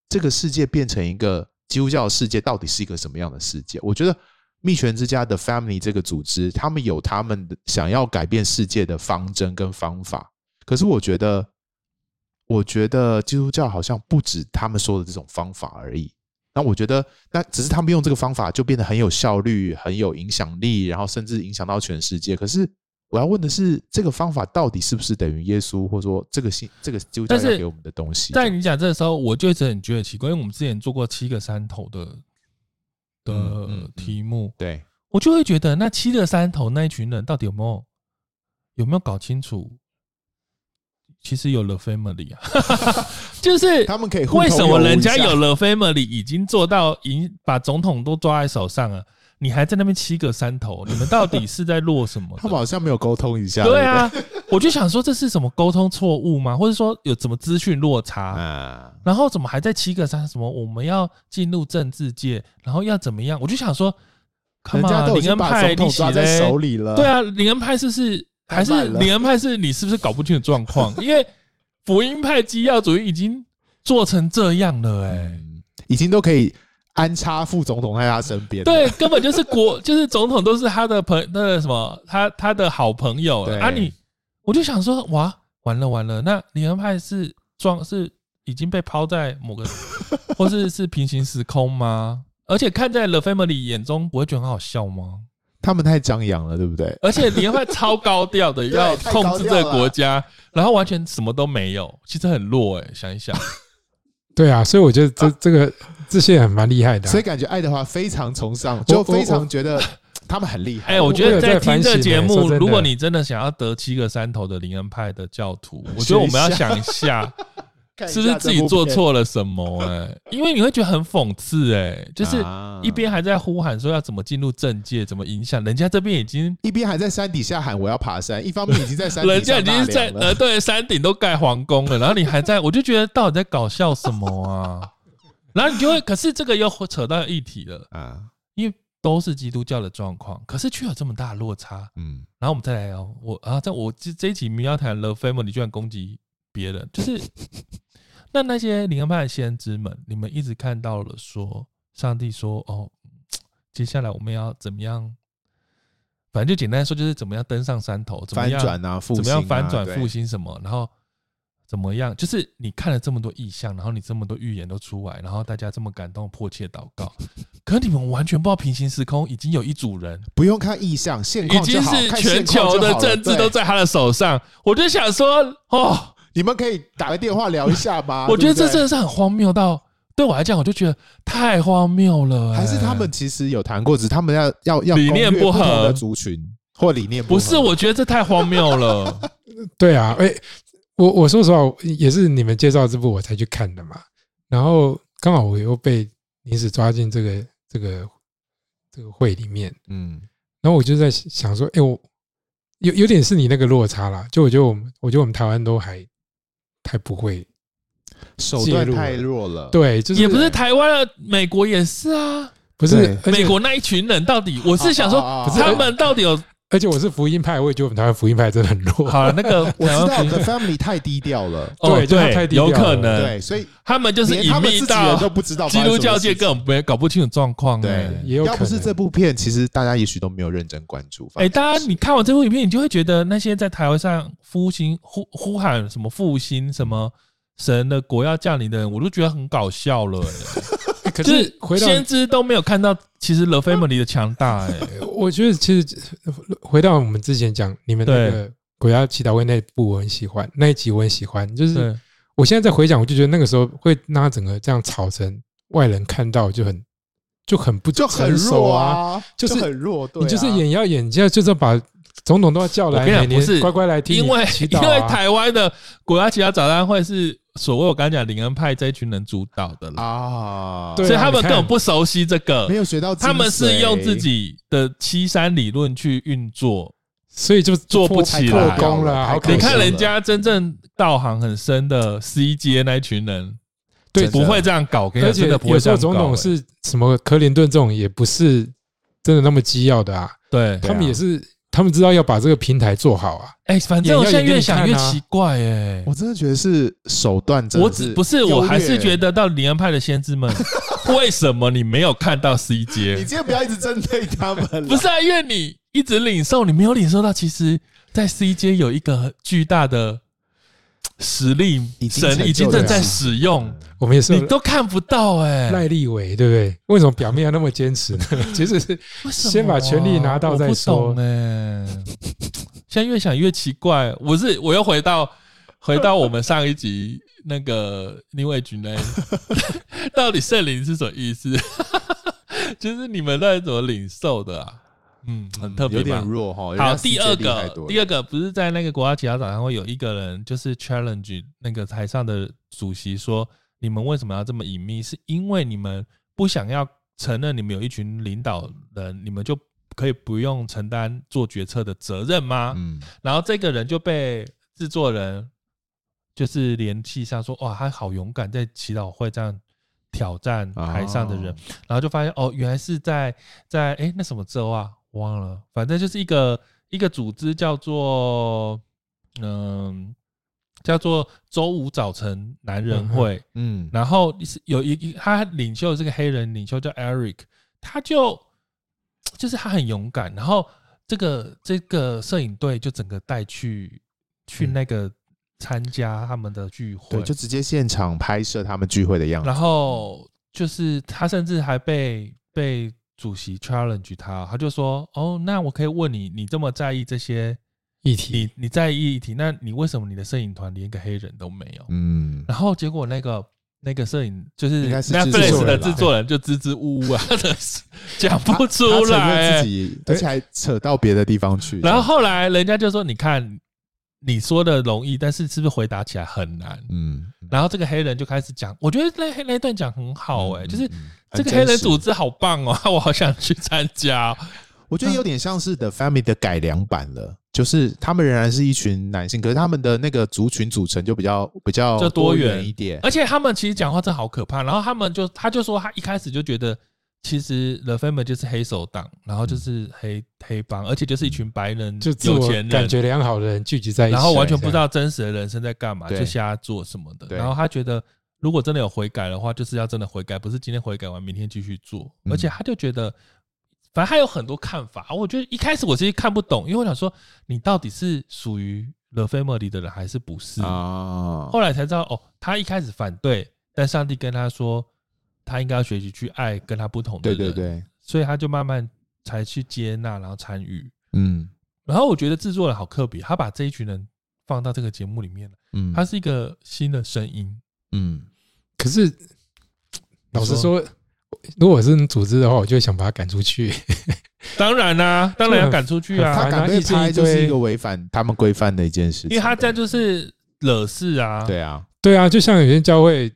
Speaker 5: 这个世界变成一个基督教的世界，到底是一个什么样的世界？我觉得蜜泉之家的 Family 这个组织，他们有他们的想要改变世界的方针跟方法。可是我觉得我觉得基督教好像不止他们说的这种方法而已。那我觉得，那只是他们用这个方法就变得很有效率、很有影响力，然后甚至影响到全世界。可是我要问的是，这个方法到底是不是等于耶稣，或者说这个信、这个基督教
Speaker 4: 但是
Speaker 5: 要给我们的东西？
Speaker 4: 在你讲这个时候，我就一直很觉得奇怪，因为我们之前做过七个山头的
Speaker 5: 嗯
Speaker 4: 的
Speaker 5: 嗯
Speaker 4: 题目，
Speaker 5: 对，
Speaker 4: 我就会觉得那七个山头那一群人到底有没有有没有搞清楚？其实有了 family 啊， 就是
Speaker 5: 他们可以互通
Speaker 4: 为什
Speaker 5: 有无
Speaker 4: 么人家
Speaker 5: 一下
Speaker 4: 有了 family 已经做到已把总统都抓在手上了，你还在那边七个山头，你们到底是在落什么的？
Speaker 5: 他们好像没有沟通一下。
Speaker 4: 对啊，我就想说这是什么沟通错误吗？或者说有怎么资讯落
Speaker 5: 对
Speaker 4: 差？
Speaker 5: 不对，啊，
Speaker 4: 然后怎么还在七个山？什么我们要进入政治界，然后要怎么样？我就想说，
Speaker 5: 人
Speaker 4: come
Speaker 5: 家
Speaker 4: on，
Speaker 5: 都已
Speaker 4: 林
Speaker 5: 经
Speaker 4: 恩
Speaker 5: 把
Speaker 4: 派
Speaker 5: 总统
Speaker 4: 你
Speaker 5: 抓在手里了。
Speaker 4: 对，啊，林恩派是不是还
Speaker 5: 太
Speaker 4: 是
Speaker 5: 慢了
Speaker 4: 林恩派是你是不是搞不清楚状况？ 因为福音派基要主义已经做成这样了、欸，哎。
Speaker 5: 嗯，已经都可以安插副总统在他身边。
Speaker 4: 对，，根本就是国，就是总统都是他的朋，那个什么，他他的好朋友
Speaker 5: 对
Speaker 4: 啊你。我就想说，哇，完了完了，那李恩派是装是已经被抛在某个，或是是平行时空吗？而且看在 The Family 眼中，不会觉得很好笑吗？
Speaker 5: 他们太张扬了，对不对？
Speaker 4: 而且李恩派超高调 的要
Speaker 5: 太
Speaker 4: 控
Speaker 5: 高
Speaker 4: 制
Speaker 5: 调
Speaker 4: 这个国
Speaker 5: 了
Speaker 4: 家，然后完全什么都没有，其实很弱哎、想一想，
Speaker 6: 对啊，所以我觉得这这个这些人蛮厉害的啊、
Speaker 5: 所以感觉爱德华非常崇尚，就非
Speaker 6: 我
Speaker 5: 常觉得他们很厉害。
Speaker 4: 哎、我觉
Speaker 6: 我
Speaker 4: 得
Speaker 6: 有
Speaker 4: 在
Speaker 6: 在
Speaker 4: 听
Speaker 6: 反
Speaker 4: 这
Speaker 6: 省
Speaker 4: 节
Speaker 6: 欸
Speaker 4: 目，
Speaker 6: 说真的
Speaker 4: 如果你真的想要得七个山头的灵恩派的教 徒，我觉得我们要想一下，
Speaker 5: 看一
Speaker 4: 是
Speaker 5: 下
Speaker 4: 不是自己
Speaker 5: 这部
Speaker 4: 做
Speaker 5: 片
Speaker 4: 错了什么、哎，因为你会觉得很讽刺、哎，就是
Speaker 5: 啊
Speaker 4: 一边还在呼喊说要怎么进入政界，怎么影响人家这边已经，
Speaker 5: 一边还在山底下喊我要爬山，一方面已经在 山
Speaker 4: 人
Speaker 5: 底
Speaker 4: 家
Speaker 5: 下
Speaker 4: 已经在
Speaker 5: 纳凉了
Speaker 4: 呃对山顶都盖皇宫了，然后你还 在，我就觉得到底在搞笑什么啊？然后你就会，可是这个又扯到一体了，
Speaker 5: 啊，
Speaker 4: 因为都是基督教的状况，可是却有这么大的落差。
Speaker 5: 嗯，
Speaker 4: 然后我们再来聊我啊，在我这这一集明要谈 The Family 居然攻击别人，就是 那那些灵恩派的先知们，你们一直看到了说上帝说哦，接下来我们要怎么样？反正就简单说，就是怎么样登上山头，怎么
Speaker 5: 翻
Speaker 4: 样
Speaker 5: 转啊，复
Speaker 4: 怎
Speaker 5: 兴啊
Speaker 4: 么样翻转复？
Speaker 5: 对
Speaker 4: 兴什么，然后怎么样，就是你看了这么多意象，然后你这么多预言都出来，然后大家这么感动，迫切祷 告，可是你们完全不知道平行时空已经有一组人。
Speaker 5: 不用看意象，现
Speaker 4: 已
Speaker 5: 况
Speaker 4: 经
Speaker 5: 就好
Speaker 4: 是
Speaker 5: 看
Speaker 4: 全
Speaker 5: 现况
Speaker 4: 球
Speaker 5: 就
Speaker 4: 的
Speaker 5: 好了
Speaker 4: 政治
Speaker 5: 对
Speaker 4: 都在他的手上，我就想说，哦，
Speaker 5: 你们可以打个电话聊一下吗？
Speaker 4: 我觉得
Speaker 5: 啊对
Speaker 4: 这
Speaker 5: 不对
Speaker 4: 真的是很荒谬到对我来讲，我就觉得太荒谬了、哎
Speaker 5: 还是他们其实有谈过，只是他们要要要
Speaker 4: 理念
Speaker 5: 攻
Speaker 4: 不
Speaker 5: 略不
Speaker 4: 合
Speaker 5: 同的族群或理念
Speaker 4: 不
Speaker 5: 合
Speaker 4: 是？我觉得这太荒谬 了。
Speaker 6: 对啊，哎、我我说实话，也是你们介绍这部我才去看的嘛。然后刚好我又被临时抓进这个这个这个会里面，
Speaker 5: 嗯
Speaker 6: 然后我就在想说，哎、我有有点是你那个落差啦，就我觉得我们我觉得我们台湾都还太不会，
Speaker 5: 手段
Speaker 6: 介入
Speaker 5: 太弱了，
Speaker 6: 对，就是
Speaker 4: 也不是台湾了，美国也是啊。
Speaker 6: 不
Speaker 5: 对
Speaker 6: 是而且
Speaker 4: 美国那一群人到底，我是想说
Speaker 5: 啊啊啊啊，
Speaker 4: 他们到底有
Speaker 6: 而且我是福音派，我也觉得我们台湾福音派真的很弱。
Speaker 4: 好了那 个
Speaker 5: 我知
Speaker 4: 台
Speaker 5: 道
Speaker 4: 湾
Speaker 5: The Family 太低调了，
Speaker 4: 哦
Speaker 6: 对就他太
Speaker 4: 对，
Speaker 6: 低调
Speaker 4: 有
Speaker 6: 了
Speaker 4: 可能
Speaker 5: 对，所以
Speaker 4: 他们就是
Speaker 5: 连
Speaker 4: 隐
Speaker 5: 他们
Speaker 4: 秘
Speaker 5: 自己人
Speaker 4: 到
Speaker 5: 都不知道
Speaker 4: 基督教界
Speaker 5: 更
Speaker 4: 根本没搞不清楚状况。哎
Speaker 5: 对，
Speaker 6: 也有可
Speaker 5: 要
Speaker 6: 能
Speaker 5: 不是这部片，其实大家也许都没有认真关注。
Speaker 4: 哎、大家你看完这部影片，你就会觉得那些在台湾上呼兴呼呼喊什么复兴什么神的国要降临的人，我都觉得很搞笑 了、欸。
Speaker 6: 哎可
Speaker 4: 就是
Speaker 6: 回到
Speaker 4: 先知都没有看到，其实 The Family 的强大、 欸，哎，
Speaker 6: 我觉得其实回到我们之前讲你们那个国家祈祷会那部，我很喜欢那一集，我很喜欢。就是
Speaker 4: 对，
Speaker 6: 我现在在回想，我就觉得那个时候会让他整个这样吵成外人看到就很就很不
Speaker 5: 就很
Speaker 6: 成熟
Speaker 5: 弱
Speaker 6: 啊，
Speaker 5: 啊，
Speaker 6: 就是
Speaker 5: 很弱，对啊，
Speaker 6: 你就是眼要眼见，就是要把总统都要叫
Speaker 4: 我
Speaker 6: 来，
Speaker 4: 跟你讲
Speaker 6: 每
Speaker 4: 不是
Speaker 6: 年乖乖来听
Speaker 4: 因
Speaker 6: 你
Speaker 4: 为、
Speaker 6: 祈
Speaker 4: 因
Speaker 6: 祷
Speaker 4: 为
Speaker 6: 啊。
Speaker 4: 台湾的国家其他早餐会是所谓我刚才讲林恩派这一群人主导的啦，
Speaker 5: 啊，
Speaker 6: 对啊
Speaker 4: 所以他们
Speaker 6: 你
Speaker 4: 根
Speaker 6: 看
Speaker 4: 本不熟悉这个
Speaker 5: 没，有学到精髓，
Speaker 4: 他们是用自己的七三理论去运作。
Speaker 6: 所以就
Speaker 4: 做不
Speaker 6: 破
Speaker 4: 起
Speaker 6: 破
Speaker 4: 来
Speaker 6: 功了啊，好可
Speaker 5: 太
Speaker 4: 你
Speaker 6: 惜
Speaker 4: 看
Speaker 5: 了
Speaker 4: 人家真正道行很深的 C 阶那一群人，
Speaker 6: 对
Speaker 4: 不会这样搞，跟
Speaker 6: 而且
Speaker 4: 真的不
Speaker 6: 有
Speaker 4: 会
Speaker 6: 时
Speaker 4: 这
Speaker 6: 候
Speaker 4: 样搞、
Speaker 6: 总统
Speaker 4: 欸
Speaker 6: 是什么克林顿这种也不是真的那么机要的啊，
Speaker 4: 对，
Speaker 5: 对啊
Speaker 6: 他们也是他们知道要把这个平台做好啊。
Speaker 4: 哎、反正我现在越想越
Speaker 6: 演要演给你看啊
Speaker 4: 奇怪、欸，
Speaker 5: 我真的觉得是手段真的，
Speaker 4: 我只不是，我还是觉。得到林恩派的先知 们，为什么你没有看到 C
Speaker 5: 你
Speaker 4: 阶？
Speaker 5: 今天不要一直针对他们了，
Speaker 4: 不是啊，因为你一直领受，你没有领受到，其实，在 C 阶有一个巨大的实力
Speaker 5: 已经成
Speaker 4: 神
Speaker 5: 就
Speaker 4: 已经正在
Speaker 5: 了
Speaker 4: 使用，
Speaker 6: 我们也是
Speaker 4: 你
Speaker 6: 有
Speaker 4: 都看不到哎、
Speaker 6: 赖立伟，对不对？为什么表面要那么坚 持呢？其实是
Speaker 4: 为什么啊
Speaker 6: 先把权力拿到再说
Speaker 4: 我不懂哎、 现在越想越奇怪。我是我又回到回到我们上一集那个林伟君呢， 到底圣灵是什么意思？ 就是你们在怎么领受的啊？嗯，很特别
Speaker 5: 有点
Speaker 4: 嘛。
Speaker 5: 弱哈。人
Speaker 4: 好，
Speaker 5: 家
Speaker 4: 第
Speaker 5: 世界
Speaker 4: 二
Speaker 5: 厉害
Speaker 4: 个
Speaker 5: 多，了
Speaker 4: 第二个不是在那个国家祈祷早上会有一个人就是 challenge 那个台上的主席说，你们为什么要这么隐秘？是因为你们不想要承认你们有一群领导人，你们就可以不用承担做决策的责任吗？
Speaker 5: 嗯，
Speaker 4: 然后这个人就被制作人就是联系上说，哇，他好勇敢，在祈祷会这样挑战台上的人，
Speaker 5: 哦
Speaker 4: 然后就发现哦，原来是在在哎那什么州啊，忘了，反正就是一个一个组织叫做嗯、叫做周五早晨男人会，
Speaker 5: 嗯，
Speaker 4: 然后是有一一他领袖这个黑人领袖叫 Eric，他就就是他很勇敢，然后这个这个摄影队就整个带去去那个参加他们的聚会，
Speaker 5: 嗯对，就直接现场拍摄他们聚会的样子
Speaker 4: 然。后就是他甚至还被被主席 challenge 他，他就说：“哦，那我可以问你，你这么在意这些
Speaker 6: 议
Speaker 4: 你
Speaker 6: 题，
Speaker 4: 你在意议题，那你为什么你的摄影团连一个黑人都没有？”
Speaker 5: 嗯，
Speaker 4: 然后结果那个那个摄影就是
Speaker 5: 应该是制
Speaker 4: Netflix
Speaker 6: 作
Speaker 4: 的
Speaker 6: 人吧
Speaker 4: 制作人就支支吾吾啊， 真的是讲不
Speaker 5: 他
Speaker 4: 出
Speaker 5: 他承认
Speaker 4: 来、欸
Speaker 5: 自己，而且还扯到别的地方去。
Speaker 4: 然后，后来人家就说：“你看你说的容易，但是是不是回答起来很难？”
Speaker 5: 嗯，
Speaker 4: 然后这个黑人就开始讲，我觉得那那段讲很好哎、
Speaker 5: 嗯
Speaker 4: 就是
Speaker 5: 嗯
Speaker 4: 这
Speaker 5: 很
Speaker 4: 个
Speaker 5: 真
Speaker 4: 黑人
Speaker 5: 实
Speaker 4: 组织好棒哦， 我好想去参加哦、
Speaker 5: 我觉得有点像是 The Family 的改良版了，就是他们仍然是一群男性，可是他们的那个族群组成就比较比较
Speaker 4: 就多
Speaker 5: 多
Speaker 4: 元
Speaker 5: 元一点。
Speaker 4: 而且他们其实讲话真的好可怕。然后他们就他就说他一开始就觉得，其实 The Family 就是黑手党，然后就是黑、黑帮，而且就是一群白人
Speaker 6: 嗯就自
Speaker 4: 有
Speaker 6: 我
Speaker 4: 钱人，
Speaker 6: 感觉良好的人聚集在一起，
Speaker 4: 然后完全不知道真实的人生在干嘛，
Speaker 5: 对
Speaker 4: 就瞎做什么的。
Speaker 5: 对
Speaker 4: 然后他觉得，如果真的有悔改的话，就是要真的悔改，不是今天悔改完明天继续做。
Speaker 5: 嗯
Speaker 4: 而且他就觉得，反正他有很多看法。我觉得一开始我其实看不懂，因为我想说，你到底是属于 The Family 的人还是不是？
Speaker 5: 啊，
Speaker 4: 后来才知道，哦，他一开始反对，但上帝跟他说，他应该要学习去爱跟他不同的
Speaker 5: 对
Speaker 4: 人，
Speaker 5: 对，对，
Speaker 4: 所以他就慢慢才去接纳，然后参与。
Speaker 5: 嗯
Speaker 4: 然后我觉得制作人好特别，他把这一群人放到这个节目里面了，
Speaker 5: 嗯，
Speaker 4: 他是一个新的声音。
Speaker 5: 嗯
Speaker 6: 可是老实说，如果是组织的话，我就会想把他赶出去。
Speaker 4: 当然啦、当然要赶出去
Speaker 6: 很
Speaker 4: 啊
Speaker 5: 他
Speaker 6: 烦，
Speaker 5: 敢被拍就是一个违反他们规范的一件事情，
Speaker 4: 因为他这样就是惹事啊。，
Speaker 5: 对啊，
Speaker 6: 对啊，就像有些教会，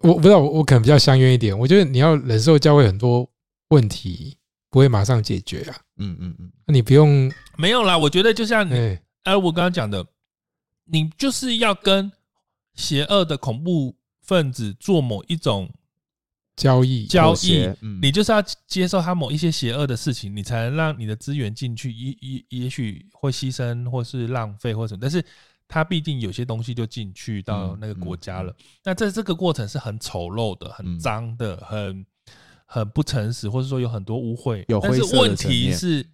Speaker 6: 我不知道，我我可能比较相约一点。我觉得你要忍受教会很多问题不会马上解决啊，
Speaker 5: 嗯嗯嗯，
Speaker 6: 那你不用
Speaker 4: 没有啦，我觉得就像
Speaker 6: 哎、
Speaker 4: 你，哎、我刚刚讲的，你就是要跟邪恶的恐怖分子做某一种
Speaker 6: 交易
Speaker 4: 交
Speaker 5: 妥
Speaker 4: 易
Speaker 5: 协，嗯
Speaker 4: 你就是要接受他某一些邪恶的事情，你才能让你的资源进去，也也也许会牺牲或是浪费或什么，但是他毕竟有些东西就进去到
Speaker 5: 嗯
Speaker 4: 那个国家了。那在这个过程是很丑陋的、很
Speaker 5: 嗯
Speaker 4: 脏的、很很不诚实，或者说有很多污秽。
Speaker 5: 有
Speaker 4: 但
Speaker 5: 灰
Speaker 4: 是
Speaker 5: 色的
Speaker 4: 问
Speaker 5: 层
Speaker 4: 题
Speaker 5: 面
Speaker 4: 是，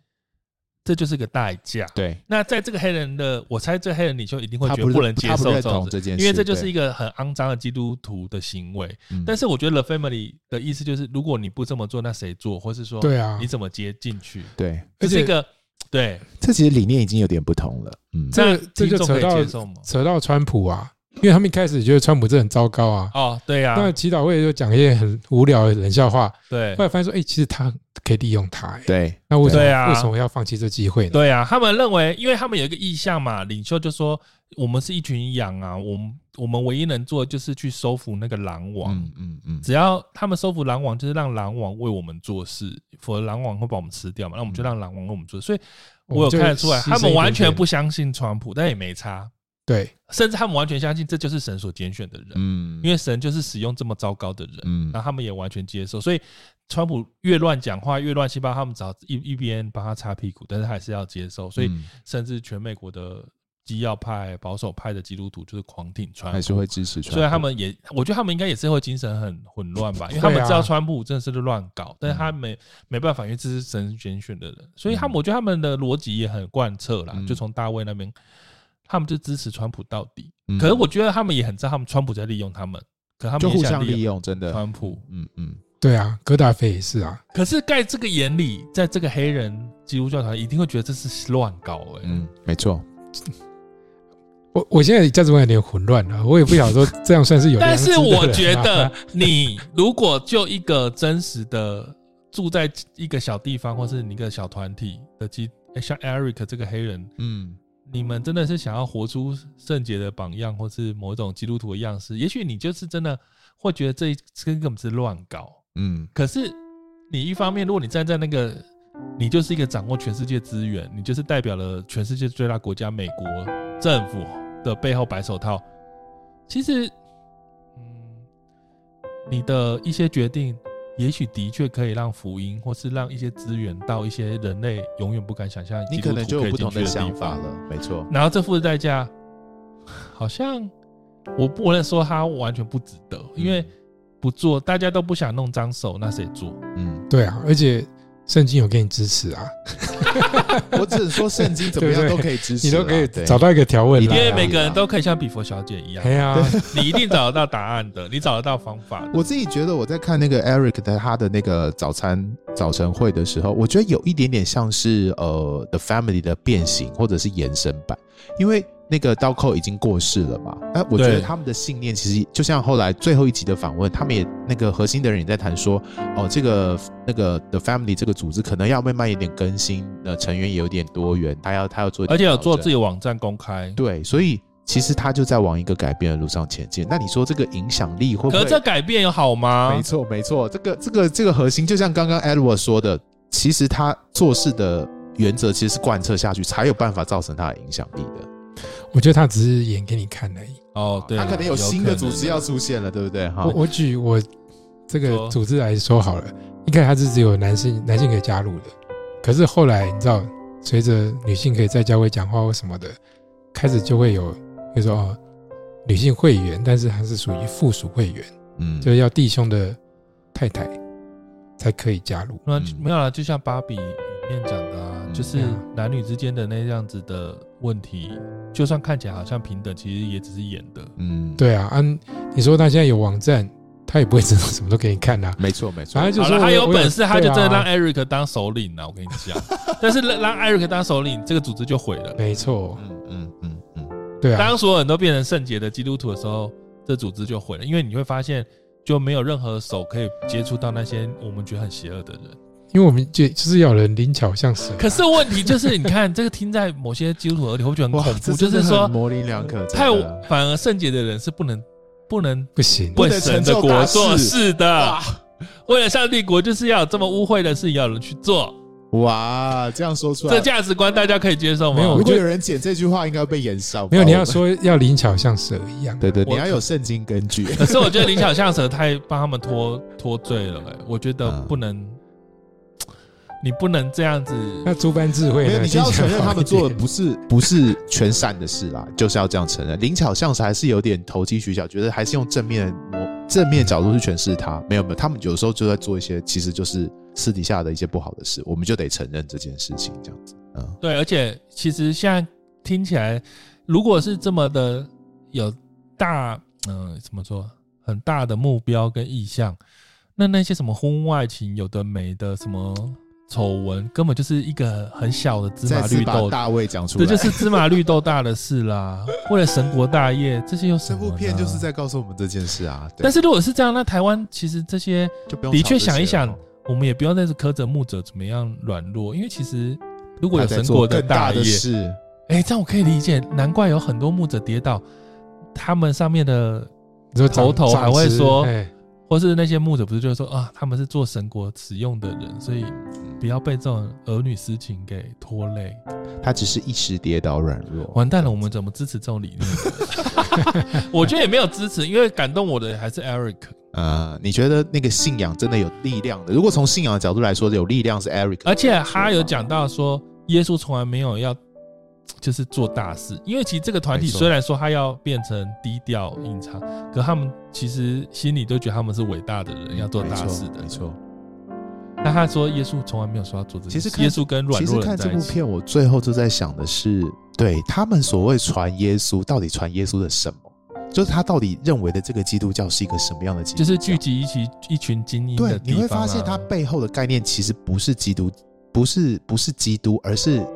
Speaker 4: 这就是个代价。
Speaker 5: 对，
Speaker 4: 那在这个黑人的，我猜这个黑人领袖一定会
Speaker 5: 他
Speaker 4: 觉
Speaker 5: 不
Speaker 4: 得
Speaker 5: 是
Speaker 4: 不能接
Speaker 5: 他不
Speaker 4: 受
Speaker 5: 认
Speaker 4: 这种
Speaker 5: 同这件事
Speaker 4: 因为这就是
Speaker 5: 对
Speaker 4: 一个很肮脏的基督徒的行为。
Speaker 5: 嗯
Speaker 4: 但是我觉得 The Family 的意思就是，如果你不这么做，那谁做，或是说，
Speaker 6: 对啊
Speaker 4: 你怎么接进去？
Speaker 5: 对，
Speaker 4: 这
Speaker 6: 而
Speaker 4: 是
Speaker 6: 且
Speaker 4: 一个对，
Speaker 5: 这其实理念已经有点不同了，嗯，
Speaker 4: 那
Speaker 6: 这个这就
Speaker 4: 听众
Speaker 6: 扯
Speaker 4: 可以
Speaker 6: 到
Speaker 4: 接受吗？
Speaker 6: 扯到川普啊，因为他们一开始觉得川普这很糟糕啊。
Speaker 4: 哦，对呀、
Speaker 6: 那
Speaker 4: 啊，
Speaker 6: 祈祷会就讲一些很无聊的冷笑话，
Speaker 4: 对
Speaker 6: 后来发现说，哎、其实他可以利用他、哎
Speaker 5: 对，
Speaker 6: 那为什么
Speaker 4: 对啊
Speaker 6: 为什么要放弃这机会呢？
Speaker 4: 对呀、啊，他们认为，因为他们有一个意向嘛，领袖就说，我们是一群羊啊，我们我们唯一能做的就是去收服那个狼王。
Speaker 5: 嗯嗯嗯，
Speaker 4: 只要他们收服狼王，就是让狼王为我们做事，否则狼王会把我们吃掉嘛。那我们就让狼王为我们做事。所以
Speaker 6: 嗯我
Speaker 4: 我
Speaker 6: 们
Speaker 4: 有
Speaker 6: 就
Speaker 4: 看得出来，
Speaker 6: 牺牲
Speaker 4: 他们
Speaker 6: 一
Speaker 4: 完
Speaker 6: 点
Speaker 4: 全
Speaker 6: 点
Speaker 4: 不相信川普，但也没差，
Speaker 6: 对，
Speaker 4: 甚至他们完全相信这就是神所拣选的人，
Speaker 5: 嗯，
Speaker 4: 因为啊神就是使用这么糟糕的人，
Speaker 5: 嗯
Speaker 4: 然后他们也完全接受。所以川普越乱讲话，越乱七八糟，他们只要一一边帮他擦屁股，但是还是要接受。所以
Speaker 5: 嗯
Speaker 4: 甚至全美国的基要派、保守派的基督徒就是狂挺川普
Speaker 5: 还，是会支持川普，
Speaker 4: 虽然他们也，我觉得他们应该也是会精神很混乱吧，因为他们
Speaker 6: 会啊
Speaker 4: 知道川普真的是乱搞，
Speaker 5: 嗯
Speaker 4: 但是他没没办法，因为这是神选选的人，所以他们我觉得他们的逻辑也很贯彻啦，
Speaker 5: 嗯
Speaker 4: 就从大卫那边他们就支持川普到底。
Speaker 5: 嗯
Speaker 4: 可是我觉得他们也很知道，他们川普在利用他们，可他们
Speaker 5: 就
Speaker 4: 也
Speaker 5: 互
Speaker 4: 想
Speaker 5: 相利
Speaker 4: 利
Speaker 5: 用，真的，
Speaker 4: 川普。
Speaker 5: 嗯嗯，
Speaker 6: 对啊，戈达菲也是啊，
Speaker 4: 可是，在这个眼里，在这个黑人基督教团一定会觉得这是乱搞哎、
Speaker 5: 嗯，没错，
Speaker 6: 我我现在价值观有点混乱了，我也不想说这样算是有良
Speaker 4: 但
Speaker 6: 知的
Speaker 4: 是
Speaker 6: 人啊、
Speaker 4: 我觉得， 你如果就一个真实的住在一个小地方，或是你一个小团体的基，诶像 Eric 这个黑人，
Speaker 5: 嗯
Speaker 4: 你们真的是想要活出圣洁的榜样，或是某种基督徒的样式，也许你就是真的会觉得这一这根本是乱搞。
Speaker 5: 嗯
Speaker 4: 可是你一方面，如果你站在那个，你就是一个掌握全世界资源，你就是代表了全世界最大国家美国政府的背后白手套。其实，嗯，你的一些决定，也许的确可以让福音，或是让一些资源到一些人类永远不敢想象，
Speaker 5: 你可能就有不同
Speaker 4: 的地
Speaker 5: 想
Speaker 4: 方
Speaker 5: 法了，没错，
Speaker 4: 然后这付的代价，好像我不能说它完全不值得，因为不做，大家都不想弄脏手，那谁做？
Speaker 5: 嗯，
Speaker 6: 对啊，而且圣经有给你支持啊，
Speaker 5: 我只能说圣经怎么样
Speaker 6: 对
Speaker 5: 都
Speaker 6: 对
Speaker 5: 可以支持
Speaker 6: 你
Speaker 5: 啦，
Speaker 6: 都可以
Speaker 5: 对
Speaker 6: 找到一个条问
Speaker 5: 一
Speaker 6: 啦
Speaker 4: 因
Speaker 5: 定
Speaker 4: 为每个人都可以像比佛小姐一样
Speaker 6: 哎，呀，
Speaker 4: 你一定找得到答案的，你找得到方法的。
Speaker 5: 我自己觉得我在看那个 Eric 的他的那个早餐早晨会的时候，我觉得有一点点像是呃 The Family 的变形或者是延伸版，因为那个刀扣已经过世了嘛。那我觉
Speaker 4: 对
Speaker 5: 得他们的信念其实就像后来最后一集的访问，他们也那个核心的人也在谈说，哦，这个那个 The Family 这个组织可能要慢慢有点更新，呃，成员也有点多元，他要他要做一点
Speaker 4: 而且有做
Speaker 5: 调整
Speaker 4: 自己的网站公开，
Speaker 5: 对，所以其实他就在往一个改变的路上前进。那你说这个影响力会不
Speaker 4: 可
Speaker 5: 会
Speaker 4: 是？这改变有好吗
Speaker 5: 没？错，没错，这个这个这个核心，就像刚刚 Edward 说的，其实他做事的原则其实是贯彻下去，才有办法造成他的影响力的。
Speaker 6: 我觉得他只是演给你看而已。
Speaker 4: 哦，对，
Speaker 5: 他可能有新的组织要
Speaker 4: 可
Speaker 5: 出现了，对不对？哈
Speaker 6: 我，我举我这
Speaker 4: 说
Speaker 6: 个组织来说好了，一开始它是只有男性男性可以加入的，可是后来你知道，随着女性可以在教会讲话或什么的，开始就会有，比如说哦，女性会员，但是它是属于附属会员，
Speaker 5: 嗯，
Speaker 6: 就是要弟兄的太太才可以加入。
Speaker 4: 能。
Speaker 5: 嗯
Speaker 4: 那没有啦，就像芭比里面讲的啊，
Speaker 5: 嗯
Speaker 4: 就是男女之间的那样子的问题，就算看起来好像平等，其实也只是演的。
Speaker 5: 嗯，，
Speaker 6: 对啊，按、你说他现在有网站，他也不会知道什么都给你看呐、啊。
Speaker 5: 没错，没错
Speaker 6: 反。正就
Speaker 4: 好
Speaker 6: 说
Speaker 4: 了，他
Speaker 6: 我
Speaker 4: 有
Speaker 6: 我
Speaker 4: 本事，他就真的
Speaker 6: 对
Speaker 4: 让
Speaker 6: 啊
Speaker 4: Eric 当首领啊了。我跟你讲，但是让让 Eric 当首领，这个组织就毁了。
Speaker 6: 没错，
Speaker 5: 嗯嗯嗯嗯，
Speaker 6: 对啊，
Speaker 4: 当所有人都变成圣洁的基督徒的时候，这组织就毁了，因为你会发现就没有任何手可以接触到那些我们觉得很邪恶的人。
Speaker 6: 因为我们就就是要有人灵巧像蛇啊、
Speaker 4: 可是问题就是，你看这个听在某些基督徒耳里，会不会觉得
Speaker 5: 哇
Speaker 4: 很恐，
Speaker 5: 这
Speaker 4: 怖？就
Speaker 5: 真的
Speaker 4: 是
Speaker 5: 很
Speaker 4: 说，
Speaker 5: 模棱两可，
Speaker 4: 太
Speaker 5: 真的
Speaker 4: 反而圣洁的人是不能不能
Speaker 6: 不行，
Speaker 5: 不
Speaker 4: 为
Speaker 5: 能
Speaker 4: 神
Speaker 5: 成
Speaker 4: 的
Speaker 5: 就
Speaker 4: 国
Speaker 5: 大
Speaker 4: 做
Speaker 5: 事
Speaker 4: 事的。为了上帝国，就是要有这么污秽的事，也要有人去做。
Speaker 5: 哇，这样说出
Speaker 4: 这
Speaker 5: 来，
Speaker 4: 价值观大家可以接受吗？
Speaker 6: 没有我
Speaker 5: 如
Speaker 6: 觉
Speaker 5: 果
Speaker 6: 得
Speaker 5: 有人剪这句话，应该会被延烧吧。
Speaker 6: 没有，你要
Speaker 5: 我
Speaker 6: 说要灵巧像蛇一样。
Speaker 5: 对对，你
Speaker 4: 我
Speaker 5: 要有圣经根据。
Speaker 4: 可是我觉得林小象蛇太帮他们脱脱罪了、欸，我觉得
Speaker 5: 嗯
Speaker 4: 不能，你不能这样子。
Speaker 6: 那诸般智慧
Speaker 5: 没
Speaker 6: 呢？
Speaker 5: 有，你就要承认他们做的
Speaker 6: 的
Speaker 5: 不是不是全善的事啦，就是要这样承认。灵巧像是还是有点投机取巧，觉得还是用正面的模正面角度去诠释它。没有没有，他们有时候就在做一些其实就是私底下的一些不好的事，我们就得承认这件事情，这样子。嗯
Speaker 4: 对，而且其实现在听起来，如果是这么的有大，嗯、怎么说，很大的目标跟意向，那那些什么婚外情，有的没的，什么丑闻，根本就是一个很小的芝
Speaker 5: 再
Speaker 4: 麻
Speaker 5: 次
Speaker 4: 绿
Speaker 5: 把
Speaker 4: 豆，
Speaker 5: 大卫讲出
Speaker 4: 这
Speaker 5: 来，
Speaker 4: 就是芝麻绿豆大的事啦。为了神国大业，这些有什
Speaker 5: 这
Speaker 4: 么呢？
Speaker 5: 部片就是在告诉我们这件事啊。对
Speaker 4: 但是如果是这样，那台湾其实这些
Speaker 5: 就不用
Speaker 4: 的确
Speaker 5: 吵这
Speaker 4: 想一
Speaker 5: 些了
Speaker 4: 想，我们也不要再是苛责牧者怎么样软弱，因为其实如果有
Speaker 5: 他在
Speaker 4: 神
Speaker 5: 做
Speaker 4: 国的
Speaker 5: 更大
Speaker 4: 业
Speaker 5: 的，事，
Speaker 4: 哎、这样我可以理解，难怪有很多牧者跌倒，他们上面的
Speaker 6: 你说长
Speaker 4: 头头还会说，
Speaker 6: 长枝哎
Speaker 4: 或是那些牧者不是就说啊，他们是做神国使用的人，所以不要被这种儿女私情给拖累。
Speaker 5: 他只是一时跌倒软弱。
Speaker 4: 完蛋了，我们怎么支持这种 理念？我觉得也没有支持，因为感动我的还是 Eric。
Speaker 5: 呃，你觉得那个信仰真的有力量的？如果从信仰的角度来说，有力量是 Eric，
Speaker 4: 而且他有讲到说，耶稣从来没有要就是做大事，因为其实这个团体
Speaker 5: 没错
Speaker 4: 虽然说他要变成低调隐藏，可他们其实心里都觉得他们是伟大的人，要做大事的
Speaker 5: 没。错。
Speaker 4: 那他说耶稣从来没有说要做这件
Speaker 5: 其实
Speaker 4: 事，
Speaker 5: 看
Speaker 4: 耶稣跟软
Speaker 5: 其实
Speaker 4: 弱
Speaker 5: 看
Speaker 4: 人
Speaker 5: 这
Speaker 4: 在
Speaker 5: 部
Speaker 4: 一起。
Speaker 5: 片，我最后就在想的是，对他们所谓传耶稣，到底传耶稣的什么？就是他到底认为的这个基督教是一个什么样的基
Speaker 4: 就
Speaker 5: 督教？
Speaker 4: 是聚集一起一群精英的
Speaker 5: 对，
Speaker 4: 地
Speaker 5: 你
Speaker 4: 方、啊、
Speaker 5: 会发现它背后的概念其实不是基督，不是不是基督，而是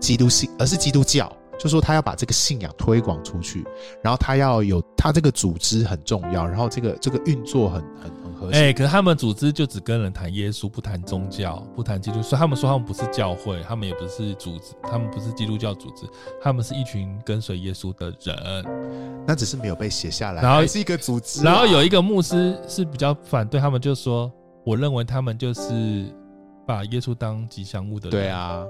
Speaker 5: 基督信，而是基督教。就说他要把这个信仰推广出去，然后他要有他这个组织很重要，然后这个这个运作很很很合适。
Speaker 4: 哎、可是他们组织就只跟人谈耶稣，不谈宗教，不谈基督，所以他们说他们不是教会，他们也不是组织，他们不是基督教组织，他们是一群跟随耶稣的人。
Speaker 5: 那只是没有被写下来，
Speaker 4: 然后
Speaker 5: 还是一个组织啊、
Speaker 4: 然后有一个牧师是比较反对他们，就说我认为他们就是把耶稣当吉祥物的人。
Speaker 5: 对，啊，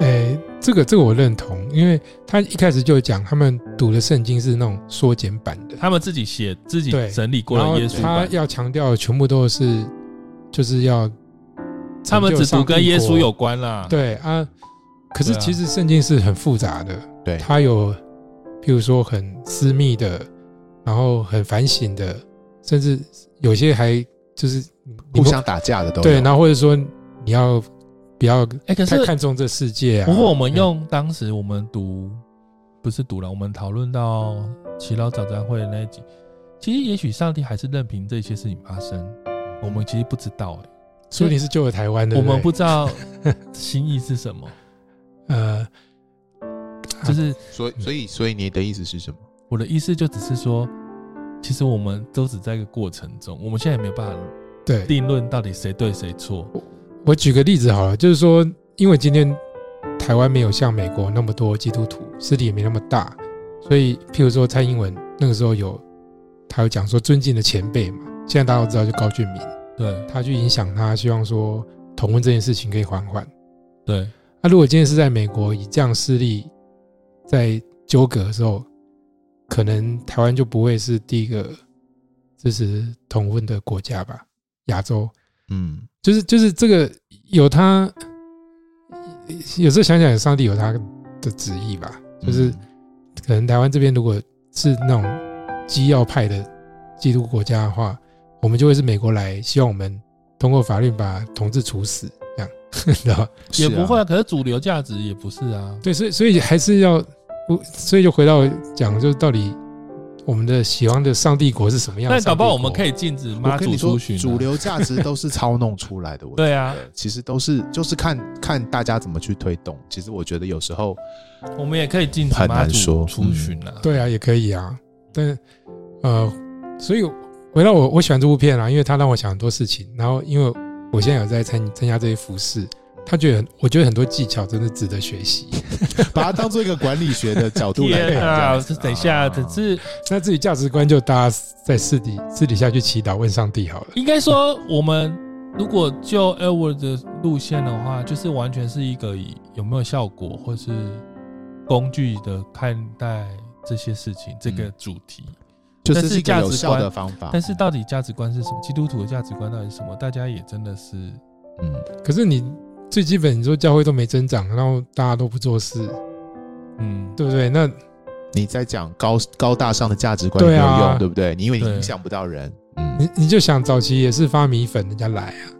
Speaker 6: 哎，这个这个我认同，因为他一开始就讲他们读的圣经是那种缩减版的，
Speaker 4: 他们自己写自己
Speaker 6: 对
Speaker 4: 整理过
Speaker 6: 然后
Speaker 4: 了耶稣
Speaker 6: 他
Speaker 4: 版，
Speaker 6: 要强调的全部都是就是要
Speaker 4: 他们只读跟耶稣有
Speaker 6: 关。
Speaker 4: 关啦。，
Speaker 6: 对啊，可是
Speaker 4: 对啊
Speaker 6: 其实圣经是很复杂的，
Speaker 5: 对
Speaker 6: 它有，譬如说很私密的，然后很反省的，甚至有些还就是
Speaker 5: 互相打架的都有
Speaker 6: 对，然后或者说你要不要
Speaker 4: 哎、可是
Speaker 6: 太看重这世界啊？
Speaker 4: 不过我们
Speaker 6: 嗯
Speaker 4: 用当时我们读，不是读了，我们讨论到祈祷早餐会的那一集，其实也许上帝还是任凭这些事情发生，我们其实不知道、欸，
Speaker 6: 说你是救了台湾的，
Speaker 4: 我们不
Speaker 6: 对
Speaker 4: 知道心意是 什么，
Speaker 6: 对呃，
Speaker 4: 就是
Speaker 5: 所以所以所以你的意思是什么？
Speaker 4: 我的意思就只是说，其实我们都只在一个过程中，我们现在也没有办法
Speaker 6: 对，
Speaker 4: 定论到底谁对谁错，
Speaker 6: 我举个例子好了，就是说，因为今天台湾没有像美国那么多基督徒，势力也没那么大，所以譬如说蔡英文那个时候有，他有讲说尊敬的前辈嘛，现在大家都知道就高俊明，
Speaker 4: 对
Speaker 6: 他去影响他，希望说同婚这件事情可以缓缓。
Speaker 4: 对，
Speaker 6: 那、如果今天是在美国以这样势力在纠葛的时候，可能台湾就不会是第一个支持同婚的国家吧，亚洲。
Speaker 5: 嗯，
Speaker 6: 就是就是这个有他，有时候想想，上帝有他的旨意吧。
Speaker 4: 嗯
Speaker 5: 嗯
Speaker 6: 就是可能台湾这边如果是那种基要派的基督国家的话，我们就会是美国来，希望我们通过法律把同志处死，这样， 你知道吧？
Speaker 4: 也不会、
Speaker 5: 是
Speaker 4: 啊，
Speaker 5: 啊
Speaker 4: 可是主流价值也不是啊，
Speaker 6: 对，所以所以还是要不，所以就回到讲，就是到底我们的喜欢的上帝国是什么样的
Speaker 4: 但
Speaker 6: 上帝国？
Speaker 4: 搞不好我们可以禁止妈
Speaker 5: 我跟
Speaker 4: 祖啊
Speaker 5: 你
Speaker 4: 出
Speaker 5: 说，
Speaker 4: 巡、
Speaker 5: 主，流价值都是操弄出来的。我觉得
Speaker 4: 对啊，
Speaker 5: 其实都是就是看看大家怎么去推动。其实我觉得有时候
Speaker 4: 我们也可以禁止
Speaker 5: 很
Speaker 4: 妈
Speaker 5: 难
Speaker 4: 祖
Speaker 5: 说嗯
Speaker 4: 出巡啊，
Speaker 6: 对啊，也可以啊。但呃，所以回到我我喜欢这部片啊，因为它让我想很多事情。然后因为我现在有在参参加这些服饰，他觉得很我觉得很多技巧真的值得学习。
Speaker 5: 把它当做一个管理学的角度来看。
Speaker 4: 天
Speaker 5: 这
Speaker 4: 啊！
Speaker 5: 样子
Speaker 4: 这等一下，只是
Speaker 6: 那至于价值观，就大家在私底私底下去祈祷问上帝好了。
Speaker 4: 应该说，我们如果就 Edward 的路线的话，就是完全是一个以有没有效果或是工具的看待这些事情这个主题。
Speaker 5: 就是是
Speaker 4: 但是
Speaker 5: 一个
Speaker 4: 价值
Speaker 5: 有
Speaker 4: 观
Speaker 5: 效的方法。
Speaker 4: 但是到底价值观是什么？基督徒的价值观到底是什么？大家也真的是
Speaker 5: 嗯，
Speaker 6: 可是你最基本，你说教会都没增长，然后大家都不做事，
Speaker 4: 嗯，
Speaker 6: 对不对？那
Speaker 5: 你在讲高高大上的价值观也没
Speaker 6: 对
Speaker 5: 有
Speaker 6: 啊
Speaker 5: 用，对不对？你因为你
Speaker 4: 对
Speaker 5: 影响不到人，嗯，
Speaker 6: 你你就想早期也是发米粉，人家来啊。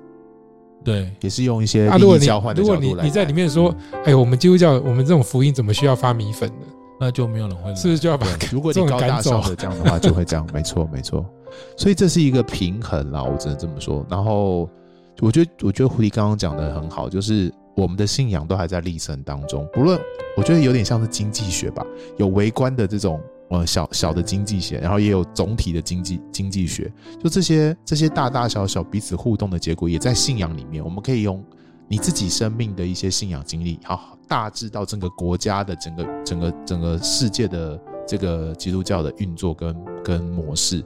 Speaker 4: 对
Speaker 5: 也是用一些
Speaker 6: 啊，
Speaker 5: 利
Speaker 6: 如果
Speaker 5: 益
Speaker 6: 你
Speaker 5: 交换的
Speaker 6: 如
Speaker 5: 角
Speaker 6: 果
Speaker 5: 度来
Speaker 6: 你
Speaker 5: 看。嗯
Speaker 6: 你在里面说，哎，我们基督教我们这种福音怎么需要发米粉呢？
Speaker 4: 那就没有人会来。
Speaker 6: 是不是就要 把
Speaker 5: 对，如果
Speaker 6: 这
Speaker 5: 你
Speaker 6: 种
Speaker 5: 高大
Speaker 6: 赶走
Speaker 5: 上的这样的话，就会这样，没错没错。所以这是一个平衡啦，我只能这么说。然后我觉得，我觉得狐狸刚刚讲的很好，就是我们的信仰都还在历程当中，不论我觉得有点像是经济学吧，有微观的这种。呃，小小的经济学，然后也有总体的经济经济学，就这些这些大大小小彼此互动的结果，也在信仰里面。我们可以用你自己生命的一些信仰经历，好，大致到整个国家的整个整个整个世界的这个基督教的运作跟跟模式，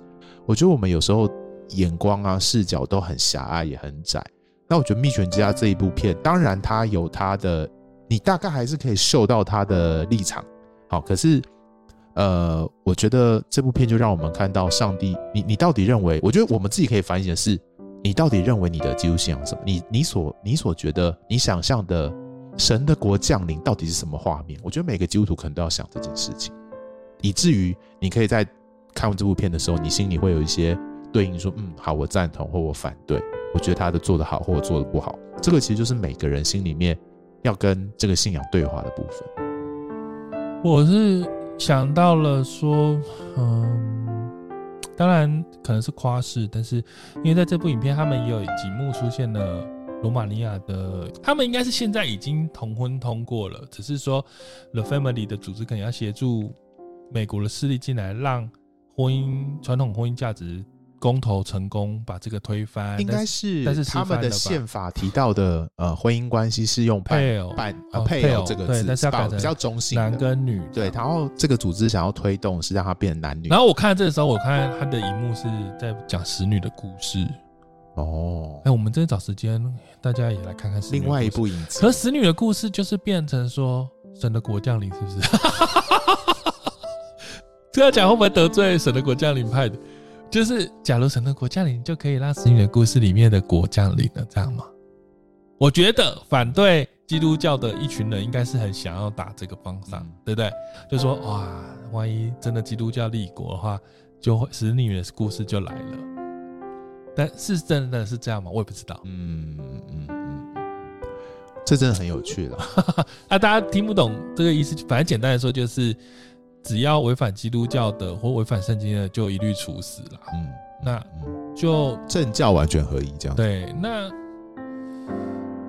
Speaker 5: 我觉得我们有时候眼光啊视角都很狭隘，也很窄。那我觉得《蜜泉之家》这一部片，当然它有它的，你大概还是可以嗅到它的立场。好，可是呃，我觉得这部片就让我们看到上帝，你你到底认为？我觉得我们自己可以反省的是，你到底认为你的基督信仰是什么？你你所你所觉得你想象的神的国降临到底是什么画面？我觉得每个基督徒可能都要想这件事情，以至于你可以在看完这部片的时候，你心里会有一些对应说，嗯，好，我赞同或我反对，我觉得他的做得好或我做得不好。 这个其实就是每个人心里面要跟这个信仰对话的部分。
Speaker 4: 我是想到了说，嗯，当然可能是夸饰，但是因为在这部影片，他们也有几幕出现了罗马尼亚的，他们应该是现在已经同婚通过了，只是说 The Family 的组织可能要协助美国的势力进来，让婚姻传统婚姻价值公投成功，把这个推翻。
Speaker 5: 应该
Speaker 4: 但
Speaker 5: 是，
Speaker 4: 但是
Speaker 5: 他
Speaker 4: 吃饭
Speaker 5: 们的
Speaker 4: 了吧
Speaker 5: 宪法提到的呃婚姻关系是用伴
Speaker 4: 配偶
Speaker 5: 伴呃
Speaker 4: 哦
Speaker 5: 配
Speaker 4: 配
Speaker 5: 偶
Speaker 4: 偶
Speaker 5: 这个
Speaker 4: 对
Speaker 5: 字，
Speaker 4: 但是要
Speaker 5: 把
Speaker 4: 改成
Speaker 5: 比较中性
Speaker 4: 男
Speaker 5: 的。
Speaker 4: 跟女
Speaker 5: 对，然后这个组织想要推动是让它变成男女
Speaker 4: 然后我看这个时候，我看他的一幕是在讲使女的故事。
Speaker 5: 哦
Speaker 4: 哎、。我们真的找时间，大家也来看看使女的
Speaker 5: 另外一
Speaker 4: 故事，
Speaker 5: 部影集
Speaker 4: 可使女的故事就是变成说神的国降临，是不是？ 这样讲会不会得罪神的国降临派的？就是假如神的国降临，就可以让使女的故事里面的国降临了，这样吗？我觉得反对基督教的一群人应该是很想要打这个方向，
Speaker 5: 嗯
Speaker 4: 对不对？就说哇，万一真的基督教立国的话，就会使女的故事就来了。但是真的是这样吗？我也不知道。
Speaker 5: 嗯嗯嗯，这真的很有趣了。
Speaker 4: 啊，大家听不懂这个意思，反正简单来说就是，只要违反基督教的或违反圣经的，就一律处死啦。
Speaker 5: 嗯，
Speaker 4: 那
Speaker 5: 嗯
Speaker 4: 就
Speaker 5: 政教完全合一这样。，
Speaker 4: 对，那，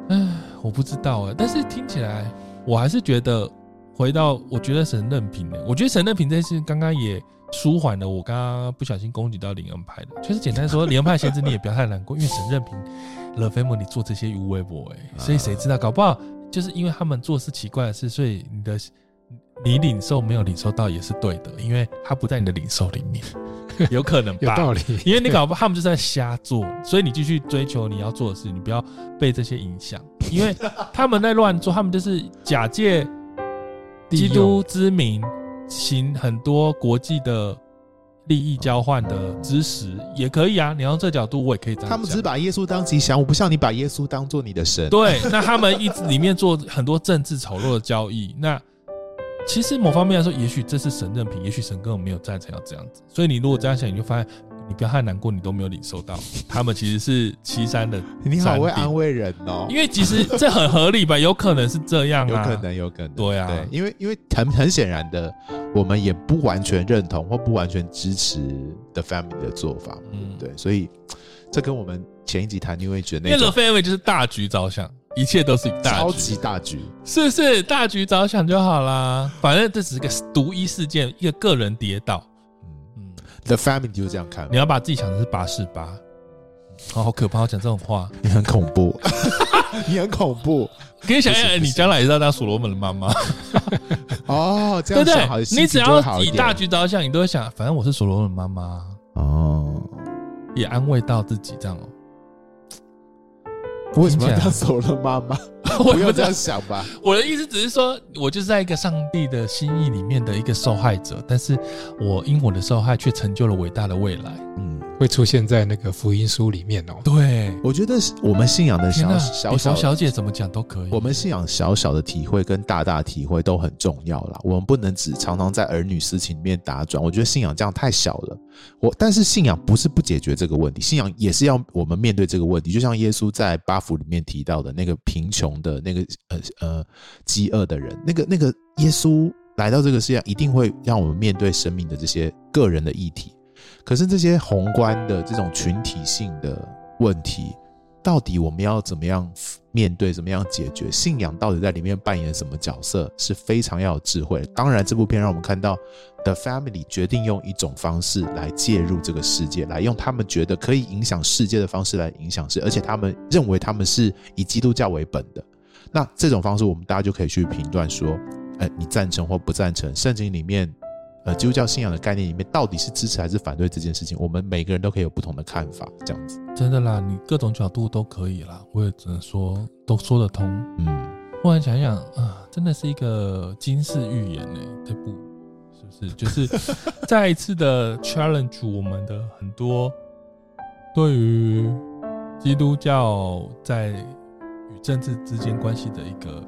Speaker 4: 唉，我不知道啊，但是听起来我还是觉得，回到我觉得神任凭的，我觉得神任凭这件事刚刚也舒缓了我刚刚不小心攻击到灵恩 派的，就是简单说，灵恩派先知你也不要太难过，因为神任凭 The Family 做这些无微博哎，所以谁知道，搞不好就是因为他们做事奇怪的事，所以你的。你领受没有领受到也是对的，因为他不在你的领受里 面，有可能吧？
Speaker 6: 有道理。
Speaker 4: 因为你搞不好他们就在瞎做，所以你继续追求你要做的事，你不要被这些影响，因为他们在乱做，他们就是假借基督之名行很多国际的利益交换的知识，也可以啊。你用这角度，我也可以这样讲。
Speaker 5: 他们只是把耶稣当吉祥物，不像你把耶稣当做你的神。，
Speaker 4: 对，那他们一直里面做很多政治丑陋的交易。那其实某方面来说，也许这是神任凭，也许神根本没有赞成要这样子。所以你如果这样想，你就发现你不要太难过，你都没有领受到，他们其实是岐山的
Speaker 5: 你好会
Speaker 4: 安
Speaker 5: 安慰人哦，
Speaker 4: 因为其实这很合理吧？有可能是这样
Speaker 5: 有
Speaker 4: 啊，
Speaker 5: 可能，有可能。
Speaker 4: 对啊
Speaker 5: 对，因为因为很很显然的，我们也不完全认同或不完全支持 The Family 的做法，
Speaker 4: 嗯，。
Speaker 5: 对，所以这跟我们前一集谈 New Age 的
Speaker 4: 因为
Speaker 5: 那
Speaker 4: The
Speaker 5: 种
Speaker 4: Family 就是大局着想，一切都是以大
Speaker 5: 超
Speaker 4: 局，
Speaker 5: 级大局，
Speaker 4: 是不是大局着想就好啦。反正这只是个独一事件，一个个人跌倒，
Speaker 5: 嗯
Speaker 4: 嗯，
Speaker 5: ，The Family 就是这样看
Speaker 4: 你，要把自己想的是八十八，哦好好可怕！我讲这种话，
Speaker 5: 你很恐怖， 你很恐怖
Speaker 4: 可以想
Speaker 5: 不是
Speaker 4: 象
Speaker 5: 不
Speaker 4: 你
Speaker 5: 是
Speaker 4: 将来也是要当所罗门的妈妈，
Speaker 5: 哦，这
Speaker 4: 对不
Speaker 5: 样想好，
Speaker 4: 对？
Speaker 5: 心
Speaker 4: 你
Speaker 5: 情
Speaker 4: 只
Speaker 5: 就会
Speaker 4: 要
Speaker 5: 好一
Speaker 4: 以
Speaker 5: 点
Speaker 4: 大局着想，你都会想，反正我是所罗门妈妈，
Speaker 5: 哦。
Speaker 4: 也安慰到自己这样哦。
Speaker 5: 为什么
Speaker 4: 听
Speaker 5: 要
Speaker 4: 起来
Speaker 5: 当走了妈妈？
Speaker 4: 我
Speaker 5: 不
Speaker 4: 也不
Speaker 5: 要
Speaker 4: 知
Speaker 5: 这
Speaker 4: 道
Speaker 5: 样，想吧。
Speaker 4: 我的意思只是说，我就是在一个上帝的心意里面的一个受害者，但是我因我的受害却成就了伟大的未来。
Speaker 5: 嗯，
Speaker 6: 会出现在那个福音书里面哦。
Speaker 4: 对，
Speaker 5: 我觉得我们信仰的
Speaker 4: 天
Speaker 5: 小
Speaker 4: 哪，
Speaker 5: 小
Speaker 4: 你从
Speaker 5: 小
Speaker 4: 小姐怎么讲都可以。
Speaker 5: 我们信仰小小的体会跟大大的体会都很重要啦。我们不能只常常在儿女私情里面打转。我觉得信仰这样太小了。我但是信仰不是不解决这个问题，信仰也是要我们面对这个问题。就像耶稣在八福里面提到的那个贫穷的那个呃呃饥饿的人，那个那个耶稣来到这个世呃界上，一定会让我们面对生命的这些个人的议题。可是这些宏观的这种群体性的问题，到底我们要怎么样面对，怎么样解决？信仰到底在里面扮演什么角色，是非常要有智慧的。当然，这部片让我们看到 The Family 决定用一种方式来介入这个世界，来用他们觉得可以影响世界的方式来影响世界，而且他们认为他们是以基督教为本的。那这种方式，我们大家就可以去评断说，呃，你赞成或不赞成圣经里面呃基督教信仰的概念里面到底是支持还是反对这件事情，我们每个人都可以有不同的看法，这样子。
Speaker 4: 真的啦，你各种角度都可以啦，我也只能说都说得通。
Speaker 5: 嗯，
Speaker 4: 忽然想一想啊，真的是一个惊世预言呢、这部是不是？就是再一次的 challenge 我们的很多对于基督教在与政治之间关系的一个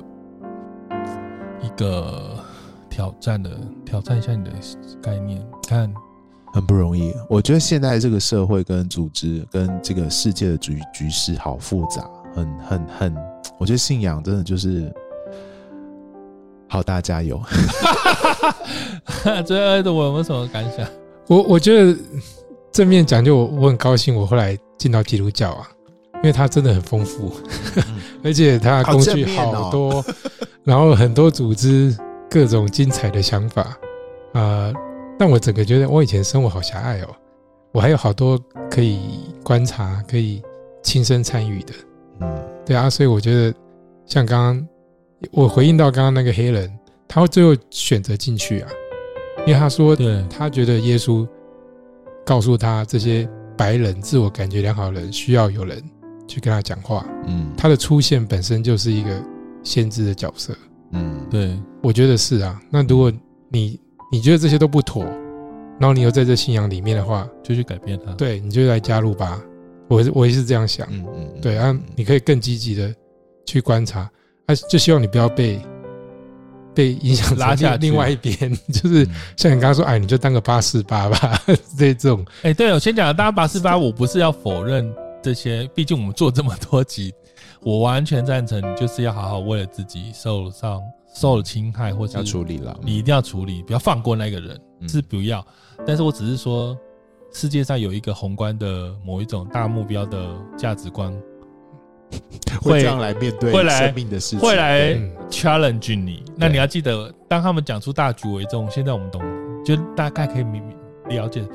Speaker 4: 一个挑战的挑战一下你的概念，看
Speaker 5: 很不容易。我觉得现在这个社会跟组织跟这个世界的局局势好复杂，很很很，我觉得信仰真的就是好，大家加油！
Speaker 4: 最爱的我有没有什么感想？
Speaker 6: 我我觉得正面讲，就我我很高兴，我后来进到基督教啊，因为它真的很丰富， 而且它工具好多， 然后很多组织各种精彩的想法啊、呃让我整个觉得我以前生活好狭隘哦，我还有好多可以观察、可以亲身参与的。
Speaker 5: 嗯，
Speaker 6: 对啊，所以我觉得像刚刚我回应到刚刚那个黑人，他最后选择进去啊，因为他说
Speaker 4: 对
Speaker 6: 他觉得耶稣告诉他这些白人自我感觉良好的人需要有人去跟他讲话，
Speaker 5: 嗯，
Speaker 6: 他的出现本身就是一个先知的角色，
Speaker 5: 嗯，
Speaker 4: 对，
Speaker 6: 我觉得是啊。那如果你你觉得这些都不妥，然后你又在这信仰里面的话，
Speaker 4: 就去改变它。，
Speaker 6: 对，你就来加入吧。我是我也是这样想。
Speaker 5: 嗯嗯，
Speaker 6: 对啊，你可以更积极的去观察，啊，就希望你不要被被影响成
Speaker 4: 拉下去
Speaker 6: 另另外一边， 就是
Speaker 5: 嗯
Speaker 6: 像你刚刚说，哎，你就当个八四八吧，这这种
Speaker 4: 哎、对，我先讲，大家八四八，我不是要否认这些，毕竟我们做这么多集，我完全赞成，你就是要好好为了自己受伤、受侵害或
Speaker 5: 要
Speaker 4: 是
Speaker 5: 处理了，
Speaker 4: 你一定要处理，不要放过那个人，
Speaker 5: 嗯
Speaker 4: 是不要。但是我只是说，世界上有一个宏观的某一种大目标的价值观，
Speaker 5: 会
Speaker 4: 会
Speaker 5: 这样来面对
Speaker 4: 会来
Speaker 5: 生命的事情，
Speaker 4: 会来
Speaker 5: 对
Speaker 6: 嗯
Speaker 4: challenge 你。那
Speaker 5: 对
Speaker 4: 你要记得，当他们讲出大局为重，现在我们懂，就大概可以明明了解，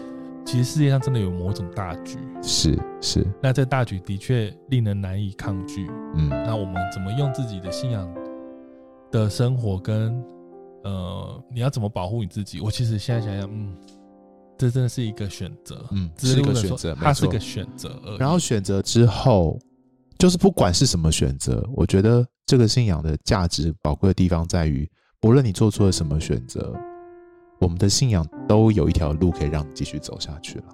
Speaker 4: 其实世界上真的有某种大局。
Speaker 5: 是是，
Speaker 4: 那这大局的确令人难以抗拒。
Speaker 5: 嗯
Speaker 4: 那我们怎么用自己的信仰的生活跟呃，你要怎么保护你自己？我其实现在想想，嗯，这真的是一个选择，
Speaker 5: 嗯，
Speaker 4: 只
Speaker 5: 是一个
Speaker 4: 不能
Speaker 5: 选
Speaker 4: 说
Speaker 5: 择，
Speaker 4: 它
Speaker 5: 没
Speaker 4: 是
Speaker 5: 错。
Speaker 4: 个选择而已。
Speaker 5: 然后选择之后，就是不管是什么选择，我觉得这个信仰的价值宝贵的地方在于，不论你做出了什么选择，我们的信仰都有一条路可以让你继续走下去了。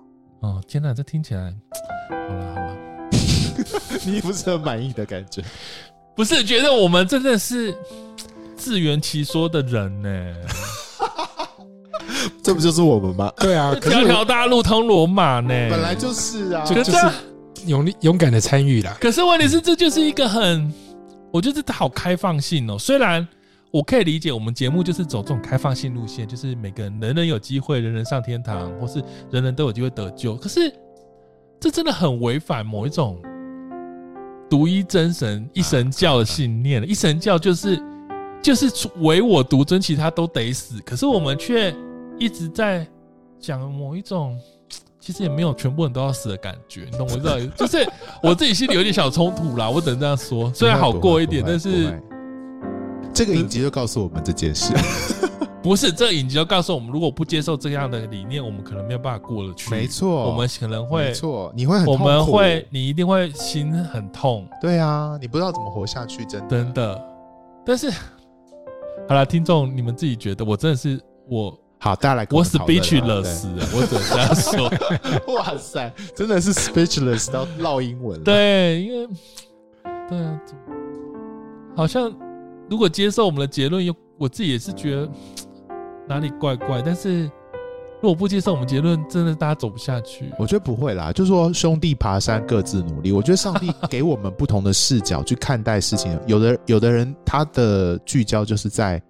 Speaker 4: 哦，天哪，这听起来，好了好了，
Speaker 5: 你不是很满意的感觉？
Speaker 4: 不是觉得我们真的是自圆其说的人呢、
Speaker 5: 这不就是我们吗？
Speaker 6: 对 啊。可
Speaker 4: 条
Speaker 6: 是
Speaker 4: 条大路通罗马呢、
Speaker 5: 本来就是啊，
Speaker 4: 可
Speaker 6: 就是
Speaker 4: 啊、
Speaker 6: 勇力勇敢的参与啦，
Speaker 4: 可是问题是，这就是一个很，我觉得这好开放性哦。虽然我可以理解，我们节目就是走这种开放性路线，就是每个人人人有机会，人人上天堂，或是人人都有机会得救。可是这真的很违反某一种独一真神、一神教的信念了。 一神教就是就是唯我独尊，其他都得死。可是我们却一直在讲某一种。其实也没有全部人都要死的感觉，你懂我知道，就是我自己心里有点小冲突啦，我只能这样说。虽然好过一点，
Speaker 5: 不会
Speaker 4: 但
Speaker 5: 不会
Speaker 4: 是
Speaker 5: 不会这个影集就告诉我们这件事，
Speaker 4: 不是这影集就告诉我们，如果不接受这样的理念，我们可能没有办法过得去。
Speaker 5: 没，错，
Speaker 4: 我们可能
Speaker 5: 没
Speaker 4: 会，
Speaker 5: 错，你会很
Speaker 4: 我
Speaker 5: 痛苦
Speaker 4: 们会，你一定会心很痛，
Speaker 5: 对啊，你不知道怎么活下去，真的
Speaker 4: 真的。但是，好了，听众，你们自己觉得，我真的是我，
Speaker 5: 好，大家来跟
Speaker 4: 我
Speaker 5: 们讨论啊
Speaker 4: speechless，了我只能这样说。
Speaker 5: 对 哇塞，真的是 speechless 到唠英文了，
Speaker 4: 对， 因为对啊，怎么好像如果接受我们的结论，又我自己也是觉得哪里怪怪，但是如果不接受我们结论，真的大家走不下去。
Speaker 5: 我觉得不会啦，就说兄弟爬山各自努力。我觉得上帝给我们不同的视角去看待事情，有的有的人他的聚焦就是在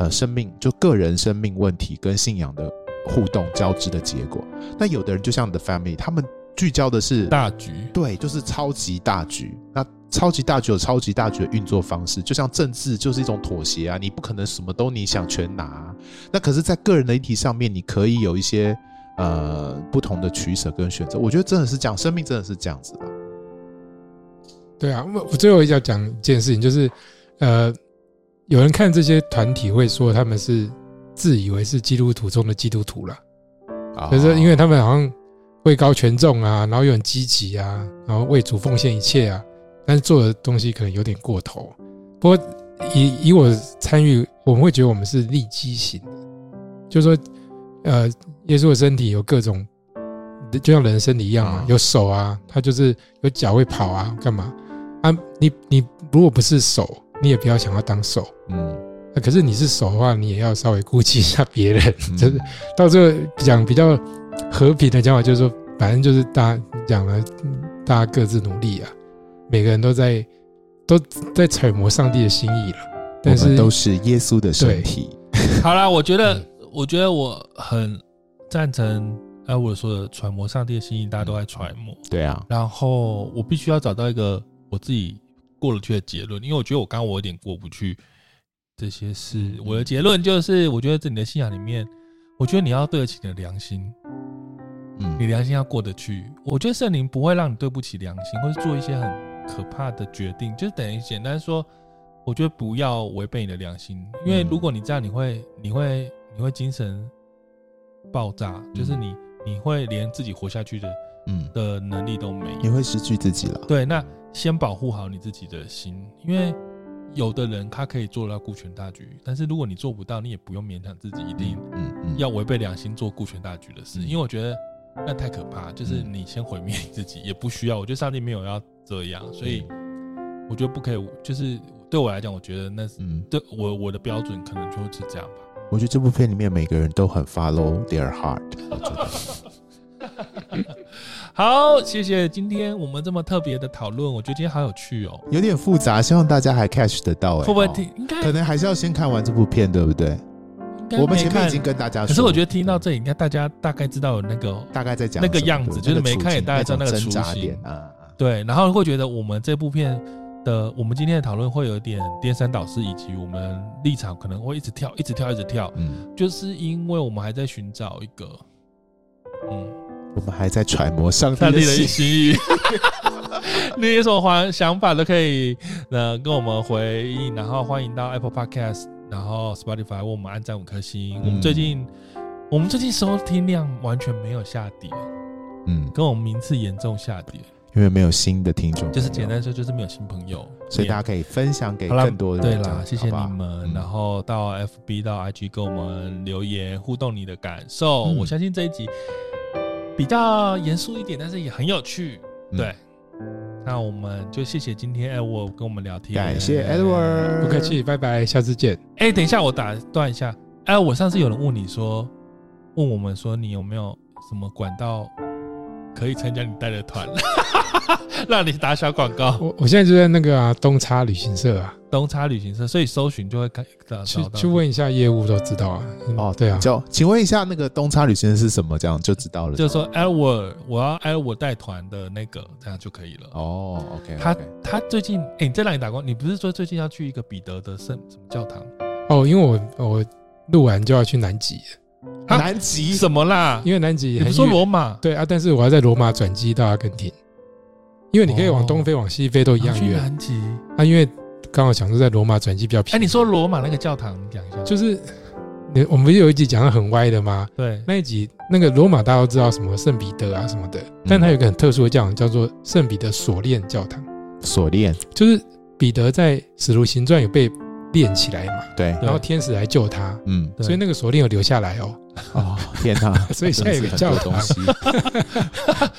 Speaker 5: 呃生命，就个人生命问题跟信仰的互动交织的结果。那有的人就像 The Family，他们聚焦的是
Speaker 4: 大局，
Speaker 5: 对，就是超级大局。那超级大局有超级大局的运作方式，就像政治就是一种妥协啊，你不可能什么都你想全拿、啊。那可是，在个人的议题上面，你可以有一些呃不同的取舍跟选择。我觉得真的是这样，生命真的是这样子的。
Speaker 6: 对啊。我我最后要讲一件事情，就是呃，有人看这些团体会说他们是自以为是基督徒中的基督徒啦，
Speaker 5: 哦啊
Speaker 6: 可是因为他们好像位高权重啊，然后又很积极啊，然后为主奉献一切啊，但是做的东西可能有点过头。不过以以我参与，我们会觉得我们是利己型的，就是说，呃，耶稣的身体有各种，就像人的身体一样嘛
Speaker 5: 啊，
Speaker 6: 有手啊，他就是有脚会跑啊，干嘛啊？你你如果不是手，你也不要想要当手。
Speaker 5: 嗯，
Speaker 6: 啊可是你是手的话，你也要稍微顾及一下别人， 就是
Speaker 5: 嗯
Speaker 6: 到最后讲比较和平的讲法，就是说，反正就是大家讲了，嗯大家各自努力啊，每个人都在都在揣摩上帝的心意了。
Speaker 5: 我
Speaker 6: 但
Speaker 5: 们
Speaker 6: 是
Speaker 5: 都是耶稣的身体。
Speaker 4: 好啦，我觉得，我觉得我很赞成哎，我说的揣摩上帝的心意，大家都在揣摩。
Speaker 5: 对啊，
Speaker 4: 然后我必须要找到一个我自己过得去的结论，因为我觉得我刚刚我有点过不去这些事。我的结论就是，我觉得在你的信仰里面，我觉得你要对得起你的良心，你
Speaker 5: 嗯，
Speaker 4: 良心要过得去。我觉得圣灵不会让你对不起良心，或是做一些很可怕的决定，就是等于简单说，我觉得不要违背你的良心，因为
Speaker 5: 嗯
Speaker 4: 如果你这样，你会你会你会精神爆炸，就是你你会连自己活下去的
Speaker 5: 嗯，
Speaker 4: 的能力都没有
Speaker 5: 你。会失去自己了。
Speaker 4: 对，那先保护好你自己的心，因为有的人他可以做到顾全大局，但是如果你做不到，你也不用勉强自己一定
Speaker 5: 嗯嗯，
Speaker 4: 要违背良心做顾全大局的事，
Speaker 5: 嗯
Speaker 4: 因为我觉得那太可怕，就是你先毁灭你自己也不需要。我觉得上帝没有要这样，
Speaker 5: 嗯
Speaker 4: 所以我觉得不可以，就是对我来讲，我觉得那是
Speaker 5: 嗯，
Speaker 4: 对我我的标准可能就是这样吧。
Speaker 5: 我觉得这部片里面每个人都很 follow their heart。我觉得
Speaker 4: 好，谢谢今天我们这么特别的讨论，我觉得今天好有趣哦。
Speaker 5: 有点复杂，希望大家还 catch 得到、哎，
Speaker 4: 会不会
Speaker 5: 哦
Speaker 4: 听？应该
Speaker 5: 可能还是要先看完这部片，对不对？
Speaker 4: 应该
Speaker 5: 我们
Speaker 4: 没
Speaker 5: 前面已
Speaker 4: 看
Speaker 5: 经跟大家说，
Speaker 4: 可是我觉得听到这里，应该大家大概知道有那个
Speaker 5: 大概在讲
Speaker 4: 那个
Speaker 5: 什么
Speaker 4: 样子
Speaker 5: 对
Speaker 4: 就是
Speaker 5: 那个
Speaker 4: 没
Speaker 5: 处
Speaker 4: 看也
Speaker 5: 境
Speaker 4: 大概知道那
Speaker 5: 种
Speaker 4: 个
Speaker 5: 挣
Speaker 4: 雏
Speaker 5: 扎
Speaker 4: 形
Speaker 5: 点啊啊。
Speaker 4: 对，然后会觉得我们这部片的我们今天的讨论会有点颠三倒四，以及我们立场可能会一直跳，一直跳，一直跳，
Speaker 5: 嗯，
Speaker 4: 就是因为我们还在寻找一个嗯
Speaker 5: 我们还在揣摩上帝
Speaker 4: 上
Speaker 5: 的
Speaker 4: 帝的
Speaker 5: 心
Speaker 4: 心意。你有什么想想法都可以，呃，跟我们回应，然后欢迎到 Apple Podcast，然后 Spotify 为我们按赞五颗星。
Speaker 5: 嗯
Speaker 4: 我们最近，我们最近收听量完全没有下跌，
Speaker 5: 嗯，
Speaker 4: 跟我们名次严重下跌。
Speaker 5: 因为没有新的听众，
Speaker 4: 就是简，单说，就是没有新朋友，
Speaker 5: 所以大家
Speaker 4: 家
Speaker 5: 可以分享给
Speaker 4: 好啦
Speaker 5: 更多的
Speaker 4: 对
Speaker 5: 人。
Speaker 4: 啦，谢谢
Speaker 5: 好不好
Speaker 4: 你们，
Speaker 5: 嗯
Speaker 4: 然后到 FB 到 IG 跟我们留言互动你的感受。
Speaker 5: 嗯
Speaker 4: 我相信这一集比较严肃一点，但是也很有趣。
Speaker 5: 嗯
Speaker 4: 对，那我们就谢谢今天 Edward 跟我们聊天，
Speaker 5: 感谢 Edward，
Speaker 6: 不客。气，拜拜，下次见。
Speaker 4: 哎，等一下，我打断一下。哎，我上次有人问你说，问我们说你有没有什么管道可以参加你带的 团，让你打小广告。
Speaker 6: 我我现在就在那个啊东差旅行社啊，
Speaker 4: 东差旅行社，所以搜寻就会看到
Speaker 6: 去
Speaker 4: 找啊到
Speaker 6: 去问一下业务都知道啊。嗯
Speaker 5: 哦，
Speaker 6: 对啊，
Speaker 5: 就请问一下，那个东差旅行是什么？这样就知道了。
Speaker 4: 就是说哎，我我要哎我带团的那个，这样就可以了。
Speaker 5: 哦，OK，
Speaker 4: 他他最近哎、你在哪里打工？你不是说最近要去一个彼得的圣什么教堂？
Speaker 6: 哦，因为我我录完就要去南极了，
Speaker 4: 他
Speaker 5: 南极
Speaker 4: 什么啦？
Speaker 6: 因为南极
Speaker 4: 你
Speaker 6: 很
Speaker 4: 不说
Speaker 6: 远
Speaker 4: 罗马？
Speaker 6: 对啊，但是我要在罗马转机到阿根廷，因为你可以往
Speaker 4: 哦
Speaker 6: 东飞、往西飞都一
Speaker 4: 要
Speaker 6: 样
Speaker 4: 去
Speaker 6: 远
Speaker 4: 南极？
Speaker 6: 啊。因为刚好想说在罗马转机比较便宜。
Speaker 4: 哎、你说罗马那个教堂，你讲一下。
Speaker 6: 就是你我们不是有一集讲的很歪的吗？
Speaker 4: 对，
Speaker 6: 那一集那个罗马大家都知道什么圣彼得啊什么的，
Speaker 5: 嗯
Speaker 6: 但它有一个很特殊的教堂叫做圣彼得锁链教堂，
Speaker 5: 锁链，
Speaker 6: 就是彼得在使徒行传有被链起来嘛，
Speaker 4: 对
Speaker 5: 对，
Speaker 4: 啊
Speaker 6: 然后天使来救他，
Speaker 5: 嗯，
Speaker 4: 对
Speaker 6: 所以那个锁链有留下来 哦。
Speaker 5: 哦，天哪，
Speaker 6: 所以现在有个
Speaker 5: 真
Speaker 6: 教
Speaker 5: 的是很多
Speaker 6: 堂
Speaker 5: 东西。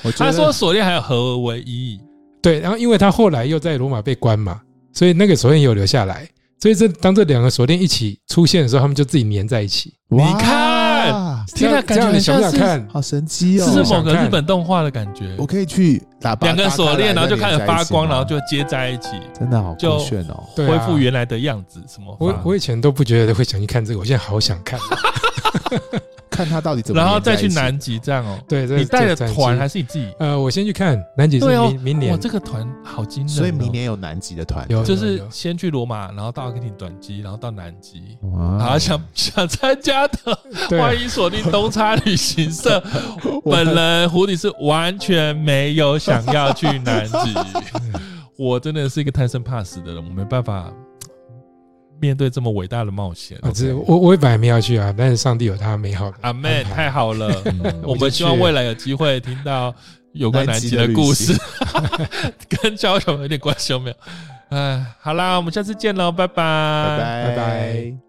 Speaker 5: 我觉
Speaker 4: 他
Speaker 5: 得
Speaker 4: 说锁链还有合而为一，
Speaker 6: 对，然后因为他后来又在罗马被关嘛，所以那个锁链也有留下来。所以这当这两个锁链一起出现的时候，他们就自己粘在一起。
Speaker 5: 哇
Speaker 4: 你看
Speaker 6: 这
Speaker 4: 天啊，
Speaker 6: 样
Speaker 4: 感觉
Speaker 6: 这样你
Speaker 4: 很
Speaker 6: 想
Speaker 4: 像
Speaker 6: 不
Speaker 4: 是
Speaker 6: 想看？
Speaker 5: 好神奇
Speaker 4: 是
Speaker 5: 哦！
Speaker 4: 某个
Speaker 6: 想看
Speaker 4: 日本动画的感觉。
Speaker 5: 我可以去喇叭
Speaker 4: 两个锁链，然后就开始发光，
Speaker 5: 打开来再连在一起
Speaker 4: 然后就接在一
Speaker 5: 吗
Speaker 4: 起，
Speaker 5: 真的好
Speaker 4: 就
Speaker 5: 酷炫哦！
Speaker 6: 对
Speaker 4: 恢
Speaker 6: 啊
Speaker 4: 复原来的样子。什么法？
Speaker 6: 我我以前都不觉得会想去看这个，我现在好想看。
Speaker 5: 看他到底怎么
Speaker 4: 然
Speaker 5: 连在
Speaker 4: 后
Speaker 5: 一
Speaker 4: 再
Speaker 5: 起，
Speaker 4: 去南极这样哦。
Speaker 6: 啊对，这
Speaker 4: 你带的
Speaker 6: 这
Speaker 4: 团还
Speaker 6: 这
Speaker 4: 是你自己？
Speaker 6: 呃，我先去看南极是
Speaker 4: 对哦
Speaker 6: 明明
Speaker 4: 哇，
Speaker 6: 年
Speaker 4: 这个团好惊人哦！
Speaker 5: 所以明年有南极的团，
Speaker 6: 有
Speaker 4: 就是
Speaker 6: 有有
Speaker 4: 先去罗马，然后到阿根廷转机，然后到南极。
Speaker 5: 哇
Speaker 4: 然后想想参加的，
Speaker 6: 对啊
Speaker 4: 欢迎锁定东差旅行社。
Speaker 5: 我
Speaker 4: 本人胡迪是完全没有想要去南极， 我真的是一个贪生怕死的人，我没办法面对这么伟大的冒险。
Speaker 6: 啊，这我我本来没要去啊，但是上帝有他美好的
Speaker 4: 阿妹
Speaker 6: 安排
Speaker 4: 太哎好了，
Speaker 5: 嗯
Speaker 4: 我们希望未来有机会听到有关南极的故事， 跟 交友有点关系有没有？哎，好啦，我们下次见喽，拜拜，
Speaker 5: 拜
Speaker 6: 拜拜。